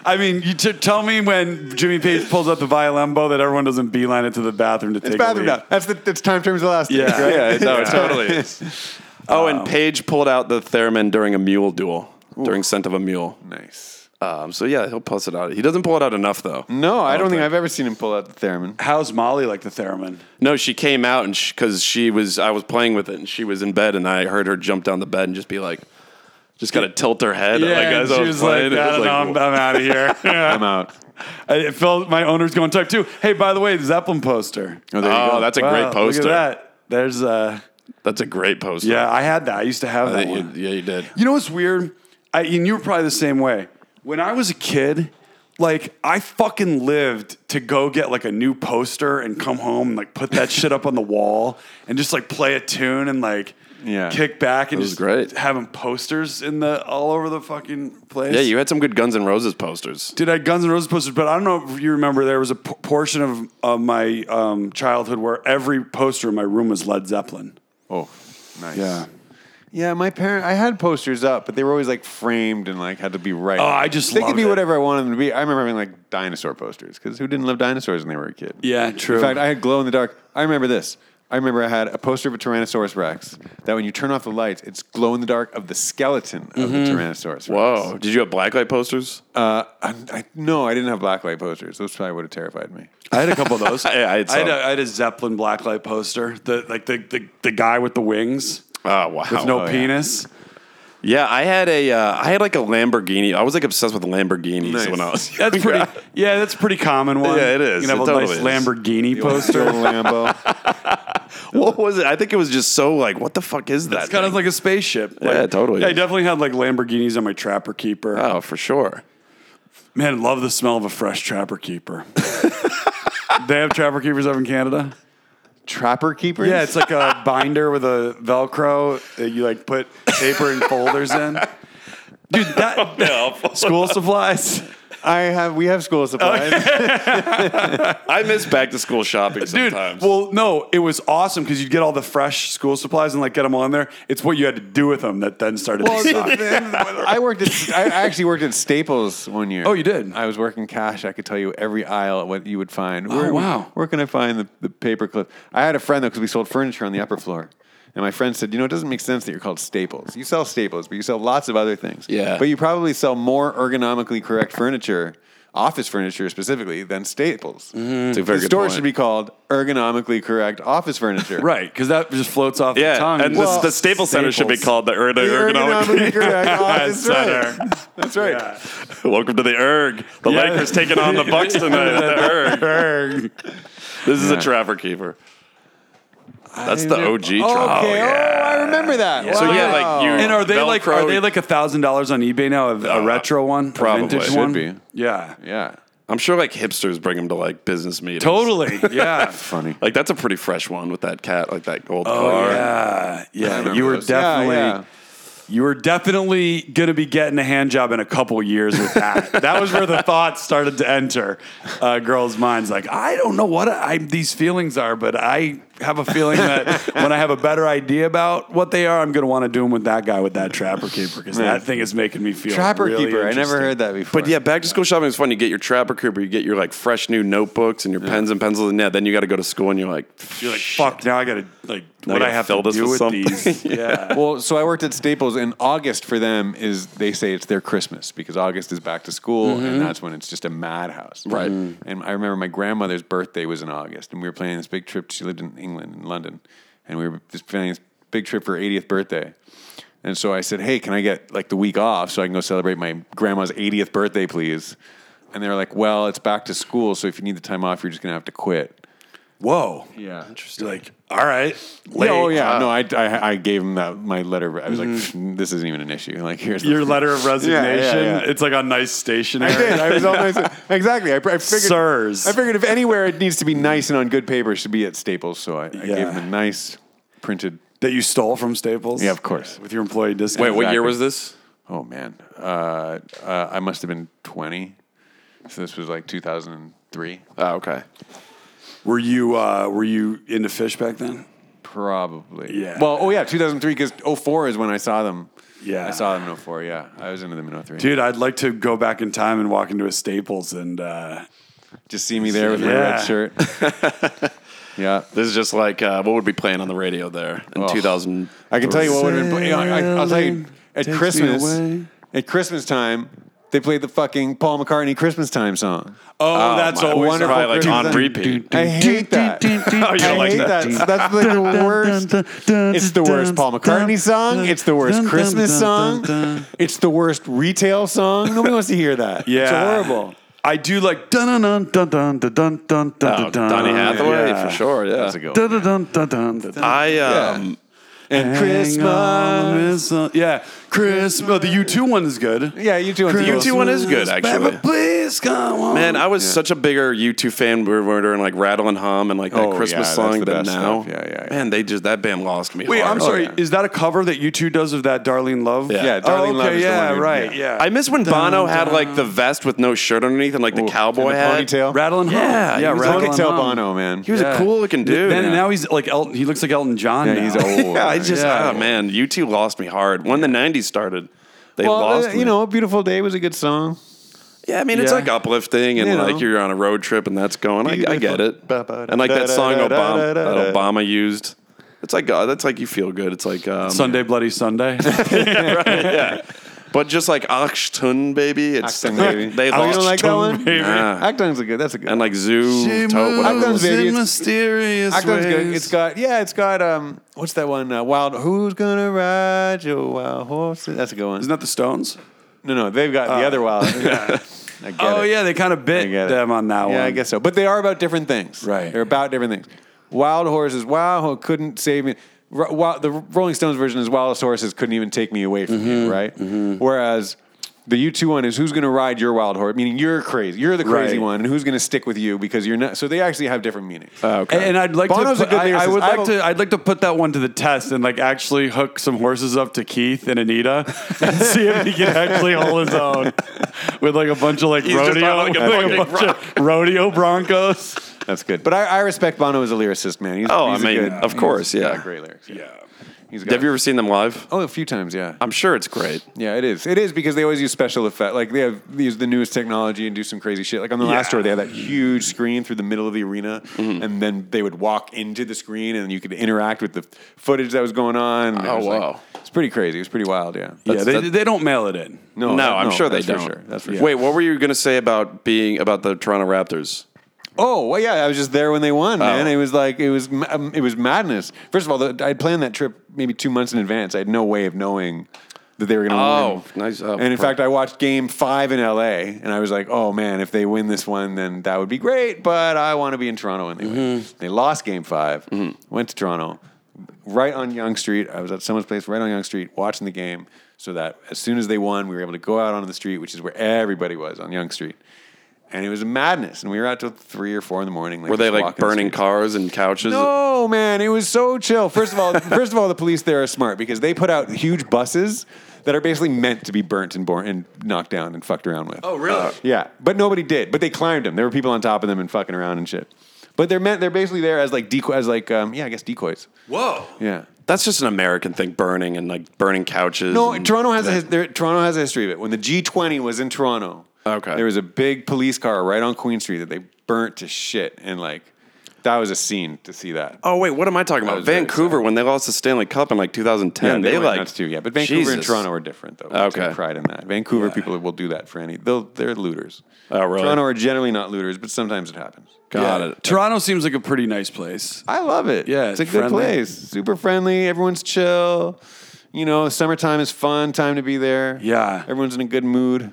[SPEAKER 2] I mean, you t- tell me when Jimmy Page pulls out the violembo that everyone doesn't beeline it to the bathroom to take
[SPEAKER 3] It's bathroom
[SPEAKER 2] a leak.
[SPEAKER 3] now. That's the it's time terms elastic.
[SPEAKER 2] Yeah.
[SPEAKER 3] right?
[SPEAKER 1] Yeah, no, it totally is. Oh, and Page pulled out the theremin during a mule duel, during Scent of a Mule.
[SPEAKER 3] Nice.
[SPEAKER 1] Um, so yeah, he'll pull it out. He doesn't pull it out enough though.
[SPEAKER 2] Mm.
[SPEAKER 3] No, I don't think I've ever seen him pull out the theremin.
[SPEAKER 2] How's Molly like the theremin?
[SPEAKER 1] No, she came out and because she, was, I was playing with it and she was in bed and I heard her jump down the bed and just be like, just gotta tilt her head. like,
[SPEAKER 2] and
[SPEAKER 1] as I
[SPEAKER 2] she was like, I
[SPEAKER 1] playing, it
[SPEAKER 2] don't
[SPEAKER 1] was
[SPEAKER 2] know, I'm,
[SPEAKER 1] like,
[SPEAKER 2] I'm out of here.
[SPEAKER 3] I'm out.
[SPEAKER 2] I, it felt my owner's going type too. Hey, by the way, the Zeppelin poster.
[SPEAKER 3] Oh, there you
[SPEAKER 1] Oh,
[SPEAKER 3] go.
[SPEAKER 1] that's a
[SPEAKER 2] Wow,
[SPEAKER 1] great poster.
[SPEAKER 2] Look at that. There's uh,
[SPEAKER 1] That's a great poster.
[SPEAKER 2] yeah, I had that. I used to have
[SPEAKER 1] I
[SPEAKER 2] that
[SPEAKER 1] think
[SPEAKER 2] one.
[SPEAKER 1] you- Uh, yeah, you did.
[SPEAKER 2] You know what's weird? I, and you were probably the same way. When I was a kid, like I fucking lived to go get like a new poster and come home and like put that shit up on the wall and just like play a tune and like
[SPEAKER 3] Yeah.
[SPEAKER 2] kick back and
[SPEAKER 1] was
[SPEAKER 2] just
[SPEAKER 1] great.
[SPEAKER 2] having posters in the all over the fucking place.
[SPEAKER 1] Yeah, you had some good Guns N' Roses posters.
[SPEAKER 2] Did I had Guns N' Roses posters? But I don't know if you remember, there was a p- portion of, of my um, childhood where every poster in my room was Led Zeppelin.
[SPEAKER 3] Oh, nice.
[SPEAKER 2] Yeah.
[SPEAKER 3] Yeah, my parent. I had posters up, but they were always like framed and like had to be right. Oh,
[SPEAKER 2] I just
[SPEAKER 3] they
[SPEAKER 2] loved
[SPEAKER 3] could be
[SPEAKER 2] it.
[SPEAKER 3] whatever I wanted them to be. I remember having like dinosaur posters because who didn't love dinosaurs when they were a kid?
[SPEAKER 2] Yeah, true.
[SPEAKER 3] In fact, I had glow in the dark. I remember this. I remember I had a poster of a Tyrannosaurus Rex that when you turn off the lights, it's glow in the dark of the skeleton of the Tyrannosaurus. Rex.
[SPEAKER 1] Whoa. Did you have blacklight posters?
[SPEAKER 3] Uh, I, I, no, I didn't have blacklight posters. Those probably would have terrified me.
[SPEAKER 2] I had a couple of those.
[SPEAKER 1] Yeah, I had
[SPEAKER 2] I, had
[SPEAKER 1] some.
[SPEAKER 2] a, I had a Zeppelin blacklight poster, the like the the, the guy with the wings,
[SPEAKER 1] Oh wow.
[SPEAKER 2] with no
[SPEAKER 3] oh, yeah.
[SPEAKER 2] penis.
[SPEAKER 1] Yeah, I had a, uh, I had like a Lamborghini. I was like obsessed with Lamborghinis
[SPEAKER 3] Nice.
[SPEAKER 1] when I was.
[SPEAKER 2] That's pretty. Yeah, that's a pretty common one.
[SPEAKER 1] Yeah, it is.
[SPEAKER 2] You can have
[SPEAKER 1] It
[SPEAKER 2] a nice
[SPEAKER 1] totally is.
[SPEAKER 2] Lamborghini poster.
[SPEAKER 3] Little Lambo.
[SPEAKER 1] what was it? I think it was just so like, what the fuck is that?
[SPEAKER 2] It's kind of
[SPEAKER 1] thing?
[SPEAKER 2] like a spaceship.
[SPEAKER 1] Yeah,
[SPEAKER 2] Like,
[SPEAKER 1] it totally
[SPEAKER 2] yeah, I
[SPEAKER 1] is.
[SPEAKER 2] definitely had like Lamborghinis on my Trapper Keeper.
[SPEAKER 1] oh, for sure.
[SPEAKER 2] Man, love the smell of a fresh Trapper Keeper. they have Trapper Keepers up in Canada.
[SPEAKER 3] Trapper keepers.
[SPEAKER 2] Yeah, it's like a binder with a Velcro that you like put paper and folders in. Dude, that school supplies.
[SPEAKER 3] I have. We have school supplies.
[SPEAKER 1] I miss back to school shopping
[SPEAKER 2] Dude,
[SPEAKER 1] sometimes.
[SPEAKER 2] well, no, it was awesome because you'd get all the fresh school supplies and like get them on there. It's what you had to do with them that then started
[SPEAKER 3] Well,
[SPEAKER 2] to suck.
[SPEAKER 3] then I worked at. I actually worked at Staples one year.
[SPEAKER 2] Oh, you did?
[SPEAKER 3] I was working cash. I could tell you every aisle what you would find. Oh,
[SPEAKER 2] wow.
[SPEAKER 3] Where can I find the, the paper clip? I had a friend though because we sold furniture on the upper floor. And my friend said, "You know, it doesn't make sense that you're called Staples. You sell Staples, but you sell lots of other things.
[SPEAKER 1] Yeah.
[SPEAKER 3] But you probably sell more ergonomically correct furniture, office furniture specifically, than Staples.
[SPEAKER 1] It's a very
[SPEAKER 3] the
[SPEAKER 1] good
[SPEAKER 3] store
[SPEAKER 1] point.
[SPEAKER 3] should be called ergonomically correct office furniture.
[SPEAKER 2] right, because that just floats off
[SPEAKER 1] yeah,
[SPEAKER 2] the tongue.
[SPEAKER 1] and
[SPEAKER 3] Well,
[SPEAKER 1] the, the Staples Center should be
[SPEAKER 2] Staples.
[SPEAKER 1] called the, er- the
[SPEAKER 3] The
[SPEAKER 1] Ergonomic.
[SPEAKER 3] ergonomically correct office
[SPEAKER 1] Center.
[SPEAKER 3] furniture. That's right.
[SPEAKER 1] Welcome to the Erg. The
[SPEAKER 2] Yeah.
[SPEAKER 1] Lakers taking on the Bucks tonight. the Erg.
[SPEAKER 2] Erg.
[SPEAKER 1] This is a trapper keeper. That's the OG
[SPEAKER 3] Okay. Oh,
[SPEAKER 1] trapper.
[SPEAKER 3] I remember that.
[SPEAKER 1] So, yeah, like, you-
[SPEAKER 2] And are they like are
[SPEAKER 1] Velcro-
[SPEAKER 2] they like a thousand dollars on eBay now? A, a
[SPEAKER 1] Uh,
[SPEAKER 2] retro one,
[SPEAKER 1] probably.
[SPEAKER 2] a vintage
[SPEAKER 1] Should
[SPEAKER 2] one.
[SPEAKER 3] be.
[SPEAKER 2] Yeah,
[SPEAKER 3] yeah,
[SPEAKER 1] I'm sure like hipsters bring them to like business meetings.
[SPEAKER 2] totally. Yeah,
[SPEAKER 3] funny.
[SPEAKER 1] Like that's a pretty fresh one with that cat, like that gold
[SPEAKER 2] Oh,
[SPEAKER 1] car.
[SPEAKER 2] yeah, yeah.
[SPEAKER 3] remember
[SPEAKER 2] You were
[SPEAKER 3] those. Yeah,
[SPEAKER 2] definitely.
[SPEAKER 3] yeah.
[SPEAKER 2] You were definitely gonna be getting a hand job in a couple years with that. that was where the thought started to enter uh, girls' minds. Like, I don't know what I, these feelings are, but I have a feeling that when I have a better idea about what they are, I'm gonna want to do them with that guy with that trapper keeper because that thing is making me feel
[SPEAKER 3] Trapper
[SPEAKER 2] really
[SPEAKER 3] keeper. I never
[SPEAKER 2] interesting.
[SPEAKER 3] heard that before.
[SPEAKER 1] But yeah, back to school shopping is fun. You get your trapper keeper, you get your like fresh new notebooks and your pens and pencils, and yeah, then you got to go to school and you're like,
[SPEAKER 2] You're like, fuck. Now I gotta like
[SPEAKER 1] Now
[SPEAKER 2] what
[SPEAKER 1] you
[SPEAKER 2] I have
[SPEAKER 1] fill
[SPEAKER 2] to
[SPEAKER 1] this
[SPEAKER 2] do with
[SPEAKER 1] with something.
[SPEAKER 2] these. Yeah.
[SPEAKER 3] Well, so I worked at Staples, and August for them is they say it's their Christmas because August is back to school, and that's when it's just a madhouse. Mm-hmm.
[SPEAKER 1] Right. Mhm.
[SPEAKER 3] And I remember my grandmother's birthday was in August, and we were planning this big trip. She lived in England, in London, and we were just planning this big trip for her 80th birthday. And so I said, "Hey, can I get like the week off so I can go celebrate my grandma's 80th birthday, please?" And they were like, "Well, it's back to school, so if you need the time off, you're just gonna have to quit."
[SPEAKER 2] Whoa.
[SPEAKER 3] Yeah, interesting.
[SPEAKER 2] You're like, all right.
[SPEAKER 3] Yeah,
[SPEAKER 2] Late.
[SPEAKER 3] oh yeah, no, I, I I gave him that my letter. I was like, this isn't even an issue. Like here's the-
[SPEAKER 2] Your letter of resignation.
[SPEAKER 3] yeah.
[SPEAKER 2] It's like on nice stationery.
[SPEAKER 3] I did. I was all nice. Exactly. I, I figured.
[SPEAKER 2] Sirs.
[SPEAKER 3] I figured if anywhere it needs to be nice and on good paper, it should be at Staples. So I, I
[SPEAKER 2] Yeah.
[SPEAKER 3] gave him a nice printed.
[SPEAKER 2] that you stole from Staples.
[SPEAKER 3] Yeah, of course.
[SPEAKER 2] With your employee discount.
[SPEAKER 1] wait, what
[SPEAKER 3] Exactly.
[SPEAKER 1] year was this?
[SPEAKER 3] Oh man, uh, uh, I must have been twenty. So this was like two thousand and three,
[SPEAKER 1] Oh, okay.
[SPEAKER 2] Were you uh, were you into fish back then?
[SPEAKER 3] probably.
[SPEAKER 2] Yeah.
[SPEAKER 3] Well, oh yeah, two thousand three because 04 is when I saw them.
[SPEAKER 2] Yeah.
[SPEAKER 3] I saw them in 04, Yeah, I was into them in 03.
[SPEAKER 2] Dude, I'd like to go back in time and walk into a Staples and uh,
[SPEAKER 3] Just see me there with my
[SPEAKER 2] Yeah.
[SPEAKER 3] red shirt. yeah.
[SPEAKER 1] This is just like uh, what would be playing on the radio there in
[SPEAKER 3] Oh.
[SPEAKER 1] 2000.
[SPEAKER 3] I can tell you what would have been. pla- I, I, I'll tell you at
[SPEAKER 1] Takes me
[SPEAKER 3] Christmas.
[SPEAKER 1] away.
[SPEAKER 3] At Christmas time, they played the fucking Paul McCartney Christmas time song.
[SPEAKER 2] oh, that's
[SPEAKER 1] my-
[SPEAKER 2] always
[SPEAKER 3] wonderful
[SPEAKER 1] probably like
[SPEAKER 3] Christmas
[SPEAKER 1] on
[SPEAKER 3] time.
[SPEAKER 1] repeat.
[SPEAKER 3] I hate that.
[SPEAKER 1] Oh, you
[SPEAKER 3] I
[SPEAKER 1] don't like
[SPEAKER 3] hate
[SPEAKER 1] that?
[SPEAKER 3] that. That's like the worst. It's the worst Paul McCartney song. It's the worst Christmas song. It's the worst retail song. Nobody wants to hear that.
[SPEAKER 2] Yeah.
[SPEAKER 3] It's horrible.
[SPEAKER 2] I do like dun dun dun dun dun dun dun
[SPEAKER 1] Oh,
[SPEAKER 2] dun dun.
[SPEAKER 1] Donny Hathaway for sure. Yeah.
[SPEAKER 3] That's a good
[SPEAKER 2] Dun
[SPEAKER 3] one.
[SPEAKER 2] dun dun dun dun dun.
[SPEAKER 1] I um,
[SPEAKER 3] And
[SPEAKER 2] Hang on a
[SPEAKER 3] Christmas.
[SPEAKER 2] minute. Yeah, Christmas. Oh, the U2 one is good.
[SPEAKER 3] Yeah, you two.
[SPEAKER 1] The U2 one is good, actually.
[SPEAKER 2] Baby, please come on.
[SPEAKER 1] Man, I was such a bigger U2 fan. We were during like Rattle and Hum and like that
[SPEAKER 3] Oh, yeah,
[SPEAKER 1] Christmas
[SPEAKER 3] that's
[SPEAKER 1] song
[SPEAKER 3] the
[SPEAKER 1] than
[SPEAKER 3] best
[SPEAKER 1] now.
[SPEAKER 3] stuff. Yeah, yeah, yeah.
[SPEAKER 1] Man, they just that band lost me.
[SPEAKER 2] Wait,
[SPEAKER 1] hard.
[SPEAKER 2] I'm sorry.
[SPEAKER 3] yeah.
[SPEAKER 2] Is that a cover that U2 does of that Darlene Love?
[SPEAKER 1] Yeah.
[SPEAKER 3] Yeah,
[SPEAKER 2] Oh,
[SPEAKER 3] Darlene
[SPEAKER 2] okay,
[SPEAKER 3] Love is the
[SPEAKER 2] yeah,
[SPEAKER 3] one who-
[SPEAKER 2] right.
[SPEAKER 3] yeah.
[SPEAKER 2] Yeah.
[SPEAKER 1] I miss when Bono had like the vest with no shirt underneath and like the
[SPEAKER 3] Ooh,
[SPEAKER 1] cowboy
[SPEAKER 3] and the
[SPEAKER 1] hat.
[SPEAKER 3] ponytail.
[SPEAKER 2] Rattling Home.
[SPEAKER 1] Yeah,
[SPEAKER 2] yeah,
[SPEAKER 1] he was
[SPEAKER 2] Rattle
[SPEAKER 3] Look at
[SPEAKER 2] and
[SPEAKER 3] Tel
[SPEAKER 2] Hum.
[SPEAKER 3] Bono, man.
[SPEAKER 1] He was
[SPEAKER 2] Yeah.
[SPEAKER 1] a cool looking dude.
[SPEAKER 2] Then
[SPEAKER 1] yeah.
[SPEAKER 2] now he's like Elton. He looks like Elton John.
[SPEAKER 3] Yeah,
[SPEAKER 2] now.
[SPEAKER 3] he's old.
[SPEAKER 1] I just
[SPEAKER 3] Yeah.
[SPEAKER 1] ah man, U2 lost me hard when the '90s started. They
[SPEAKER 3] Well,
[SPEAKER 1] lost.
[SPEAKER 3] uh,
[SPEAKER 1] me.
[SPEAKER 3] you know, "Beautiful Day" was a good song.
[SPEAKER 1] Yeah, I mean it's
[SPEAKER 2] Yeah.
[SPEAKER 1] like uplifting and
[SPEAKER 3] You know.
[SPEAKER 1] like you're on a road trip and that's going. I, I get it.
[SPEAKER 3] Beautiful.
[SPEAKER 1] And like that song Obama that
[SPEAKER 3] Da-da-da-da-da-da.
[SPEAKER 1] Obama used. It's like uh, that's like you feel good. It's like um,
[SPEAKER 2] Sunday Bloody Sunday.
[SPEAKER 1] But just like Achtung, baby, it's
[SPEAKER 3] Actung, baby.
[SPEAKER 1] they
[SPEAKER 3] Oh, you
[SPEAKER 1] lost
[SPEAKER 3] don't like that one?
[SPEAKER 2] baby.
[SPEAKER 1] Nah.
[SPEAKER 3] Actung's a good. That's a good.
[SPEAKER 1] and like Zoo, Tote, whatever. it
[SPEAKER 3] Actung's
[SPEAKER 1] was.
[SPEAKER 3] baby. It's-
[SPEAKER 2] mysterious
[SPEAKER 3] Actung's good. It's got yeah. It's got um. What's that one? Uh, wild. Who's gonna ride your wild horse? That's a good one.
[SPEAKER 2] Isn't that the Stones?
[SPEAKER 3] no, no, they've got the other wild. I get
[SPEAKER 2] Oh
[SPEAKER 3] it.
[SPEAKER 2] yeah, they kind of
[SPEAKER 3] I get
[SPEAKER 2] bit
[SPEAKER 3] it.
[SPEAKER 2] them on that one.
[SPEAKER 3] Yeah, I guess so. But they are about different things.
[SPEAKER 2] Right.
[SPEAKER 3] They're about different things. Wild horses. Wow, couldn't save me. Ro- Wild, the Rolling Stones version is Wildest Horses couldn't even take me away from you, right? Whereas The U2 one is who's going to ride your wild horse, meaning you're crazy. You're the crazy
[SPEAKER 1] Right.
[SPEAKER 3] one, and who's going to stick with you because you're not. So they actually have different meanings.
[SPEAKER 1] okay.
[SPEAKER 2] And I'd like
[SPEAKER 3] Bono's
[SPEAKER 2] to.
[SPEAKER 3] a good
[SPEAKER 2] I, I
[SPEAKER 3] lyricist.
[SPEAKER 2] would
[SPEAKER 3] I
[SPEAKER 2] like
[SPEAKER 3] don't-
[SPEAKER 2] to. I'd like to put that one to the test and like actually hook some horses up to Keith and Anita and see if he can actually hold his own with like a bunch of like
[SPEAKER 1] just
[SPEAKER 2] rodeo,
[SPEAKER 1] on, like, a
[SPEAKER 2] with,
[SPEAKER 1] fucking
[SPEAKER 2] bunch of rodeo broncos.
[SPEAKER 3] That's good. But I, I respect Bono as a lyricist, man. He's,
[SPEAKER 1] Oh, I
[SPEAKER 3] he's a
[SPEAKER 1] mean,
[SPEAKER 3] good-
[SPEAKER 1] of course,
[SPEAKER 3] he's
[SPEAKER 1] yeah.
[SPEAKER 3] got great lyrics. Yeah, he's got.
[SPEAKER 1] Have you ever seen them live?
[SPEAKER 3] oh, a few times, yeah.
[SPEAKER 1] I'm sure it's great.
[SPEAKER 3] Yeah, it is. It is because they always use special effect. Like they have they use the newest technology and do some crazy shit. Like on the
[SPEAKER 2] Yeah.
[SPEAKER 3] last tour, they had that huge screen through the middle of the arena,
[SPEAKER 1] Mm-hmm.
[SPEAKER 3] and then they would walk into the screen, and you could interact with the footage that was going on. and it
[SPEAKER 1] Oh,
[SPEAKER 3] was like-
[SPEAKER 1] wow.
[SPEAKER 3] it's pretty crazy. It was pretty wild. Yeah.
[SPEAKER 2] Yeah,
[SPEAKER 1] That's-
[SPEAKER 2] they,
[SPEAKER 1] that-
[SPEAKER 2] they don't mail it in.
[SPEAKER 1] No,
[SPEAKER 3] that-
[SPEAKER 1] I'm sure they
[SPEAKER 3] Oh, that's
[SPEAKER 1] don't.
[SPEAKER 3] For sure. That's for sure.
[SPEAKER 1] Wait, what were you going to say about being about the Toronto Raptors?
[SPEAKER 3] Oh well, yeah, I was just there when they won, man.
[SPEAKER 1] Oh.
[SPEAKER 3] It was like it was ma- um, it was madness. First of all, the, I'd planned that trip maybe two months in advance. I had no way of knowing that they were going to
[SPEAKER 1] Oh,
[SPEAKER 3] win.
[SPEAKER 1] nice. Oh,
[SPEAKER 3] and in
[SPEAKER 1] per-
[SPEAKER 3] fact, I watched Game Five in L.A. and I was like, oh man, if they win this one, then that would be great. But I want to be in Toronto when they win.
[SPEAKER 1] Mm-hmm.
[SPEAKER 3] They lost Game 5 went to Toronto, right on Young Street. I was at someone's place right on Young Street watching the game, so that as soon as they won, we were able to go out onto the street, which is where everybody was on Young Street and it was madness. And we were out till three or four in the morning.
[SPEAKER 1] Were they
[SPEAKER 3] just
[SPEAKER 1] like
[SPEAKER 3] walking the
[SPEAKER 1] burning
[SPEAKER 3] streets.
[SPEAKER 1] cars and couches? Uh,
[SPEAKER 3] No, man, it was so chill. First of all, first of all, the police there are smart because they put out huge buses that are basically meant to be burnt and born and knocked down and fucked around with.
[SPEAKER 2] Oh, really?
[SPEAKER 3] yeah, but nobody did. But they climbed them. There were people on top of them and fucking around and shit. But they're meant. They're basically there as like decoy, as like um, yeah, I guess decoys.
[SPEAKER 2] Whoa.
[SPEAKER 3] Yeah.
[SPEAKER 1] That's just an American thing, burning and like burning couches.
[SPEAKER 3] No,
[SPEAKER 1] and-
[SPEAKER 3] Toronto has a his, there, Toronto has a history of it. When the G20 was in Toronto,
[SPEAKER 1] Okay.
[SPEAKER 3] there was a big police car right on Queen Street that they burnt to shit, and like that was a scene to see that.
[SPEAKER 1] Oh wait, what am I talking
[SPEAKER 3] That
[SPEAKER 1] about?
[SPEAKER 3] was very
[SPEAKER 1] Vancouver when they lost the Stanley Cup in like 2010, they,
[SPEAKER 3] went
[SPEAKER 1] like
[SPEAKER 3] nuts too. Yeah, but Vancouver and
[SPEAKER 1] Jesus.
[SPEAKER 3] Toronto are different though. We
[SPEAKER 1] Okay.
[SPEAKER 3] take pride in that. Vancouver people will do that for any. They'll they're looters.
[SPEAKER 1] Oh, really?
[SPEAKER 3] Toronto are generally not looters, but sometimes it happens.
[SPEAKER 1] Got
[SPEAKER 2] Yeah.
[SPEAKER 1] it.
[SPEAKER 2] Toronto seems like a pretty nice place.
[SPEAKER 3] I love it.
[SPEAKER 2] Yeah,
[SPEAKER 3] it's a
[SPEAKER 2] it's
[SPEAKER 3] good
[SPEAKER 2] friendly.
[SPEAKER 3] place. Super friendly. Everyone's chill. You know, summertime is fun time to be there.
[SPEAKER 2] Yeah.
[SPEAKER 3] everyone's in a good mood.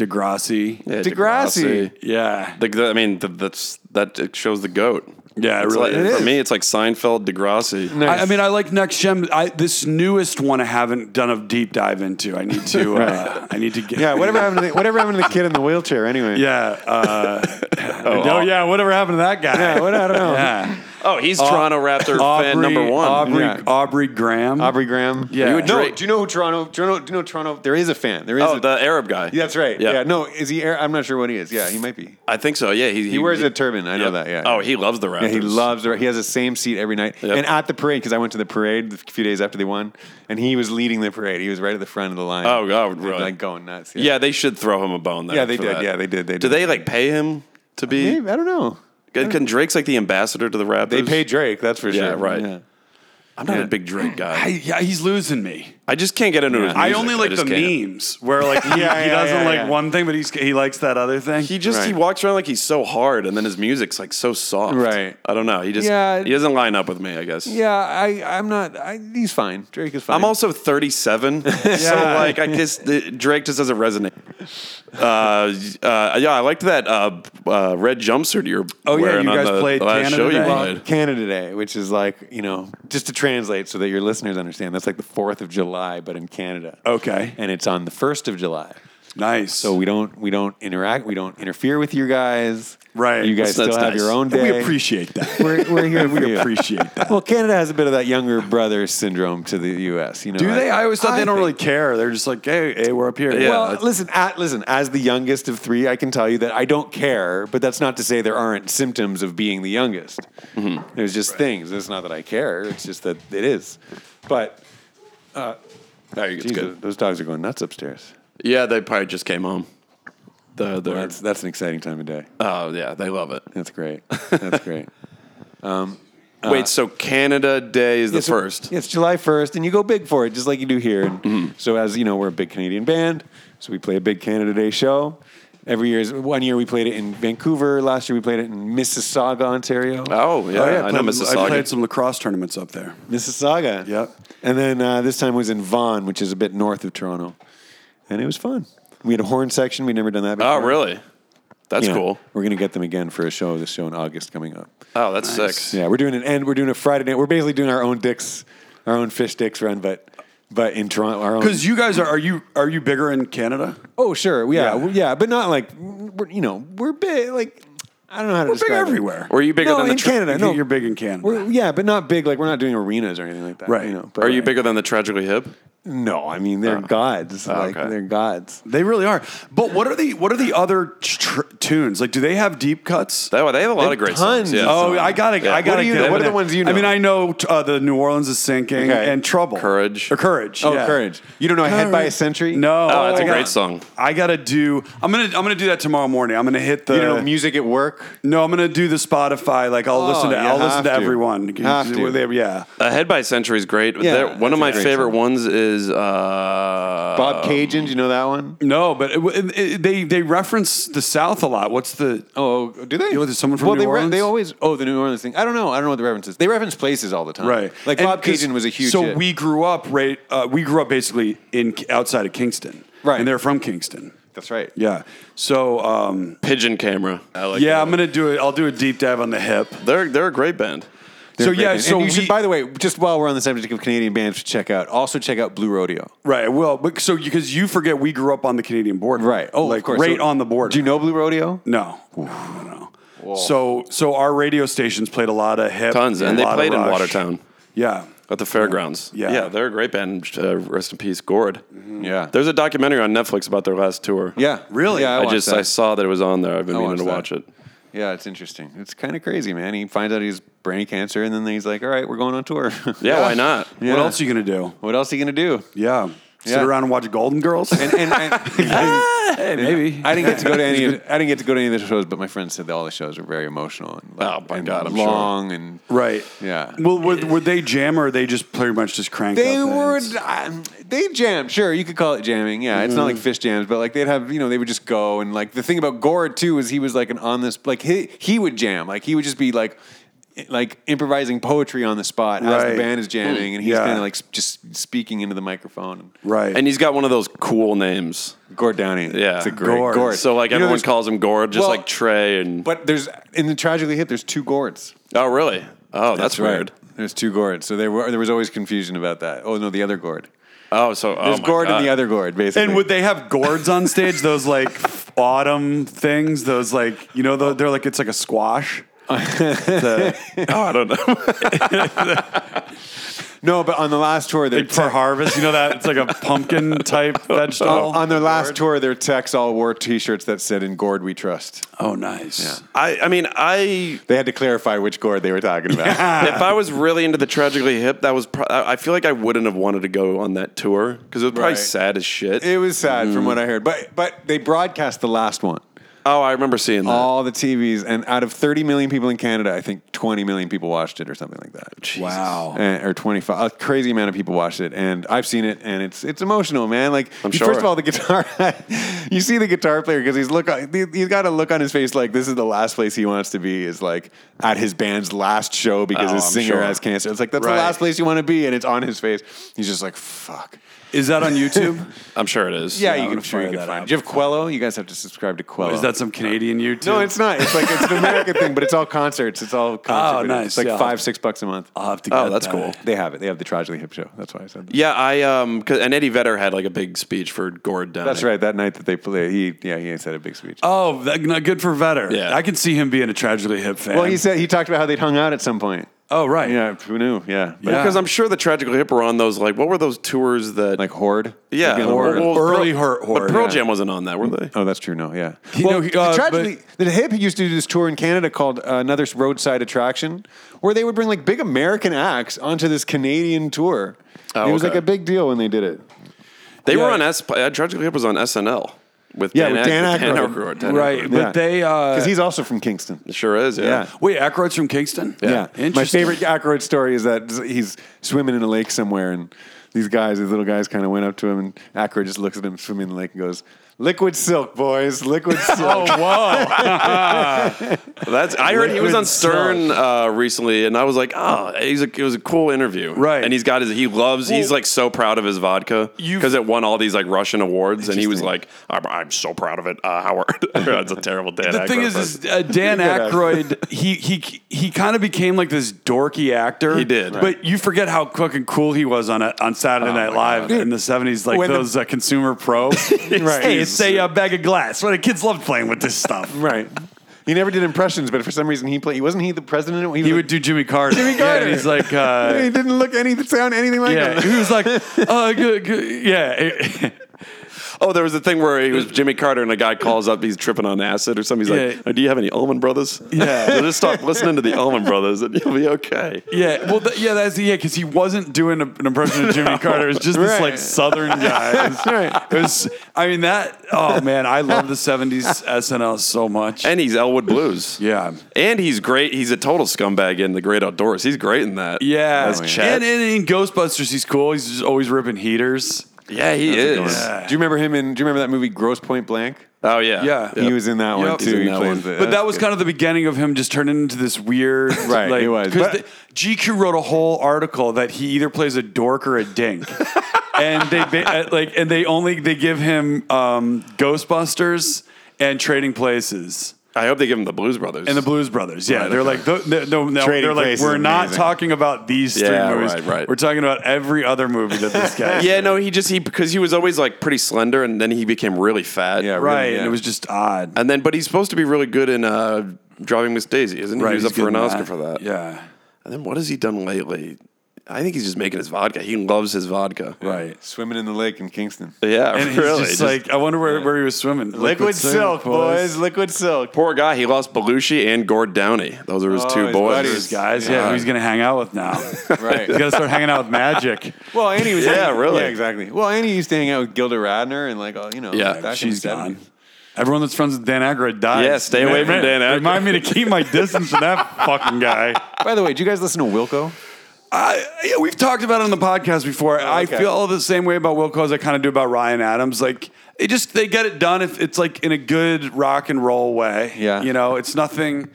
[SPEAKER 2] Degrassi.
[SPEAKER 1] Yeah,
[SPEAKER 3] Degrassi.
[SPEAKER 2] Yeah.
[SPEAKER 1] Like, that- I mean, th- that's that it shows the goat.
[SPEAKER 2] Yeah, it
[SPEAKER 1] It's
[SPEAKER 2] really
[SPEAKER 1] like-
[SPEAKER 2] is.
[SPEAKER 1] for me, it's like Seinfeld, Degrassi.
[SPEAKER 2] I, I mean, I like Next Gen. I, this newest one I haven't done a deep dive into. I need to. uh, I need to get.
[SPEAKER 3] Yeah, whatever happened to the, whatever happened to the kid in the wheelchair anyway?
[SPEAKER 2] Yeah. Uh, oh, yeah. Whatever happened to that guy?
[SPEAKER 3] Yeah, what, I don't know.
[SPEAKER 2] Yeah.
[SPEAKER 1] Oh, he's Toronto Raptor fan
[SPEAKER 2] Aubrey-
[SPEAKER 1] number one.
[SPEAKER 2] Aubrey,
[SPEAKER 3] Yeah.
[SPEAKER 2] Aubrey Graham.
[SPEAKER 3] Aubrey Graham.
[SPEAKER 2] Yeah. You would
[SPEAKER 3] no,
[SPEAKER 1] drink-
[SPEAKER 3] do you know who Toronto, Toronto? Do you know Toronto? There is a fan. There is.
[SPEAKER 1] oh,
[SPEAKER 3] a,
[SPEAKER 1] the Arab guy.
[SPEAKER 3] Yeah, that's right.
[SPEAKER 1] Yeah.
[SPEAKER 3] Yeah. No, is he? Air- I'm not sure what he is. Yeah, he might be.
[SPEAKER 1] I think so. Yeah, he,
[SPEAKER 3] He wears a turban. I know that. Yeah.
[SPEAKER 1] Oh, he loves the Raptors.
[SPEAKER 3] Yeah, he loves the. He has the same seat every night.
[SPEAKER 1] Yep.
[SPEAKER 3] And at the parade, because I went to the parade a few days after they won, and he was leading the parade. He was right at the front of the line.
[SPEAKER 1] Oh, God,
[SPEAKER 3] And,
[SPEAKER 1] really?
[SPEAKER 3] Like going nuts.
[SPEAKER 1] Yeah. they should throw him a bone. There
[SPEAKER 3] Yeah, they
[SPEAKER 1] for
[SPEAKER 3] did.
[SPEAKER 1] that.
[SPEAKER 3] Yeah, they did. They
[SPEAKER 1] Do
[SPEAKER 3] did.
[SPEAKER 1] they like pay him to be?
[SPEAKER 3] Maybe, I don't know.
[SPEAKER 1] Can can Drake's like the ambassador to the Raptors?
[SPEAKER 3] They pay Drake. That's for
[SPEAKER 1] Yeah,
[SPEAKER 3] sure.
[SPEAKER 1] right. I'm not
[SPEAKER 3] Yeah.
[SPEAKER 1] a big Drake
[SPEAKER 2] I,
[SPEAKER 1] guy.
[SPEAKER 2] yeah, he's losing me.
[SPEAKER 1] I just can't get into his.
[SPEAKER 2] I
[SPEAKER 1] music.
[SPEAKER 2] only like the
[SPEAKER 1] just can't.
[SPEAKER 2] memes where like he,
[SPEAKER 3] Yeah,
[SPEAKER 2] he
[SPEAKER 3] yeah,
[SPEAKER 2] doesn't
[SPEAKER 3] yeah,
[SPEAKER 2] like
[SPEAKER 3] yeah.
[SPEAKER 2] one thing, but he's he likes that other thing.
[SPEAKER 1] He just he
[SPEAKER 3] Right.
[SPEAKER 1] walks around like he's so hard, and then his music's like so soft.
[SPEAKER 3] Right.
[SPEAKER 1] I don't know. He just
[SPEAKER 3] Yeah.
[SPEAKER 1] he doesn't line up with me. I guess.
[SPEAKER 3] Yeah, I, I'm not. I, he's fine. Drake is fine.
[SPEAKER 1] I'm also 37, so like I just the, Drake just doesn't resonate. Uh, uh, yeah, I liked that uh, uh, red jumpsuit you're.
[SPEAKER 2] Oh, yeah,
[SPEAKER 1] wearing
[SPEAKER 2] you
[SPEAKER 1] on
[SPEAKER 2] guys
[SPEAKER 1] the
[SPEAKER 2] played
[SPEAKER 1] last
[SPEAKER 2] Canada
[SPEAKER 1] show you
[SPEAKER 2] Day.
[SPEAKER 3] Well,
[SPEAKER 1] played.
[SPEAKER 3] Canada Day, which is like, you know, just to translate so that your listeners understand, that's like the 4th of July, but in Canada.
[SPEAKER 2] Okay.
[SPEAKER 3] And it's on the 1st of July.
[SPEAKER 2] nice.
[SPEAKER 3] So we don't we don't interact, we don't interfere with you guys.
[SPEAKER 2] Right.
[SPEAKER 3] You guys
[SPEAKER 1] So that's
[SPEAKER 3] still have
[SPEAKER 1] nice.
[SPEAKER 3] your own
[SPEAKER 2] And
[SPEAKER 3] day.
[SPEAKER 2] we appreciate that.
[SPEAKER 3] we're, we're here for
[SPEAKER 2] we
[SPEAKER 3] you.
[SPEAKER 2] appreciate that.
[SPEAKER 3] Well, Canada has a bit of that younger brother syndrome to the US, you know.
[SPEAKER 2] Do they? I always thought they don't
[SPEAKER 3] think-
[SPEAKER 2] really care. They're just like, hey, hey, we're up here.
[SPEAKER 1] Yeah.
[SPEAKER 3] well, listen, at, listen, as the youngest of three, I can tell you that I don't care, but that's not to say there aren't symptoms of being the youngest.
[SPEAKER 2] Mm-hmm.
[SPEAKER 3] There's just things. It's not that I care, it's just that it is. But
[SPEAKER 1] Oh, it's
[SPEAKER 3] Jesus,
[SPEAKER 1] good.
[SPEAKER 3] those dogs are going nuts upstairs.
[SPEAKER 1] Yeah, they probably just came home. The the
[SPEAKER 3] That's, that's an exciting time of
[SPEAKER 2] Uh.
[SPEAKER 3] day.
[SPEAKER 1] oh yeah, they love it.
[SPEAKER 3] That's great. That's great.
[SPEAKER 1] Wait, so Canada Day is the
[SPEAKER 3] It's-
[SPEAKER 1] first. Mm-hmm.
[SPEAKER 3] It's July 1st, and you go big for it, just like you do here. And So, as you know, we're a big Canadian band, so we play a big Canada Day show. Every year, is- one year we played it in Vancouver. Last year we played it in Mississauga, Ontario.
[SPEAKER 1] Oh yeah, I know
[SPEAKER 2] played- I played
[SPEAKER 1] Mississauga.
[SPEAKER 2] some lacrosse tournaments up there.
[SPEAKER 3] Mississauga.
[SPEAKER 2] Yep.
[SPEAKER 3] And then uh, this time was in Vaughan, which is a bit north of Toronto, and it was fun. We had a horn section. We'd never done that. before.
[SPEAKER 1] Oh really? That's
[SPEAKER 3] Yeah.
[SPEAKER 1] cool.
[SPEAKER 3] We're gonna get them again for a show. This show in August coming up.
[SPEAKER 1] Oh, that's
[SPEAKER 2] Nice.
[SPEAKER 1] sick.
[SPEAKER 3] Yeah, we're doing an end. We're doing a Friday night. We're basically doing our own dicks, our own fish dicks run, but But in Toronto, our own.
[SPEAKER 2] Because you guys are, are you are you bigger in Canada?
[SPEAKER 3] Oh, sure. Yeah.
[SPEAKER 2] Yeah.
[SPEAKER 3] Well, yeah. But not like, we're, you know, we're big. Like, I don't know how to
[SPEAKER 2] We're big
[SPEAKER 3] describe it.
[SPEAKER 2] everywhere.
[SPEAKER 1] Or are you bigger
[SPEAKER 3] no,
[SPEAKER 1] than the
[SPEAKER 3] in
[SPEAKER 1] tra-
[SPEAKER 3] Canada. No,
[SPEAKER 2] You're big in Canada.
[SPEAKER 3] We're, yeah, but not big. Like, we're not doing arenas or anything like that.
[SPEAKER 2] Right.
[SPEAKER 3] You know, but
[SPEAKER 1] Are you
[SPEAKER 3] like-
[SPEAKER 1] bigger than the tragically hip?
[SPEAKER 3] No, I mean, they're gods. like,
[SPEAKER 1] okay.
[SPEAKER 3] they're gods.
[SPEAKER 2] They really are. But what are the what are the other tr- tunes? Like, do they have deep cuts?
[SPEAKER 1] They, they have a lot
[SPEAKER 3] They've
[SPEAKER 1] of great
[SPEAKER 3] tons.
[SPEAKER 1] songs. Yeah.
[SPEAKER 2] oh, I gotta,
[SPEAKER 1] Yeah.
[SPEAKER 2] I gotta.
[SPEAKER 3] What do you
[SPEAKER 2] get
[SPEAKER 3] know? What
[SPEAKER 2] in
[SPEAKER 3] are the
[SPEAKER 2] it.
[SPEAKER 3] ones you know?
[SPEAKER 2] I mean, I know t- uh, the New Orleans is sinking
[SPEAKER 3] Okay.
[SPEAKER 2] and trouble,
[SPEAKER 1] Courage.
[SPEAKER 2] or courage.
[SPEAKER 3] Oh,
[SPEAKER 2] yeah.
[SPEAKER 3] courage. You don't know Head by a
[SPEAKER 2] Courage.
[SPEAKER 3] Century?
[SPEAKER 2] No,
[SPEAKER 1] Oh, that's
[SPEAKER 2] I
[SPEAKER 1] a
[SPEAKER 2] gotta-
[SPEAKER 1] great song.
[SPEAKER 2] I gotta do. I'm gonna, I'm gonna do that tomorrow morning. I'm gonna hit the.
[SPEAKER 3] You don't know music at work?
[SPEAKER 2] no, I'm gonna do the Spotify. Like, I'll
[SPEAKER 3] Oh,
[SPEAKER 2] listen to,
[SPEAKER 3] you
[SPEAKER 2] I'll listen
[SPEAKER 3] have
[SPEAKER 2] to,
[SPEAKER 3] to.
[SPEAKER 2] everyone.
[SPEAKER 3] Have to.
[SPEAKER 2] They- yeah.
[SPEAKER 1] Uh, Head by Century is great.
[SPEAKER 3] Yeah,
[SPEAKER 1] They're- one
[SPEAKER 3] that's
[SPEAKER 1] of
[SPEAKER 3] a
[SPEAKER 1] my
[SPEAKER 3] great
[SPEAKER 1] favorite
[SPEAKER 3] song.
[SPEAKER 1] ones is uh, Bob
[SPEAKER 2] Um,
[SPEAKER 3] Bob Cajun, do you know that one?
[SPEAKER 2] No, but it, it, it, they they reference the South a lot. What's the?
[SPEAKER 3] Oh, do they?
[SPEAKER 2] You know, there's someone from
[SPEAKER 3] well,
[SPEAKER 2] New
[SPEAKER 3] they
[SPEAKER 2] Orleans?
[SPEAKER 3] they always oh the New Orleans thing. I don't know. I don't know what the reference is. They reference places all the time.
[SPEAKER 2] Right.
[SPEAKER 3] Uh, Like
[SPEAKER 2] And
[SPEAKER 3] Bob
[SPEAKER 2] 'cause-
[SPEAKER 3] Cajun was a huge.
[SPEAKER 2] So
[SPEAKER 3] hit.
[SPEAKER 2] we grew up right. Uh, we grew up basically in outside of Kingston.
[SPEAKER 3] Right.
[SPEAKER 2] And they're from Kingston.
[SPEAKER 3] That's right.
[SPEAKER 2] Yeah. So um,
[SPEAKER 1] Pigeon Camera. I like
[SPEAKER 2] yeah,
[SPEAKER 1] that.
[SPEAKER 2] I'm gonna do it. I'll do a deep dive on the hip.
[SPEAKER 1] They're they're a great band.
[SPEAKER 2] so
[SPEAKER 3] Great
[SPEAKER 2] yeah.
[SPEAKER 3] band.
[SPEAKER 2] So
[SPEAKER 3] and you
[SPEAKER 2] we,
[SPEAKER 3] should, by the way, just while we're on the subject of Canadian bands to check out, also check out Blue Rodeo.
[SPEAKER 2] right. Well, but so because you forget we grew up on the Canadian border.
[SPEAKER 3] Oh, of
[SPEAKER 2] like
[SPEAKER 3] course.
[SPEAKER 2] right
[SPEAKER 3] So-
[SPEAKER 2] on the border.
[SPEAKER 3] Do you know Blue Rodeo?
[SPEAKER 2] No. No. no. So so our radio stations played a lot of hip.
[SPEAKER 1] Tons,
[SPEAKER 2] a
[SPEAKER 1] and they
[SPEAKER 2] lot of
[SPEAKER 1] played in
[SPEAKER 2] Rush.
[SPEAKER 1] Watertown
[SPEAKER 2] Yeah.
[SPEAKER 1] at the fairgrounds.
[SPEAKER 2] Yeah.
[SPEAKER 1] yeah, they're a great band. Uh, rest in peace, Gord.
[SPEAKER 3] Yeah.
[SPEAKER 1] There's a documentary on Netflix about their last tour.
[SPEAKER 3] yeah.
[SPEAKER 2] Really?
[SPEAKER 3] Yeah. I,
[SPEAKER 1] I,
[SPEAKER 3] watched
[SPEAKER 1] just
[SPEAKER 3] that.
[SPEAKER 1] I saw that it was on there. I've been meaning to watch
[SPEAKER 3] watched that.
[SPEAKER 1] it.
[SPEAKER 3] Yeah, it's interesting. It's kind of crazy, man. He finds out he's brain cancer, and then he's like, "All right, we're going on tour."
[SPEAKER 1] Yeah, why not?
[SPEAKER 3] Yeah.
[SPEAKER 2] What else are you gonna do?
[SPEAKER 3] What else are you gonna do?
[SPEAKER 2] Yeah. Sit
[SPEAKER 3] Yeah.
[SPEAKER 2] around and watch Golden Girls.
[SPEAKER 3] And, and, Ah, and
[SPEAKER 2] hey, maybe.
[SPEAKER 3] I didn't get to go to any. Of, I didn't get to go to any of the shows, but my friends said that all the shows were very emotional. And,
[SPEAKER 1] Oh, my
[SPEAKER 3] and
[SPEAKER 1] God, I'm sure.
[SPEAKER 3] long and
[SPEAKER 2] Right.
[SPEAKER 3] Yeah.
[SPEAKER 2] Well, were, were they jam or they just pretty much just cranked?
[SPEAKER 3] They
[SPEAKER 2] out the
[SPEAKER 3] were,
[SPEAKER 2] hits?
[SPEAKER 3] um, they jammed. Sure, you could call it jamming. Yeah, it's not
[SPEAKER 2] Mm-hmm.
[SPEAKER 3] like fish jams, but like they'd have, you know, they would just go and like the thing about Gord too is he was like an on this, like he he would jam, like he would just be like, i- like improvising poetry on the spot as
[SPEAKER 2] Right.
[SPEAKER 3] the band is jamming, and he's
[SPEAKER 2] Yeah.
[SPEAKER 3] kind of like s- just speaking into the microphone.
[SPEAKER 2] right.
[SPEAKER 1] And he's got one of those cool names.
[SPEAKER 3] Gord Downey,
[SPEAKER 1] Yeah.
[SPEAKER 3] it's a great
[SPEAKER 2] Gord.
[SPEAKER 3] Gord.
[SPEAKER 1] So like
[SPEAKER 3] You know,
[SPEAKER 1] everyone
[SPEAKER 3] there's-
[SPEAKER 1] calls him Gord, just
[SPEAKER 3] Well-
[SPEAKER 1] like Trey and.
[SPEAKER 3] but there's in the tragically hit. There's two Gords.
[SPEAKER 1] oh really? Oh, that's, weird.
[SPEAKER 3] Right. There's two Gords, so there were there was always confusion about that. Oh no, the other Gord.
[SPEAKER 1] Oh, so oh
[SPEAKER 3] There's
[SPEAKER 1] my
[SPEAKER 3] Gord
[SPEAKER 1] God.
[SPEAKER 3] and the other Gord, basically.
[SPEAKER 2] And would they have gourds on stage? Those like autumn things. Those like you know tho- they're like it's like a squash. The-
[SPEAKER 1] Oh, I don't know.
[SPEAKER 3] no, but on the last tour, they
[SPEAKER 2] for harvest, you know that it's like a pumpkin type vegetable.
[SPEAKER 3] Oh, on their last tour, their techs all wore T-shirts that said "In Gord We Trust."
[SPEAKER 2] oh, nice.
[SPEAKER 1] I I mean I
[SPEAKER 3] They had to clarify which Gord they were talking about.
[SPEAKER 1] if I was really into the tragically hip, that was. Pro- I I feel like I wouldn't have wanted to go on that tour because it was probably
[SPEAKER 3] Right.
[SPEAKER 1] sad as shit.
[SPEAKER 3] It was sad, from what I heard, but but they broadcast the last one,
[SPEAKER 1] oh, I remember seeing that.
[SPEAKER 3] all the TVs, and out of 30 million people in Canada, I think 20 million people watched it or something like that.
[SPEAKER 2] Wow.
[SPEAKER 3] And- or 25 a crazy amount of people watched it and i've seen it and it's it's emotional man like
[SPEAKER 1] I'm
[SPEAKER 3] you-
[SPEAKER 1] sure.
[SPEAKER 3] first of all the guitar you see the guitar player because he's look he's got a look on his face like this is the last place he wants to be is like at his band's last show because
[SPEAKER 1] Oh,
[SPEAKER 3] his
[SPEAKER 1] I'm
[SPEAKER 3] singer
[SPEAKER 1] sure.
[SPEAKER 3] has cancer it's like that's
[SPEAKER 2] Right.
[SPEAKER 3] the last place you want to be and it's on his face he's just like fuck
[SPEAKER 2] Is that on YouTube?
[SPEAKER 1] I'm sure it is.
[SPEAKER 3] yeah,
[SPEAKER 2] I'm
[SPEAKER 3] you
[SPEAKER 2] gonna
[SPEAKER 3] can sure you
[SPEAKER 2] fire
[SPEAKER 3] can
[SPEAKER 2] that
[SPEAKER 3] find
[SPEAKER 2] up.
[SPEAKER 3] it. do you have quello you guys have to subscribe to quello
[SPEAKER 2] Is that some Canadian YouTube?
[SPEAKER 3] no, it's not. It's like it's an American thing, but it's all concerts. It's all concert.
[SPEAKER 2] Oh,
[SPEAKER 3] videos.
[SPEAKER 2] nice,
[SPEAKER 3] It's like
[SPEAKER 2] yeah.
[SPEAKER 3] five, six bucks a month.
[SPEAKER 2] I'll have to.
[SPEAKER 1] Oh,
[SPEAKER 2] get
[SPEAKER 1] that's
[SPEAKER 2] that.
[SPEAKER 1] cool.
[SPEAKER 3] They have it. They have the Tragically Hip Show. That's why I said that.
[SPEAKER 1] Yeah, I um, 'cause- and Eddie Vedder had like a big speech for Gord down.
[SPEAKER 3] That's right. That night that they played, he yeah he said a big speech.
[SPEAKER 2] Oh, that, no, good for Vetter.
[SPEAKER 1] Yeah.
[SPEAKER 2] I can see him being a tragically hip fan.
[SPEAKER 3] well, he said he talked about how they'd hung out at some point.
[SPEAKER 2] Oh, right.
[SPEAKER 3] Yeah, who knew? Yeah, But-
[SPEAKER 2] Yeah.
[SPEAKER 1] Because I'm sure the Tragically Hip were on those like what were those tours that
[SPEAKER 3] like Horde.
[SPEAKER 1] yeah
[SPEAKER 3] Maybe on the
[SPEAKER 2] Horde.
[SPEAKER 3] Horde.
[SPEAKER 2] Early Horde,
[SPEAKER 1] But Pearl
[SPEAKER 2] yeah.
[SPEAKER 1] Jam wasn't on that, were they?
[SPEAKER 3] Oh, that's true. No, yeah.
[SPEAKER 2] He- no,
[SPEAKER 3] well,
[SPEAKER 2] he- uh,
[SPEAKER 3] the tragedy, the hip used to do this tour in Canada called uh, Another Roadside Attraction, where they would bring like big American acts onto this Canadian tour.
[SPEAKER 1] Oh,
[SPEAKER 3] it was
[SPEAKER 1] okay.
[SPEAKER 3] like a big deal when they did it.
[SPEAKER 1] They were
[SPEAKER 2] Yeah.
[SPEAKER 1] on S. uh, Tragically Hip was on SNL with
[SPEAKER 3] Yeah,
[SPEAKER 1] Dan
[SPEAKER 3] with
[SPEAKER 1] Aykroyd.
[SPEAKER 3] Dan Aykroyd.
[SPEAKER 1] Dan
[SPEAKER 2] Right,
[SPEAKER 1] Aykroyd.
[SPEAKER 2] but they uh,
[SPEAKER 3] Because he's also from Kingston.
[SPEAKER 1] It sure is. Yeah.
[SPEAKER 3] Yeah.
[SPEAKER 2] Wait, Aykroyd's from Kingston?
[SPEAKER 3] Yeah. My
[SPEAKER 2] Interesting.
[SPEAKER 3] favorite Aykroyd story is that he's swimming in a lake somewhere, and these guys, these little guys, kind of went up to him, and Aykroyd just looks at him swimming in the lake and goes, Liquid Silk, boys. Liquid Silk.
[SPEAKER 2] Oh, whoa!
[SPEAKER 1] That's I heard he was on
[SPEAKER 2] Liquid
[SPEAKER 1] Stern uh, recently, and I was like, ah, he's a, it was a cool interview,
[SPEAKER 2] Right.
[SPEAKER 1] And he's got his he loves he's
[SPEAKER 2] Well-
[SPEAKER 1] like so proud of his vodka
[SPEAKER 2] You've-
[SPEAKER 1] because it won all these like Russian awards, and he was like, I'm, I'm so proud of it, uh, Howard. That's a terrible Dan.
[SPEAKER 2] the thing
[SPEAKER 1] Aykroyd
[SPEAKER 2] is,
[SPEAKER 1] person.
[SPEAKER 2] is uh, Dan
[SPEAKER 3] Yeah.
[SPEAKER 2] Aykroyd, he he he kind of became like this dorky actor.
[SPEAKER 1] He did. Oh
[SPEAKER 2] but you forget how fucking cool he was on a, on Saturday Night Live in the seventies, like
[SPEAKER 3] When the-
[SPEAKER 2] those uh, consumer pro. Hey, it's a uh, bag of glass. What the kids love playing with this stuff.
[SPEAKER 3] right. He never did impressions, but for some reason he played. Wasn't he the president? He, was
[SPEAKER 2] He
[SPEAKER 3] like-
[SPEAKER 2] would do Jimmy Carter. Jimmy Yeah,
[SPEAKER 3] Carter.
[SPEAKER 2] and he's like, uh,
[SPEAKER 3] He didn't look any sound anything like
[SPEAKER 2] yeah,
[SPEAKER 3] that.
[SPEAKER 2] he was like, uh, g- g- yeah.
[SPEAKER 1] oh, there was a thing where he was Jimmy Carter, and a guy calls up, he's tripping on acid or something. He's
[SPEAKER 2] Yeah.
[SPEAKER 1] like, oh, Do you have any Allman Brothers?
[SPEAKER 2] Yeah.
[SPEAKER 1] so just stop listening to the Allman Brothers, and you'll be okay.
[SPEAKER 2] Yeah, well, th- yeah, that's yeah, because he wasn't doing a, an impression of Jimmy Carter. It was just this
[SPEAKER 3] Right.
[SPEAKER 2] like Southern guy. It was, it was- I mean, that. Oh man, I love the '70s SNL so much.
[SPEAKER 1] And he's Elwood Blues.
[SPEAKER 2] yeah,
[SPEAKER 1] And he's great. He's a total scumbag in the Great Outdoors. He's great in that.
[SPEAKER 2] yeah,
[SPEAKER 1] As Chet.
[SPEAKER 2] And, and in Ghostbusters, he's cool. He's just always ripping heaters.
[SPEAKER 1] yeah, he is.
[SPEAKER 2] Yeah.
[SPEAKER 3] Do you remember him in? Do you remember that movie Gross Point Blank?
[SPEAKER 1] Oh yeah,
[SPEAKER 2] Yeah.
[SPEAKER 3] He was in that one
[SPEAKER 2] Yep.
[SPEAKER 3] too.
[SPEAKER 2] He's
[SPEAKER 1] in
[SPEAKER 3] He
[SPEAKER 1] that
[SPEAKER 3] plays
[SPEAKER 1] one.
[SPEAKER 3] the-
[SPEAKER 2] But that
[SPEAKER 3] that's
[SPEAKER 2] was
[SPEAKER 3] good.
[SPEAKER 2] kind of the beginning of him just turning into this weird,
[SPEAKER 3] Right,
[SPEAKER 2] Like,
[SPEAKER 3] it was.
[SPEAKER 2] because
[SPEAKER 3] But-
[SPEAKER 2] GQ wrote a whole article that he either plays a dork or a dink, and they ba- uh, like, and they only they give him um, Ghostbusters and Trading Places
[SPEAKER 1] I hope they give him the Blues Brothers.
[SPEAKER 2] and the Blues Brothers. Yeah, they're like, th- th- no, no,
[SPEAKER 3] Trading
[SPEAKER 2] they're like,
[SPEAKER 3] Places is
[SPEAKER 2] we're not
[SPEAKER 3] amazing.
[SPEAKER 2] talking about these three
[SPEAKER 1] Yeah,
[SPEAKER 2] movies.
[SPEAKER 1] right, right.
[SPEAKER 2] We're talking about every other movie that this guy.
[SPEAKER 1] yeah, no, he just he because he was always like pretty slender, and then he became really fat.
[SPEAKER 3] Yeah,
[SPEAKER 2] right.
[SPEAKER 3] really, yeah.
[SPEAKER 2] And it was just odd.
[SPEAKER 1] And then, but he's supposed to be really good in uh, Driving Miss Daisy, isn't he?
[SPEAKER 2] Right,
[SPEAKER 1] he was
[SPEAKER 2] he's
[SPEAKER 1] up for
[SPEAKER 2] good
[SPEAKER 1] an
[SPEAKER 2] in
[SPEAKER 1] Oscar for that.
[SPEAKER 2] Yeah,
[SPEAKER 1] And then what has he done lately? I think he's just making his vodka. He loves his vodka.
[SPEAKER 2] right.
[SPEAKER 3] swimming in the lake in Kingston.
[SPEAKER 1] Yeah,
[SPEAKER 2] And he's
[SPEAKER 1] really.
[SPEAKER 2] just, like, I wonder where, where he was swimming.
[SPEAKER 3] Liquid Silk, boys. Liquid Silk.
[SPEAKER 1] poor guy. He lost Belushi and Gord Downey. Those are his
[SPEAKER 3] Oh,
[SPEAKER 1] two
[SPEAKER 3] his
[SPEAKER 1] boys.
[SPEAKER 3] buddies.
[SPEAKER 2] guys. Yeah,
[SPEAKER 1] Yeah.
[SPEAKER 2] who he's gonna hang out with now.
[SPEAKER 3] Right.
[SPEAKER 2] he's gotta start hanging out with Magic.
[SPEAKER 3] Well, Annie was
[SPEAKER 1] Yeah,
[SPEAKER 3] hanging-
[SPEAKER 1] really.
[SPEAKER 3] yeah, exactly. Well, Annie used to hang out with Gilda Radner and like, oh, you know,
[SPEAKER 1] Yeah,
[SPEAKER 3] back in the
[SPEAKER 2] She's
[SPEAKER 3] 70s.
[SPEAKER 2] gone. Everyone that's friends with Dan Aykroyd dies.
[SPEAKER 1] Yeah, stay away from Dan Aykroyd.
[SPEAKER 2] Remind me to keep my distance from that fucking guy.
[SPEAKER 3] By the way, do you guys listen to Wilco?
[SPEAKER 2] I, yeah, we've talked about it on the podcast before. I
[SPEAKER 3] Oh, okay.
[SPEAKER 2] feel the same way about Wilco as I kind of do about Ryan Adams. Like, it just they get it done if it's like in a good rock and roll way.
[SPEAKER 3] Yeah.
[SPEAKER 2] you know, it's nothing.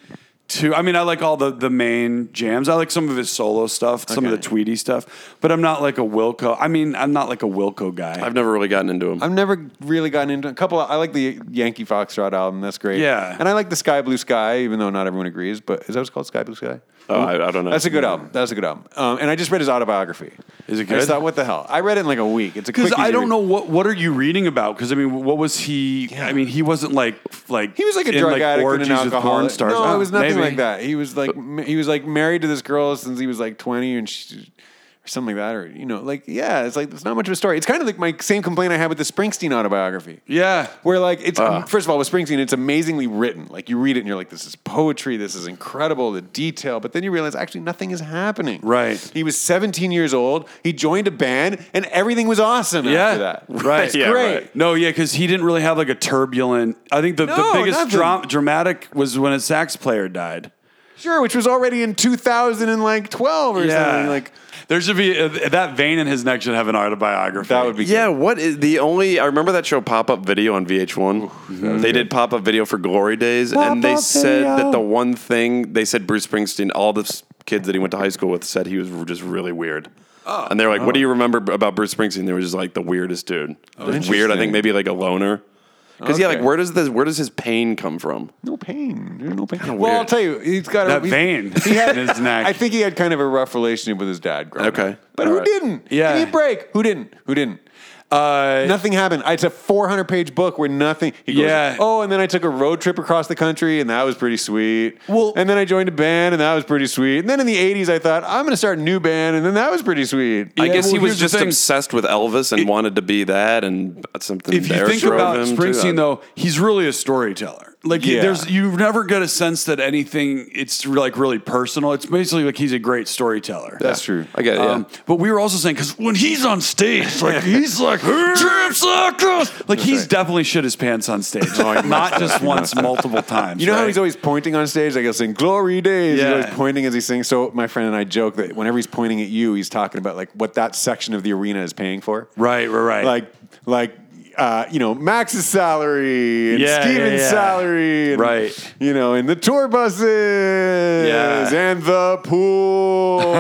[SPEAKER 2] too. I mean, I like all the the main jams. I like some of his solo stuff, some of the
[SPEAKER 3] Okay.
[SPEAKER 2] Tweety stuff, but I'm not like a Wilco. I mean, I'm not like a Wilco guy.
[SPEAKER 1] I've never really gotten into him.
[SPEAKER 3] I've never really gotten into a couple. Of, I like the Yankee Foxtrot album. That's great.
[SPEAKER 2] Yeah.
[SPEAKER 3] and I like the Sky Blue Sky, even though not everyone agrees. But is that what's called Sky Blue Sky?
[SPEAKER 1] oh, I, I don't know.
[SPEAKER 3] That's a good album. That's a good album. Um, and I just read his autobiography.
[SPEAKER 2] Mm. Is it
[SPEAKER 3] I just
[SPEAKER 2] good?
[SPEAKER 3] thought, what the hell? I read it in like a week. It's a
[SPEAKER 2] Because
[SPEAKER 3] quick,
[SPEAKER 2] I
[SPEAKER 3] easy
[SPEAKER 2] don't
[SPEAKER 3] read.
[SPEAKER 2] know what what are you reading about? Because I mean, what was he? I mean, he wasn't like like
[SPEAKER 3] He was like a
[SPEAKER 2] in,
[SPEAKER 3] drug addict and
[SPEAKER 2] orgies
[SPEAKER 3] an
[SPEAKER 2] with porn
[SPEAKER 3] alcoholic.
[SPEAKER 2] stars.
[SPEAKER 3] No,
[SPEAKER 2] Oh,
[SPEAKER 3] it was nothing
[SPEAKER 2] maybe.
[SPEAKER 3] like that. He was like ma- he was like married to this girl since he was like twenty and she, or something like that, or you know, like yeah, it's like it's not much of a story. It's kind of like my same complaint I had with the Springsteen autobiography.
[SPEAKER 2] Yeah,
[SPEAKER 3] Where like it's um, first of all with Springsteen, it's amazingly written. Like you read it and you're like, this is poetry. This is incredible. The detail, but then you realize actually nothing is happening.
[SPEAKER 2] Right.
[SPEAKER 3] He was 17 years old. He joined a band, and everything was awesome
[SPEAKER 2] yeah,
[SPEAKER 3] after that.
[SPEAKER 2] right.
[SPEAKER 1] Yeah,
[SPEAKER 3] great.
[SPEAKER 1] right.
[SPEAKER 2] No, yeah, because he didn't really have like a turbulent. I think the,
[SPEAKER 3] No,
[SPEAKER 2] the biggest
[SPEAKER 3] nothing.
[SPEAKER 2] dra- dramatic was when a sax player died.
[SPEAKER 3] Sure, which was already in 2012 or something. Like
[SPEAKER 2] there should be uh, that vein in his neck should have an autobiography.
[SPEAKER 3] that would be
[SPEAKER 1] Yeah, what is the only? I remember that show Pop Up Video on VH1. They did Pop Up Video for Glory Days, and they
[SPEAKER 3] Up
[SPEAKER 1] said
[SPEAKER 3] Video.
[SPEAKER 1] that the one thing they said Bruce Springsteen, all the s- kids that he went to high school with, said he was just really weird.
[SPEAKER 2] Oh.
[SPEAKER 1] and they were like, "What do you remember b- about Bruce Springsteen?" They were just like the weirdest dude.
[SPEAKER 2] Oh,
[SPEAKER 1] Just weird, I think
[SPEAKER 3] interesting.
[SPEAKER 1] maybe like a loner. Because yeah,
[SPEAKER 3] Okay.
[SPEAKER 1] like where does this where does his pain come from?
[SPEAKER 3] No pain. There's no pain. Well,
[SPEAKER 1] weird.
[SPEAKER 3] I'll tell you, he's got
[SPEAKER 2] that
[SPEAKER 3] a, he-
[SPEAKER 2] vein in his neck.
[SPEAKER 3] I think he had kind of a rough relationship with his dad growing up.
[SPEAKER 1] Okay.
[SPEAKER 3] but
[SPEAKER 1] All
[SPEAKER 3] who
[SPEAKER 1] right.
[SPEAKER 3] didn't?
[SPEAKER 2] Yeah.
[SPEAKER 3] give me a break. Who didn't? Who didn't?
[SPEAKER 2] Uh,
[SPEAKER 3] Nothing happened. It's a 400 page book where nothing. He goes,
[SPEAKER 2] Yeah.
[SPEAKER 3] Oh, and then I took a road trip across the country, and that was pretty sweet.
[SPEAKER 2] Well-
[SPEAKER 3] and then I joined a band, and that was pretty sweet. And then in the 80s, I thought I'm going to start a new band, and then that was pretty sweet.
[SPEAKER 1] I
[SPEAKER 2] Yeah,
[SPEAKER 1] guess he
[SPEAKER 2] well,
[SPEAKER 1] was
[SPEAKER 2] here's the
[SPEAKER 1] just
[SPEAKER 2] thing.
[SPEAKER 1] obsessed with Elvis and wanted to be that, and something.
[SPEAKER 2] if you
[SPEAKER 1] there
[SPEAKER 2] think
[SPEAKER 1] drove
[SPEAKER 2] about
[SPEAKER 1] him to
[SPEAKER 2] Springsteen,
[SPEAKER 1] that.
[SPEAKER 2] though, he's really a storyteller. Like, he-
[SPEAKER 3] Yeah.
[SPEAKER 2] there's you never get a sense that anything it's like really personal. It's basically like he's a great storyteller.
[SPEAKER 3] That's true.
[SPEAKER 1] I get it.
[SPEAKER 2] Um,
[SPEAKER 1] yeah.
[SPEAKER 2] But we were also saying because when he's on stage, like he's like trips across, like he's definitely shit his pants on stage, not just once, multiple times.
[SPEAKER 3] You know how
[SPEAKER 2] right?
[SPEAKER 3] he's always pointing on stage? Like he'll sing "Glory Days."
[SPEAKER 2] Yeah.
[SPEAKER 3] He's always pointing as he sings. So my friend and I joke that whenever he's pointing at you, he's talking about like what that section of the arena is paying for.
[SPEAKER 2] right, right, right.
[SPEAKER 3] Like, like uh, you know Max's salary and
[SPEAKER 2] Yeah, yeah,
[SPEAKER 3] Steven's
[SPEAKER 2] yeah.
[SPEAKER 3] salary, and,
[SPEAKER 1] Right.
[SPEAKER 3] You know, and the tour buses and the pool.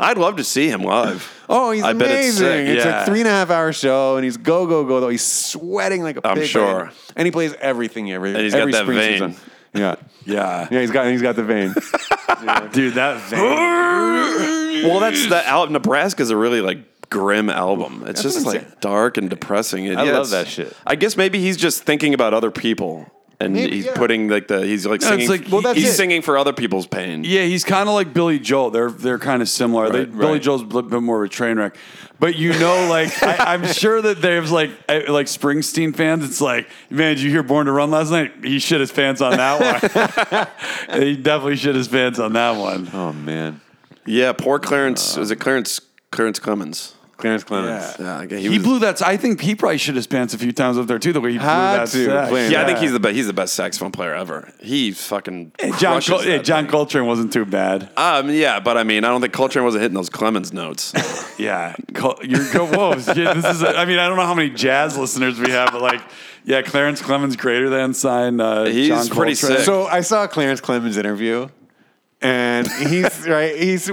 [SPEAKER 1] I'd love to see him live.
[SPEAKER 3] Oh, he's
[SPEAKER 1] I
[SPEAKER 3] amazing.
[SPEAKER 1] bet it's
[SPEAKER 3] it's
[SPEAKER 1] sick,
[SPEAKER 2] yeah.
[SPEAKER 3] a three and a half hour show, and he's go, go, go, though. He's sweating like a
[SPEAKER 1] I'm
[SPEAKER 3] pig.
[SPEAKER 1] sure.
[SPEAKER 3] man. And he plays everything every,
[SPEAKER 1] And he's got
[SPEAKER 3] every
[SPEAKER 1] that
[SPEAKER 3] spring
[SPEAKER 1] vein.
[SPEAKER 3] season. Yeah.
[SPEAKER 2] Yeah.
[SPEAKER 3] Yeah, he's got he's got the vein.
[SPEAKER 2] Dude, that vein.
[SPEAKER 1] Well, that's the out. Nebraska's a really like grim album. It's
[SPEAKER 3] That's
[SPEAKER 1] just
[SPEAKER 3] what I'm
[SPEAKER 1] like dark and depressing. It-
[SPEAKER 4] I love
[SPEAKER 1] it's-
[SPEAKER 4] that shit.
[SPEAKER 1] I guess maybe he's just thinking about other people, and
[SPEAKER 3] Maybe,
[SPEAKER 1] he's
[SPEAKER 3] yeah.
[SPEAKER 1] putting like the he's like
[SPEAKER 2] No, it's
[SPEAKER 1] singing.
[SPEAKER 2] like- well,
[SPEAKER 3] that's
[SPEAKER 1] he's
[SPEAKER 3] it.
[SPEAKER 1] singing for other people's pain.
[SPEAKER 2] Yeah, he's kind of like Billy Joel. They're they're kind of similar. they,
[SPEAKER 1] Right,
[SPEAKER 2] Billy
[SPEAKER 1] right.
[SPEAKER 2] Joel's a little bit more of a train wreck, but you know, like I, I'm sure that there's like I- like Springsteen fans. It's like, man, did you hear Born to Run last night? He shit his pants on that one. he definitely shit his pants on that one.
[SPEAKER 3] oh man.
[SPEAKER 1] Yeah, poor Clarence. was it Clarence? Clarence Clemens.
[SPEAKER 3] Clarence Clemens.
[SPEAKER 1] Yeah, I guess
[SPEAKER 2] He,
[SPEAKER 1] was-
[SPEAKER 2] blew that. I think he probably shit his pants a few times up there too. The way he blew
[SPEAKER 3] Had
[SPEAKER 2] that.
[SPEAKER 3] to,
[SPEAKER 2] sax.
[SPEAKER 3] playing
[SPEAKER 1] Yeah, I think he's the best. He's the best saxophone player ever. He fucking
[SPEAKER 2] John.
[SPEAKER 1] crushes
[SPEAKER 2] Col- yeah,
[SPEAKER 1] that
[SPEAKER 2] John
[SPEAKER 1] thing.
[SPEAKER 2] Coltrane wasn't too bad.
[SPEAKER 1] Um, yeah, but I mean, I don't think Coltrane wasn't hitting those Clemens notes.
[SPEAKER 2] Yeah, Col- you're go. Whoa, yeah, this is. I mean, I don't know how many jazz listeners we have, but like, yeah, Clarence Clemens greater than sign. Uh,
[SPEAKER 1] He's
[SPEAKER 2] John
[SPEAKER 1] pretty
[SPEAKER 2] Coltrane.
[SPEAKER 1] sick.
[SPEAKER 3] So I saw a Clarence Clemens interview, and he's right. He's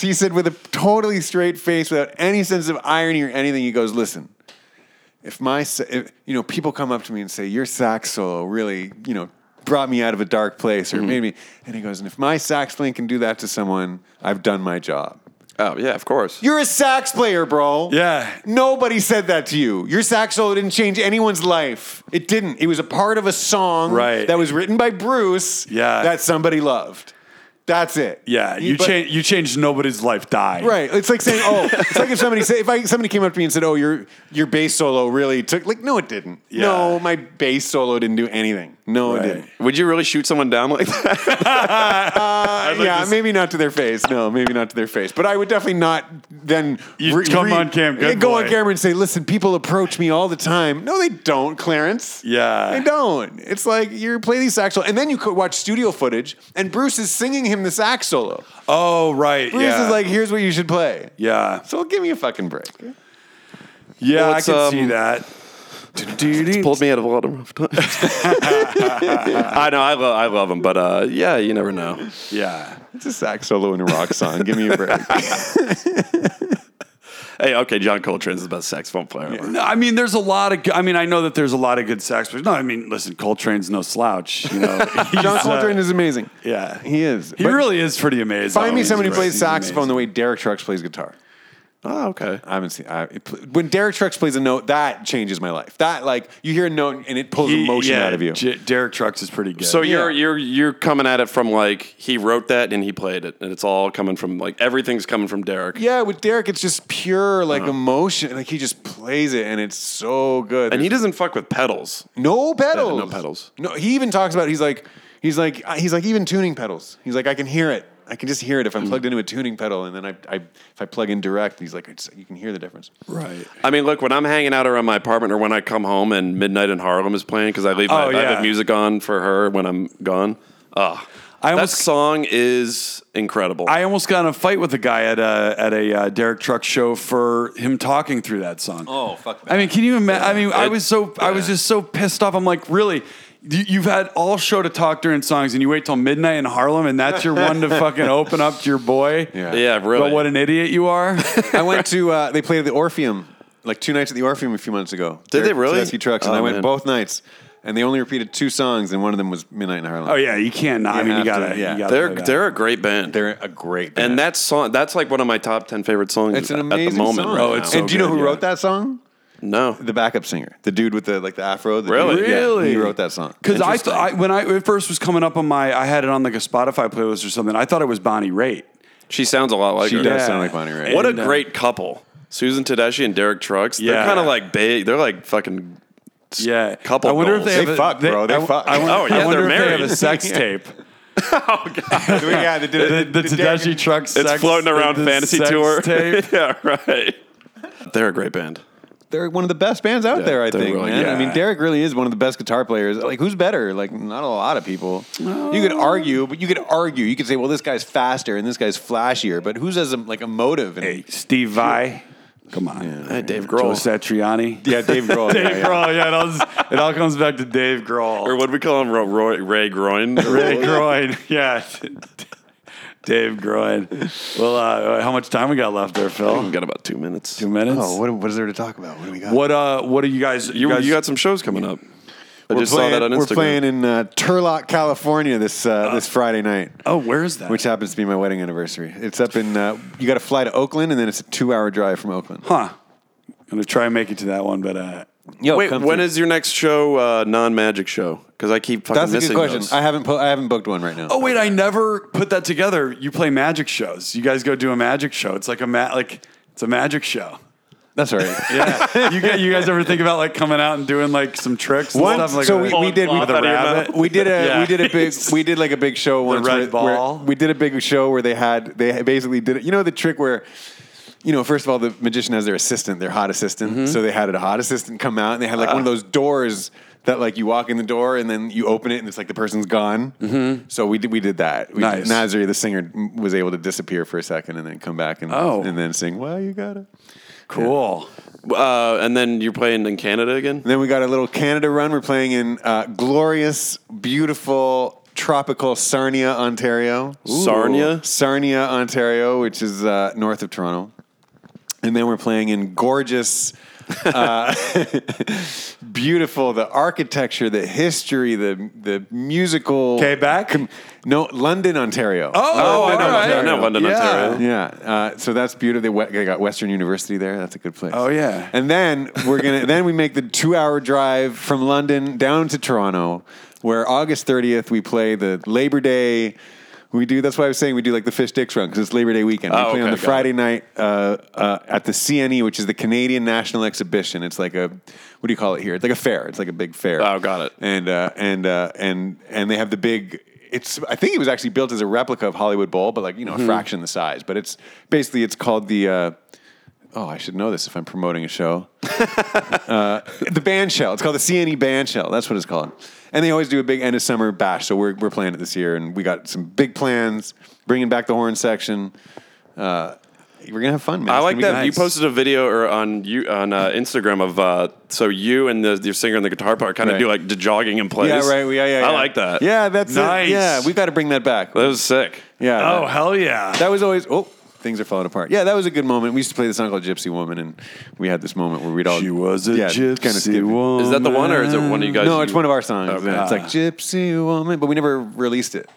[SPEAKER 3] he said with a totally straight face, without any sense of irony or anything. He goes, "Listen, if my sa- if, you know people come up to me and say your sax solo really you know brought me out of a dark place or made me," and he goes, "And if my sax playing can do that to someone, I've done my job."
[SPEAKER 1] oh yeah, of course.
[SPEAKER 3] You're a sax player, bro.
[SPEAKER 2] Yeah.
[SPEAKER 3] Nobody said that to you. Your sax solo didn't change anyone's life. It didn't. It was a part of a song
[SPEAKER 2] Right.
[SPEAKER 3] that was written by Bruce
[SPEAKER 2] Yeah.
[SPEAKER 3] that somebody loved. That's it.
[SPEAKER 2] Yeah, you
[SPEAKER 3] but-
[SPEAKER 2] change. You changed nobody's life. Die.
[SPEAKER 3] Right. It's like saying, oh, it's like if somebody said, if I, somebody came up to me and said, oh, your your bass solo really took, like, no, it didn't.
[SPEAKER 2] Yeah.
[SPEAKER 3] No, my bass solo didn't do anything. No,
[SPEAKER 2] Right.
[SPEAKER 3] it didn't.
[SPEAKER 1] Would you really shoot someone down like that?
[SPEAKER 3] Uh,
[SPEAKER 2] like
[SPEAKER 3] yeah,
[SPEAKER 2] to s-
[SPEAKER 3] maybe not to their face. No, maybe not to their face. But I would definitely not then
[SPEAKER 2] You'd come on cam, good
[SPEAKER 3] go on
[SPEAKER 2] boy.
[SPEAKER 3] camera and say, "Listen, people approach me all the time." No, they don't, Clarence.
[SPEAKER 2] Yeah.
[SPEAKER 3] they don't. It's like you play these sax solo, and then you could watch studio footage, and Bruce is singing him the sax solo.
[SPEAKER 2] Oh, right.
[SPEAKER 3] Bruce
[SPEAKER 2] yeah.
[SPEAKER 3] is like, "Here's what you should play."
[SPEAKER 2] yeah,
[SPEAKER 3] So give me a fucking break.
[SPEAKER 2] yeah. I
[SPEAKER 1] What's,
[SPEAKER 2] can
[SPEAKER 1] um,
[SPEAKER 2] see that.
[SPEAKER 1] pulled me out of a lot of rough times. I know, I love, I love him, but uh, yeah, you never know.
[SPEAKER 2] Yeah.
[SPEAKER 3] It's a sax solo in a rock song. give me a break.
[SPEAKER 1] Hey, okay, John Coltrane's the best saxophone player ever.
[SPEAKER 2] No, I mean, there's a lot of. go- I mean, I know that there's a lot of good sax players. No, I mean, listen, Coltrane's no slouch. You know,
[SPEAKER 3] John Coltrane is amazing.
[SPEAKER 2] uh, Yeah,
[SPEAKER 3] He is.
[SPEAKER 2] He
[SPEAKER 3] But
[SPEAKER 2] really is pretty amazing.
[SPEAKER 3] Find me
[SPEAKER 2] He's
[SPEAKER 3] somebody who
[SPEAKER 2] great.
[SPEAKER 3] plays
[SPEAKER 2] He's
[SPEAKER 3] saxophone the
[SPEAKER 2] amazing.
[SPEAKER 3] way Derek Trucks plays guitar.
[SPEAKER 1] Oh, okay.
[SPEAKER 3] I haven't seen. I, it, pl- when Derek Trucks plays a note, that changes my life. That like you hear a note and it pulls
[SPEAKER 2] He-
[SPEAKER 3] emotion
[SPEAKER 2] yeah,
[SPEAKER 3] out of you.
[SPEAKER 2] J- Derek Trucks is pretty good.
[SPEAKER 1] So you're you're you're coming at it from like he wrote that and he played it, and it's all coming from like everything's coming from Derek.
[SPEAKER 3] yeah, with Derek, it's just pure like emotion. Like he just plays it and it's so good.
[SPEAKER 1] And he doesn't fuck with pedals.
[SPEAKER 3] no pedals.
[SPEAKER 1] no pedals.
[SPEAKER 3] No. He even talks about. He's like. He's like. uh, He's like even tuning pedals. He's like I can hear it. I can just hear it if I'm plugged into a tuning pedal, and then I, I if I plug in direct, he's like, it's, you can hear the difference.
[SPEAKER 2] right.
[SPEAKER 1] I mean, look, when I'm hanging out around my apartment or when I come home and Midnight in Harlem is playing because I leave my,
[SPEAKER 2] Oh,
[SPEAKER 1] I
[SPEAKER 2] yeah.
[SPEAKER 1] have music on for her when I'm gone. Ah,
[SPEAKER 2] I
[SPEAKER 1] that
[SPEAKER 2] almost-
[SPEAKER 1] song is incredible.
[SPEAKER 2] I almost got in a fight with a guy at a at a uh, Derek Truck show for him talking through that song.
[SPEAKER 4] Oh, fuck
[SPEAKER 2] I mean, can you imagine? I mean, I
[SPEAKER 1] It-
[SPEAKER 2] was so I was
[SPEAKER 1] yeah.
[SPEAKER 2] just so pissed off. I'm like, really. You- You've had all show to talk during songs, and you wait till midnight in Harlem, and that's your one to fucking open up to your boy.
[SPEAKER 3] Yeah.
[SPEAKER 1] yeah, really.
[SPEAKER 2] But what an idiot you are!
[SPEAKER 3] I went to uh, they played at the Orpheum like two nights at the Orpheum a few months ago.
[SPEAKER 1] Did they
[SPEAKER 3] Derek
[SPEAKER 1] really?
[SPEAKER 3] Tedeschi trucks, and
[SPEAKER 1] Oh,
[SPEAKER 3] I went
[SPEAKER 1] man.
[SPEAKER 3] both nights, and they only repeated two songs, and one of them was Midnight in Harlem.
[SPEAKER 2] oh yeah, you can't not. I
[SPEAKER 3] You
[SPEAKER 2] mean, you
[SPEAKER 3] have to,
[SPEAKER 2] gotta.
[SPEAKER 3] yeah.
[SPEAKER 2] you gotta
[SPEAKER 1] they're
[SPEAKER 2] play that.
[SPEAKER 1] they're a great band.
[SPEAKER 3] they're a great band.
[SPEAKER 1] and that song, that's like one of my top ten favorite songs
[SPEAKER 3] it's an
[SPEAKER 1] at
[SPEAKER 3] amazing
[SPEAKER 1] the moment.
[SPEAKER 3] song.
[SPEAKER 1] right
[SPEAKER 2] Oh, it's
[SPEAKER 1] now.
[SPEAKER 3] and do you know
[SPEAKER 2] good,
[SPEAKER 3] who
[SPEAKER 2] yeah.
[SPEAKER 3] wrote that song?
[SPEAKER 1] no.
[SPEAKER 3] The backup singer, the dude with the like the afro. the
[SPEAKER 1] Really?
[SPEAKER 3] dude- yeah,
[SPEAKER 2] Really?
[SPEAKER 3] he wrote that song.
[SPEAKER 2] Because I, th- I when I it first was coming up on my, I had it on like a Spotify playlist or something. I thought it was Bonnie Raitt.
[SPEAKER 1] She sounds a lot like
[SPEAKER 3] She
[SPEAKER 1] her.
[SPEAKER 3] does
[SPEAKER 2] Yeah.
[SPEAKER 3] sound like Bonnie Raitt.
[SPEAKER 1] What a
[SPEAKER 2] And, uh,
[SPEAKER 1] great couple. Susan Tedeschi and Derek Trucks. They're
[SPEAKER 2] Yeah.
[SPEAKER 1] kind of like big. They're like fucking s-
[SPEAKER 2] Yeah,
[SPEAKER 1] couple.
[SPEAKER 2] I wonder
[SPEAKER 1] goals.
[SPEAKER 2] if they,
[SPEAKER 3] They
[SPEAKER 2] have
[SPEAKER 3] fuck,
[SPEAKER 2] a, they,
[SPEAKER 3] bro. They
[SPEAKER 2] I,
[SPEAKER 3] fuck.
[SPEAKER 2] I, wonder-
[SPEAKER 1] Oh, yeah,
[SPEAKER 2] I wonder if
[SPEAKER 1] they're
[SPEAKER 2] they have
[SPEAKER 1] married.
[SPEAKER 2] a sex tape.
[SPEAKER 3] yeah, they did
[SPEAKER 2] The,
[SPEAKER 3] it.
[SPEAKER 2] the, Tedeschi truck.
[SPEAKER 1] it's
[SPEAKER 2] sex,
[SPEAKER 1] floating around
[SPEAKER 2] the
[SPEAKER 1] fantasy
[SPEAKER 2] sex
[SPEAKER 1] tour.
[SPEAKER 2] Tape.
[SPEAKER 1] yeah, right. They're a great band.
[SPEAKER 3] They're one of the best bands out
[SPEAKER 1] Yeah,
[SPEAKER 3] there. I
[SPEAKER 1] they're
[SPEAKER 3] think,
[SPEAKER 1] really
[SPEAKER 3] man.
[SPEAKER 1] good.
[SPEAKER 3] I mean, Derek really is one of the best guitar players. Like, who's better? Like, not a lot of people. You
[SPEAKER 1] Oh.
[SPEAKER 3] could argue, but you could argue. You could say, well, this guy's faster and this guy's flashier. But who's as like emotive? And
[SPEAKER 2] Steve Vai. Come on.
[SPEAKER 1] Hey, Dave
[SPEAKER 2] Joe
[SPEAKER 1] Grohl.
[SPEAKER 2] Satriani.
[SPEAKER 3] Yeah, Dave Grohl.
[SPEAKER 2] Dave
[SPEAKER 3] yeah, yeah.
[SPEAKER 2] Grohl. Yeah, it all, it all comes back to Dave Grohl.
[SPEAKER 1] Or what do we call him? Ro- Roy, Ray Groin?
[SPEAKER 2] Ray Groin. Yeah. Dave Groin. Well, uh, how much time we got left there, Phil?
[SPEAKER 1] We've got about two minutes.
[SPEAKER 2] Two minutes.
[SPEAKER 3] Oh, what, what is there to talk about? What do we got?
[SPEAKER 2] what uh? What are you guys?
[SPEAKER 1] you,
[SPEAKER 2] guys,
[SPEAKER 1] you got some shows coming up. I just
[SPEAKER 3] playing,
[SPEAKER 1] saw that on Instagram.
[SPEAKER 3] We're playing in uh, Turlock, California this uh, this Friday night,
[SPEAKER 2] Oh, where is that?
[SPEAKER 3] which happens to be my wedding anniversary. It's up in. Uh, you got to fly to Oakland, and then it's a two-hour drive from Oakland.
[SPEAKER 2] huh? I'm gonna try and make it to that one, but uh,
[SPEAKER 3] Yo,
[SPEAKER 1] Wait, when is your next show? Uh, non-magic show? Because I keep fucking
[SPEAKER 3] That's a
[SPEAKER 1] missing
[SPEAKER 3] good question.
[SPEAKER 1] those.
[SPEAKER 3] I haven't po- I haven't booked one right now.
[SPEAKER 2] oh wait, I never put that together. You play magic shows. You guys go do a magic show. It's like a ma- like it's a magic show.
[SPEAKER 3] that's all right.
[SPEAKER 2] Yeah, you guys, you guys ever think about like coming out and doing like some tricks and
[SPEAKER 3] One,
[SPEAKER 2] stuff? Like
[SPEAKER 3] so
[SPEAKER 2] that?
[SPEAKER 3] we, we did we,
[SPEAKER 2] With a rabbit?
[SPEAKER 3] we did a
[SPEAKER 2] Yeah.
[SPEAKER 3] we did a big we did like a big show once
[SPEAKER 2] red
[SPEAKER 3] where- where-
[SPEAKER 2] ball.
[SPEAKER 3] we did a big show where they had they basically did it you know the trick where you know first of all the magician has their assistant their hot assistant
[SPEAKER 2] Mm-hmm.
[SPEAKER 3] so they had a hot assistant come out and they had like one
[SPEAKER 2] Ah.
[SPEAKER 3] of those doors that like you walk in the door and then you open it and it's like the person's gone so we did we did that we
[SPEAKER 2] Mm-hmm. Nice.
[SPEAKER 3] did, Nasri the singer was able to disappear for a second and then come back and
[SPEAKER 2] Oh.
[SPEAKER 3] and then sing well you got it
[SPEAKER 2] cool.
[SPEAKER 1] uh, and then you're playing in Canada again.
[SPEAKER 3] And then we got a little Canada run. We're playing in uh, glorious, beautiful, tropical Sarnia, Ontario.
[SPEAKER 1] Sarnia?
[SPEAKER 3] Sarnia, Ontario, which is uh, north of Toronto. And then we're playing in gorgeous, uh, beautiful, the architecture, the history, the the musical.
[SPEAKER 2] Quebec?
[SPEAKER 3] no, London, Ontario. Oh,
[SPEAKER 1] Oh, I
[SPEAKER 2] all
[SPEAKER 1] know,
[SPEAKER 2] right.
[SPEAKER 1] I know London,
[SPEAKER 2] Yeah.
[SPEAKER 1] Ontario.
[SPEAKER 3] yeah, uh, so that's beautiful. They, we- they got Western University there. That's a good place.
[SPEAKER 2] Oh, yeah.
[SPEAKER 3] And then we're gonna then we make the two hour drive from London down to Toronto, where August thirtieth we play the Labor Day. We do. That's why I was saying we do like the fish dicks run because it's Labor Day weekend. We
[SPEAKER 1] Oh,
[SPEAKER 3] play on
[SPEAKER 1] okay,
[SPEAKER 3] the
[SPEAKER 1] got
[SPEAKER 3] Friday night uh, uh, at the CNE, which is the Canadian National Exhibition. It's like a what do you call it here? It's like a fair. It's like a big fair.
[SPEAKER 1] Oh, got it.
[SPEAKER 3] And uh, and uh, and and they have the big. It's I think it was actually built as a replica of Hollywood Bowl, but like you know
[SPEAKER 1] Mm-hmm.
[SPEAKER 3] a fraction the size. But it's basically it's called the. Uh, oh, I should know this if I'm promoting a show. The band shell. It's called the CNE band shell. That's what it's called. And they always do a big end of summer bash. So we're, we're playing it this year, and we got some big plans. Bringing back the horn section. Uh, we're gonna have fun, man.
[SPEAKER 1] I
[SPEAKER 3] It's
[SPEAKER 1] like
[SPEAKER 3] gonna
[SPEAKER 1] that
[SPEAKER 3] be
[SPEAKER 1] you
[SPEAKER 3] nice.
[SPEAKER 1] posted a video or on you on uh, Instagram of uh, so you and the your singer and the guitar part kind of
[SPEAKER 3] Right.
[SPEAKER 1] do like the jogging in place.
[SPEAKER 3] Yeah, right. Yeah, yeah. yeah.
[SPEAKER 1] I like that.
[SPEAKER 3] Yeah, that's
[SPEAKER 2] Nice.
[SPEAKER 3] it. Yeah, we've got to bring that back.
[SPEAKER 1] that was sick.
[SPEAKER 3] Yeah.
[SPEAKER 2] Oh
[SPEAKER 3] that,
[SPEAKER 2] hell yeah!
[SPEAKER 3] that was always. Oh, things are falling apart. Yeah, that was a good moment. We used to play the song called Gypsy Woman, and we had this moment where we'd all.
[SPEAKER 2] she was a
[SPEAKER 3] yeah,
[SPEAKER 2] gypsy
[SPEAKER 3] kinda skip it.
[SPEAKER 2] woman.
[SPEAKER 1] Is that the one or is it one of you guys?
[SPEAKER 3] No,
[SPEAKER 1] you-
[SPEAKER 3] it's one of our songs.
[SPEAKER 1] Okay.
[SPEAKER 3] It's like Gypsy Woman, but we never released it.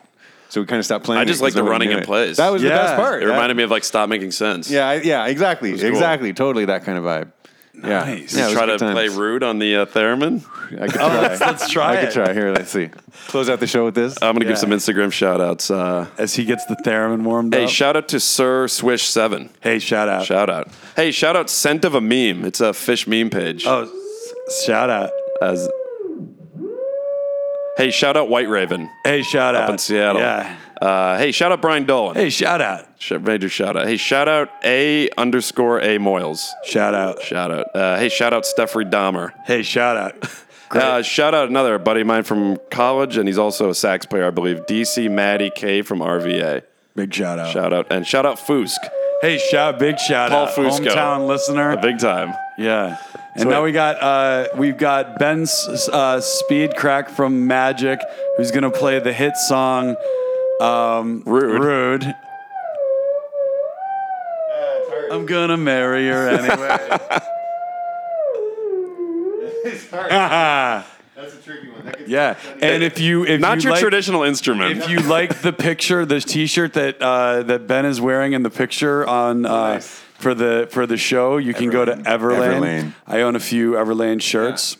[SPEAKER 3] So we kind of stopped playing.
[SPEAKER 1] I
[SPEAKER 3] it
[SPEAKER 1] just
[SPEAKER 3] 'cause
[SPEAKER 1] like the
[SPEAKER 3] nobody
[SPEAKER 1] running
[SPEAKER 3] knew
[SPEAKER 1] in
[SPEAKER 3] it.
[SPEAKER 1] place.
[SPEAKER 3] That was
[SPEAKER 2] Yeah.
[SPEAKER 3] the best part.
[SPEAKER 1] It reminded me of like stop making sense.
[SPEAKER 3] Yeah, I- yeah, exactly,
[SPEAKER 1] cool.
[SPEAKER 3] exactly, totally that kind of vibe. Yeah,
[SPEAKER 2] Nice.
[SPEAKER 3] yeah, it was
[SPEAKER 1] Try to
[SPEAKER 3] good times.
[SPEAKER 1] play rude on the uh, theremin.
[SPEAKER 3] I could try.
[SPEAKER 2] let's- let's try
[SPEAKER 3] I
[SPEAKER 2] it.
[SPEAKER 3] could Oh, try. Uh, Here, let's see. Close out the show with this.
[SPEAKER 1] I'm gonna
[SPEAKER 2] Yeah.
[SPEAKER 1] give some Instagram shout outs. Uh,
[SPEAKER 2] As he gets the theremin warmed
[SPEAKER 1] hey,
[SPEAKER 3] Oh.
[SPEAKER 2] up.
[SPEAKER 1] shout out to Sir Swish Seven.
[SPEAKER 2] hey, shout out.
[SPEAKER 1] Shout out. Hey, shout out Scent of a Meme. It's a fish meme page.
[SPEAKER 2] Oh, s- shout out.
[SPEAKER 1] As- hey, shout out White Raven
[SPEAKER 2] Hey, shout out.
[SPEAKER 1] up in Seattle.
[SPEAKER 2] Yeah.
[SPEAKER 1] Uh, hey, shout out Brian Dolan.
[SPEAKER 2] Hey, shout out.
[SPEAKER 1] Sh- major shout out. Hey, shout out A underscore A Moyles.
[SPEAKER 2] Shout out.
[SPEAKER 1] Shout out. Uh, hey, shout out Steffrey Dahmer.
[SPEAKER 2] Hey, shout out.
[SPEAKER 1] Uh, shout out another buddy of mine from college, and he's also a sax player, I believe. DC Maddie K from RVA.
[SPEAKER 2] Big shout out.
[SPEAKER 1] Shout out and shout out Foosk,
[SPEAKER 2] Hey, shout big shout
[SPEAKER 1] Paul
[SPEAKER 2] out.
[SPEAKER 1] Fusco.
[SPEAKER 2] Hometown listener.
[SPEAKER 1] a big time.
[SPEAKER 2] yeah. And now we got uh, we've got Ben's uh, speed crack from Magic, who's gonna play the hit song um,
[SPEAKER 1] Rude.
[SPEAKER 2] Rude.
[SPEAKER 3] Uh,
[SPEAKER 2] I'm gonna marry her anyway.
[SPEAKER 3] That's a tricky one.
[SPEAKER 2] yeah. And if you if
[SPEAKER 1] Not
[SPEAKER 2] you
[SPEAKER 1] your
[SPEAKER 2] like,
[SPEAKER 1] traditional instrument.
[SPEAKER 2] If you like the picture, the T-shirt that uh, that Ben is wearing in the picture on uh,
[SPEAKER 3] Nice.
[SPEAKER 2] for the for the show, you can go to Everlane.
[SPEAKER 3] Everlane.
[SPEAKER 2] I own a few Everlane shirts.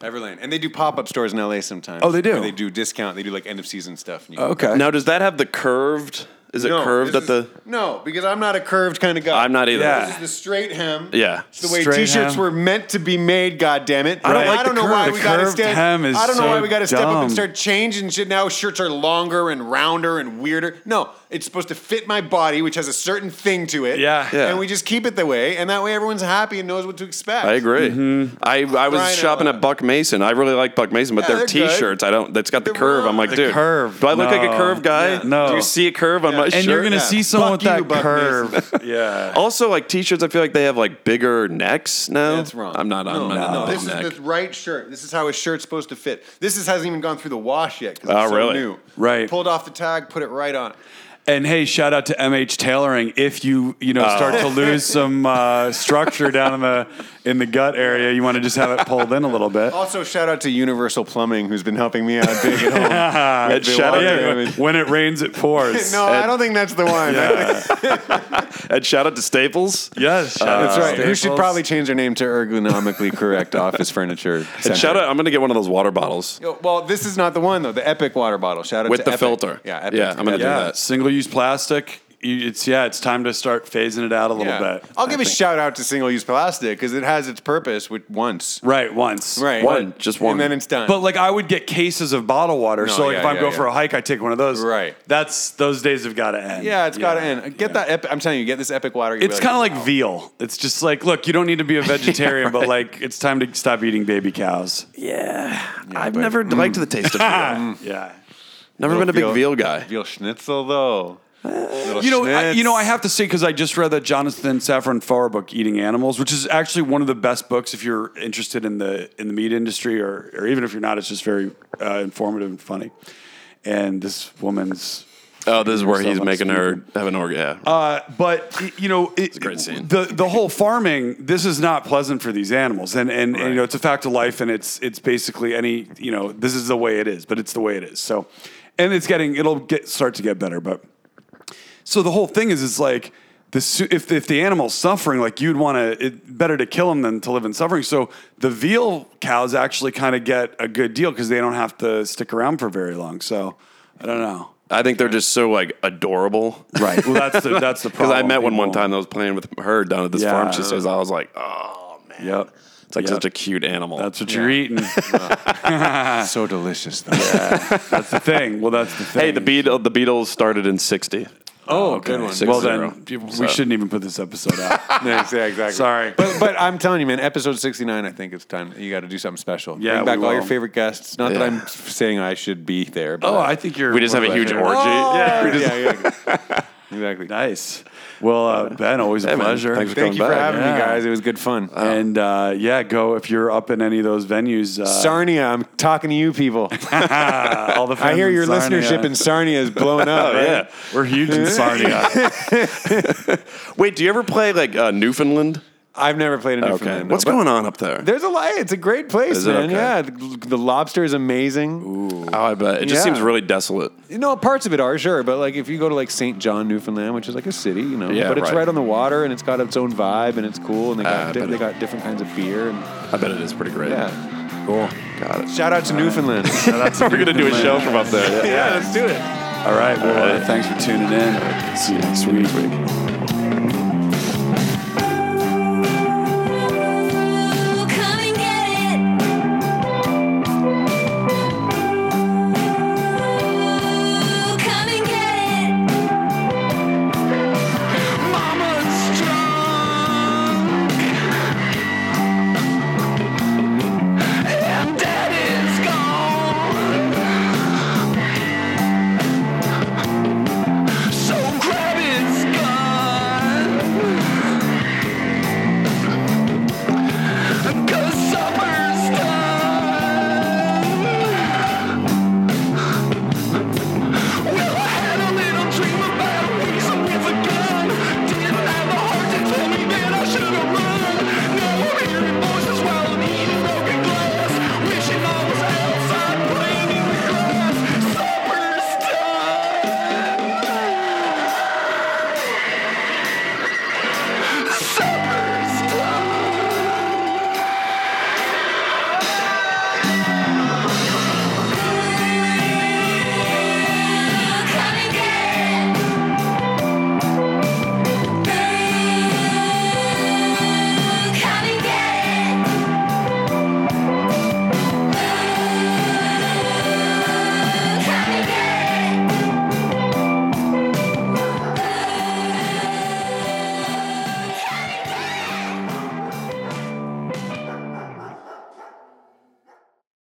[SPEAKER 3] Everlane, and they do pop up stores in LA sometimes.
[SPEAKER 2] Oh, they do?
[SPEAKER 3] Where They do Oh, discount. They do like end of season stuff. And you
[SPEAKER 2] Okay.
[SPEAKER 1] now, does that have the curved? Is it
[SPEAKER 3] No,
[SPEAKER 1] curved
[SPEAKER 3] this
[SPEAKER 1] at the?
[SPEAKER 3] is- No, because I'm not a curved kind of guy.
[SPEAKER 1] I'm not either.
[SPEAKER 2] Yeah.
[SPEAKER 3] This is the straight hem.
[SPEAKER 1] Yeah.
[SPEAKER 3] It's the way
[SPEAKER 2] Straight
[SPEAKER 3] t-shirts
[SPEAKER 2] hem.
[SPEAKER 3] were meant to be made. God damn it! I
[SPEAKER 2] Right.
[SPEAKER 3] don't, I don't
[SPEAKER 2] The
[SPEAKER 3] know why
[SPEAKER 2] curved-
[SPEAKER 3] we
[SPEAKER 2] the
[SPEAKER 3] got to
[SPEAKER 2] curved
[SPEAKER 3] step.
[SPEAKER 2] hem is
[SPEAKER 3] I don't know
[SPEAKER 2] so
[SPEAKER 3] why we got to step up
[SPEAKER 2] dumb.
[SPEAKER 3] and start changing shit. Now shirts are longer and rounder and weirder. No, It's supposed to fit my body, which has a certain thing to it.
[SPEAKER 2] Yeah.
[SPEAKER 1] Yeah.
[SPEAKER 3] And we just keep it the way, and that way everyone's happy and knows what to expect.
[SPEAKER 1] I agree. I, I was
[SPEAKER 3] Rhino.
[SPEAKER 1] shopping at Buck Mason. I really like Buck Mason, but
[SPEAKER 3] Yeah,
[SPEAKER 1] their
[SPEAKER 3] they're good.
[SPEAKER 1] T-shirts, I don't. That's got the
[SPEAKER 3] They're
[SPEAKER 1] curve. I'm
[SPEAKER 3] wrong.
[SPEAKER 1] like,
[SPEAKER 2] The
[SPEAKER 1] dude,
[SPEAKER 2] curve.
[SPEAKER 1] Do I look like a
[SPEAKER 2] No.
[SPEAKER 1] curve guy?
[SPEAKER 3] Yeah.
[SPEAKER 2] No.
[SPEAKER 1] Do you see a curve on my shirt?
[SPEAKER 2] and you're gonna
[SPEAKER 3] yeah.
[SPEAKER 2] see someone
[SPEAKER 3] Fuck
[SPEAKER 2] with that
[SPEAKER 3] you, Buck
[SPEAKER 2] curve. yeah.
[SPEAKER 1] Also, like T-shirts, I feel like they have like bigger necks now.
[SPEAKER 3] That's wrong.
[SPEAKER 1] I'm not on my
[SPEAKER 3] no,
[SPEAKER 1] no,
[SPEAKER 3] this
[SPEAKER 1] neck.
[SPEAKER 3] is the right shirt. This is how a shirt's supposed to fit. This is, hasn't even gone through the wash yet because
[SPEAKER 1] Oh,
[SPEAKER 3] it's so
[SPEAKER 1] really?
[SPEAKER 3] new.
[SPEAKER 2] Right.
[SPEAKER 3] Pulled off the tag, put it right on.
[SPEAKER 2] And hey, shout out to MH Tailoring. If you you know start
[SPEAKER 3] Oh.
[SPEAKER 2] to lose some uh, structure down in the in the gut area, you want to just have it pulled in a little bit.
[SPEAKER 3] Also, shout out to Universal Plumbing, who's been helping me out big at home.
[SPEAKER 1] That shout, out
[SPEAKER 3] Yeah,
[SPEAKER 1] to,
[SPEAKER 3] I mean-
[SPEAKER 2] when it rains, it pours.
[SPEAKER 3] no, I don't think that's the one.
[SPEAKER 1] that shout out to Staples.
[SPEAKER 2] Yes, shout
[SPEAKER 3] That's
[SPEAKER 2] out
[SPEAKER 3] right. Who should
[SPEAKER 2] uh, Staples.
[SPEAKER 3] probably change their name to ergonomically correct office furniture. Center.
[SPEAKER 1] And shout out. I'm gonna get one of those water bottles
[SPEAKER 3] Yo, Well, this is not the one though. The Epic water bottle. Shout out
[SPEAKER 1] with
[SPEAKER 3] to
[SPEAKER 1] the
[SPEAKER 3] Epic.
[SPEAKER 1] filter.
[SPEAKER 3] Yeah, Epic's
[SPEAKER 1] yeah. I'm gonna
[SPEAKER 3] good.
[SPEAKER 1] do
[SPEAKER 2] Yeah,
[SPEAKER 1] that.
[SPEAKER 2] single-use plastic. You, it's yeah, it's time to start phasing it out a little
[SPEAKER 3] Yeah.
[SPEAKER 2] bit.
[SPEAKER 3] I'll give a shout out to single-use plastic because it has its purpose with once.
[SPEAKER 2] Right once.
[SPEAKER 3] Right.
[SPEAKER 1] One, just one.
[SPEAKER 3] And then it's done.
[SPEAKER 2] But like I would get cases of bottle water.
[SPEAKER 3] No,
[SPEAKER 2] so like
[SPEAKER 3] yeah,
[SPEAKER 2] if I'm
[SPEAKER 3] yeah,
[SPEAKER 2] going
[SPEAKER 3] yeah.
[SPEAKER 2] for a hike, I take one of those.
[SPEAKER 3] Right.
[SPEAKER 2] That's those days have got to end.
[SPEAKER 3] yeah, it's got to end. Get that. Epic, I'm telling you, get this Epic water.
[SPEAKER 2] It's kind of like veal. It's just like, look, you don't need to be a vegetarian, but like, it's time to stop eating baby cows.
[SPEAKER 1] Yeah. I've never liked the taste of veal.
[SPEAKER 2] Yeah.
[SPEAKER 1] never been a big
[SPEAKER 3] veal-
[SPEAKER 1] veal guy.
[SPEAKER 3] veal schnitzel though. Little
[SPEAKER 2] You know, I, you know, I
[SPEAKER 3] schnitz.
[SPEAKER 2] have to say because I just read that Jonathan Safran Foer book, Eating Animals, which is actually one of the best books if you're interested in the in the meat industry, or or even if you're not, it's just very uh, informative and funny. And this woman's
[SPEAKER 1] Oh, this is where
[SPEAKER 2] Yourself
[SPEAKER 1] he's
[SPEAKER 2] up
[SPEAKER 1] making her
[SPEAKER 2] stupid.
[SPEAKER 1] have an orgasm. Yeah.
[SPEAKER 2] Uh, but y- you know, it, it's a
[SPEAKER 1] great scene.
[SPEAKER 2] The the whole farming. This is not pleasant for these animals, and and, and, you know it's a fact of life, and it's it's basically any you know this is the way it is, but it's the way it is. So, and it's getting it'll get start to get better, but so the whole thing is it's like the su- if if the animal's suffering, like you'd want to it better to kill them than to live in suffering. So the veal cows actually kind of get a good deal because they don't have to stick around for very long. So I don't know.
[SPEAKER 1] I think they're just so like adorable.
[SPEAKER 2] Right. Well, that's the, that's the
[SPEAKER 1] Because
[SPEAKER 2] problem.
[SPEAKER 1] I met one one
[SPEAKER 2] people.
[SPEAKER 1] time that was playing with her down at this
[SPEAKER 2] Yeah.
[SPEAKER 1] farm. She says, I was like, oh, man.
[SPEAKER 2] Yep.
[SPEAKER 1] It's like
[SPEAKER 2] Yep.
[SPEAKER 1] such a cute animal.
[SPEAKER 2] That's what you're eating.
[SPEAKER 3] It's so delicious though.
[SPEAKER 2] That's the thing. Well, that's the thing.
[SPEAKER 1] hey, the, Beat- the Beatles started in 60.
[SPEAKER 3] Oh,
[SPEAKER 2] Okay.
[SPEAKER 3] good one.
[SPEAKER 1] Six
[SPEAKER 2] Well,
[SPEAKER 1] zero.
[SPEAKER 2] then we
[SPEAKER 1] So-
[SPEAKER 2] shouldn't even put this episode out.
[SPEAKER 3] Yeah, exactly.
[SPEAKER 2] Sorry.
[SPEAKER 3] But, but I'm telling you, man, episode 69, I think it's time. You got to do something special.
[SPEAKER 2] Yeah,
[SPEAKER 3] Bring back
[SPEAKER 2] we
[SPEAKER 3] all your
[SPEAKER 2] will.
[SPEAKER 3] favorite guests. Not
[SPEAKER 1] Yeah.
[SPEAKER 3] that I'm f- saying I should be there. But
[SPEAKER 2] oh, I think you're.
[SPEAKER 1] We just have a huge orgy.
[SPEAKER 3] yeah,
[SPEAKER 2] we just-
[SPEAKER 3] yeah, yeah. Exactly.
[SPEAKER 2] Nice. Well, uh, Ben, always a
[SPEAKER 1] Hey, man.
[SPEAKER 2] pleasure.
[SPEAKER 1] Thanks for
[SPEAKER 3] Thank you
[SPEAKER 1] Coming
[SPEAKER 3] for
[SPEAKER 1] back.
[SPEAKER 3] having me,
[SPEAKER 2] Yeah.
[SPEAKER 3] guys. It was good fun.
[SPEAKER 2] And uh, yeah, go if you're up in any of those venues. Uh,
[SPEAKER 3] Sarnia, I'm talking to you people.
[SPEAKER 2] all the
[SPEAKER 3] I hear your
[SPEAKER 2] fans in Sarnia. Oh,
[SPEAKER 3] listenership in Sarnia is blowing up. right?
[SPEAKER 1] yeah.
[SPEAKER 2] We're huge in Sarnia.
[SPEAKER 1] Wait, do you ever play like uh, Newfoundland?
[SPEAKER 3] I've never played in Newfoundland.
[SPEAKER 1] Okay.
[SPEAKER 3] no,
[SPEAKER 1] What's
[SPEAKER 3] but
[SPEAKER 1] going on up there?
[SPEAKER 3] There's a lot. It's a great place,
[SPEAKER 1] Is it
[SPEAKER 3] man.
[SPEAKER 1] okay?
[SPEAKER 3] Yeah, the, the lobster is amazing.
[SPEAKER 1] Oh, I bet. It just
[SPEAKER 3] Yeah.
[SPEAKER 1] seems really desolate.
[SPEAKER 3] You know, parts of it are sure, but like if you go to like St. John, Newfoundland, which is like a city, you know,
[SPEAKER 1] Yeah,
[SPEAKER 3] but it's
[SPEAKER 1] right.
[SPEAKER 3] right. on the water and it's got its own vibe and it's cool and they got
[SPEAKER 1] Ah,
[SPEAKER 3] di-
[SPEAKER 1] but-
[SPEAKER 3] they got different kinds of beer and
[SPEAKER 1] I bet it is pretty great.
[SPEAKER 3] yeah.
[SPEAKER 1] Cool. Got it.
[SPEAKER 3] Shout out to Newfoundland.
[SPEAKER 2] That's
[SPEAKER 1] We're going to do a show from up there.
[SPEAKER 3] yeah, let's do it.
[SPEAKER 2] All right. Well,
[SPEAKER 1] All right.
[SPEAKER 2] Uh, thanks for tuning in. See you next week.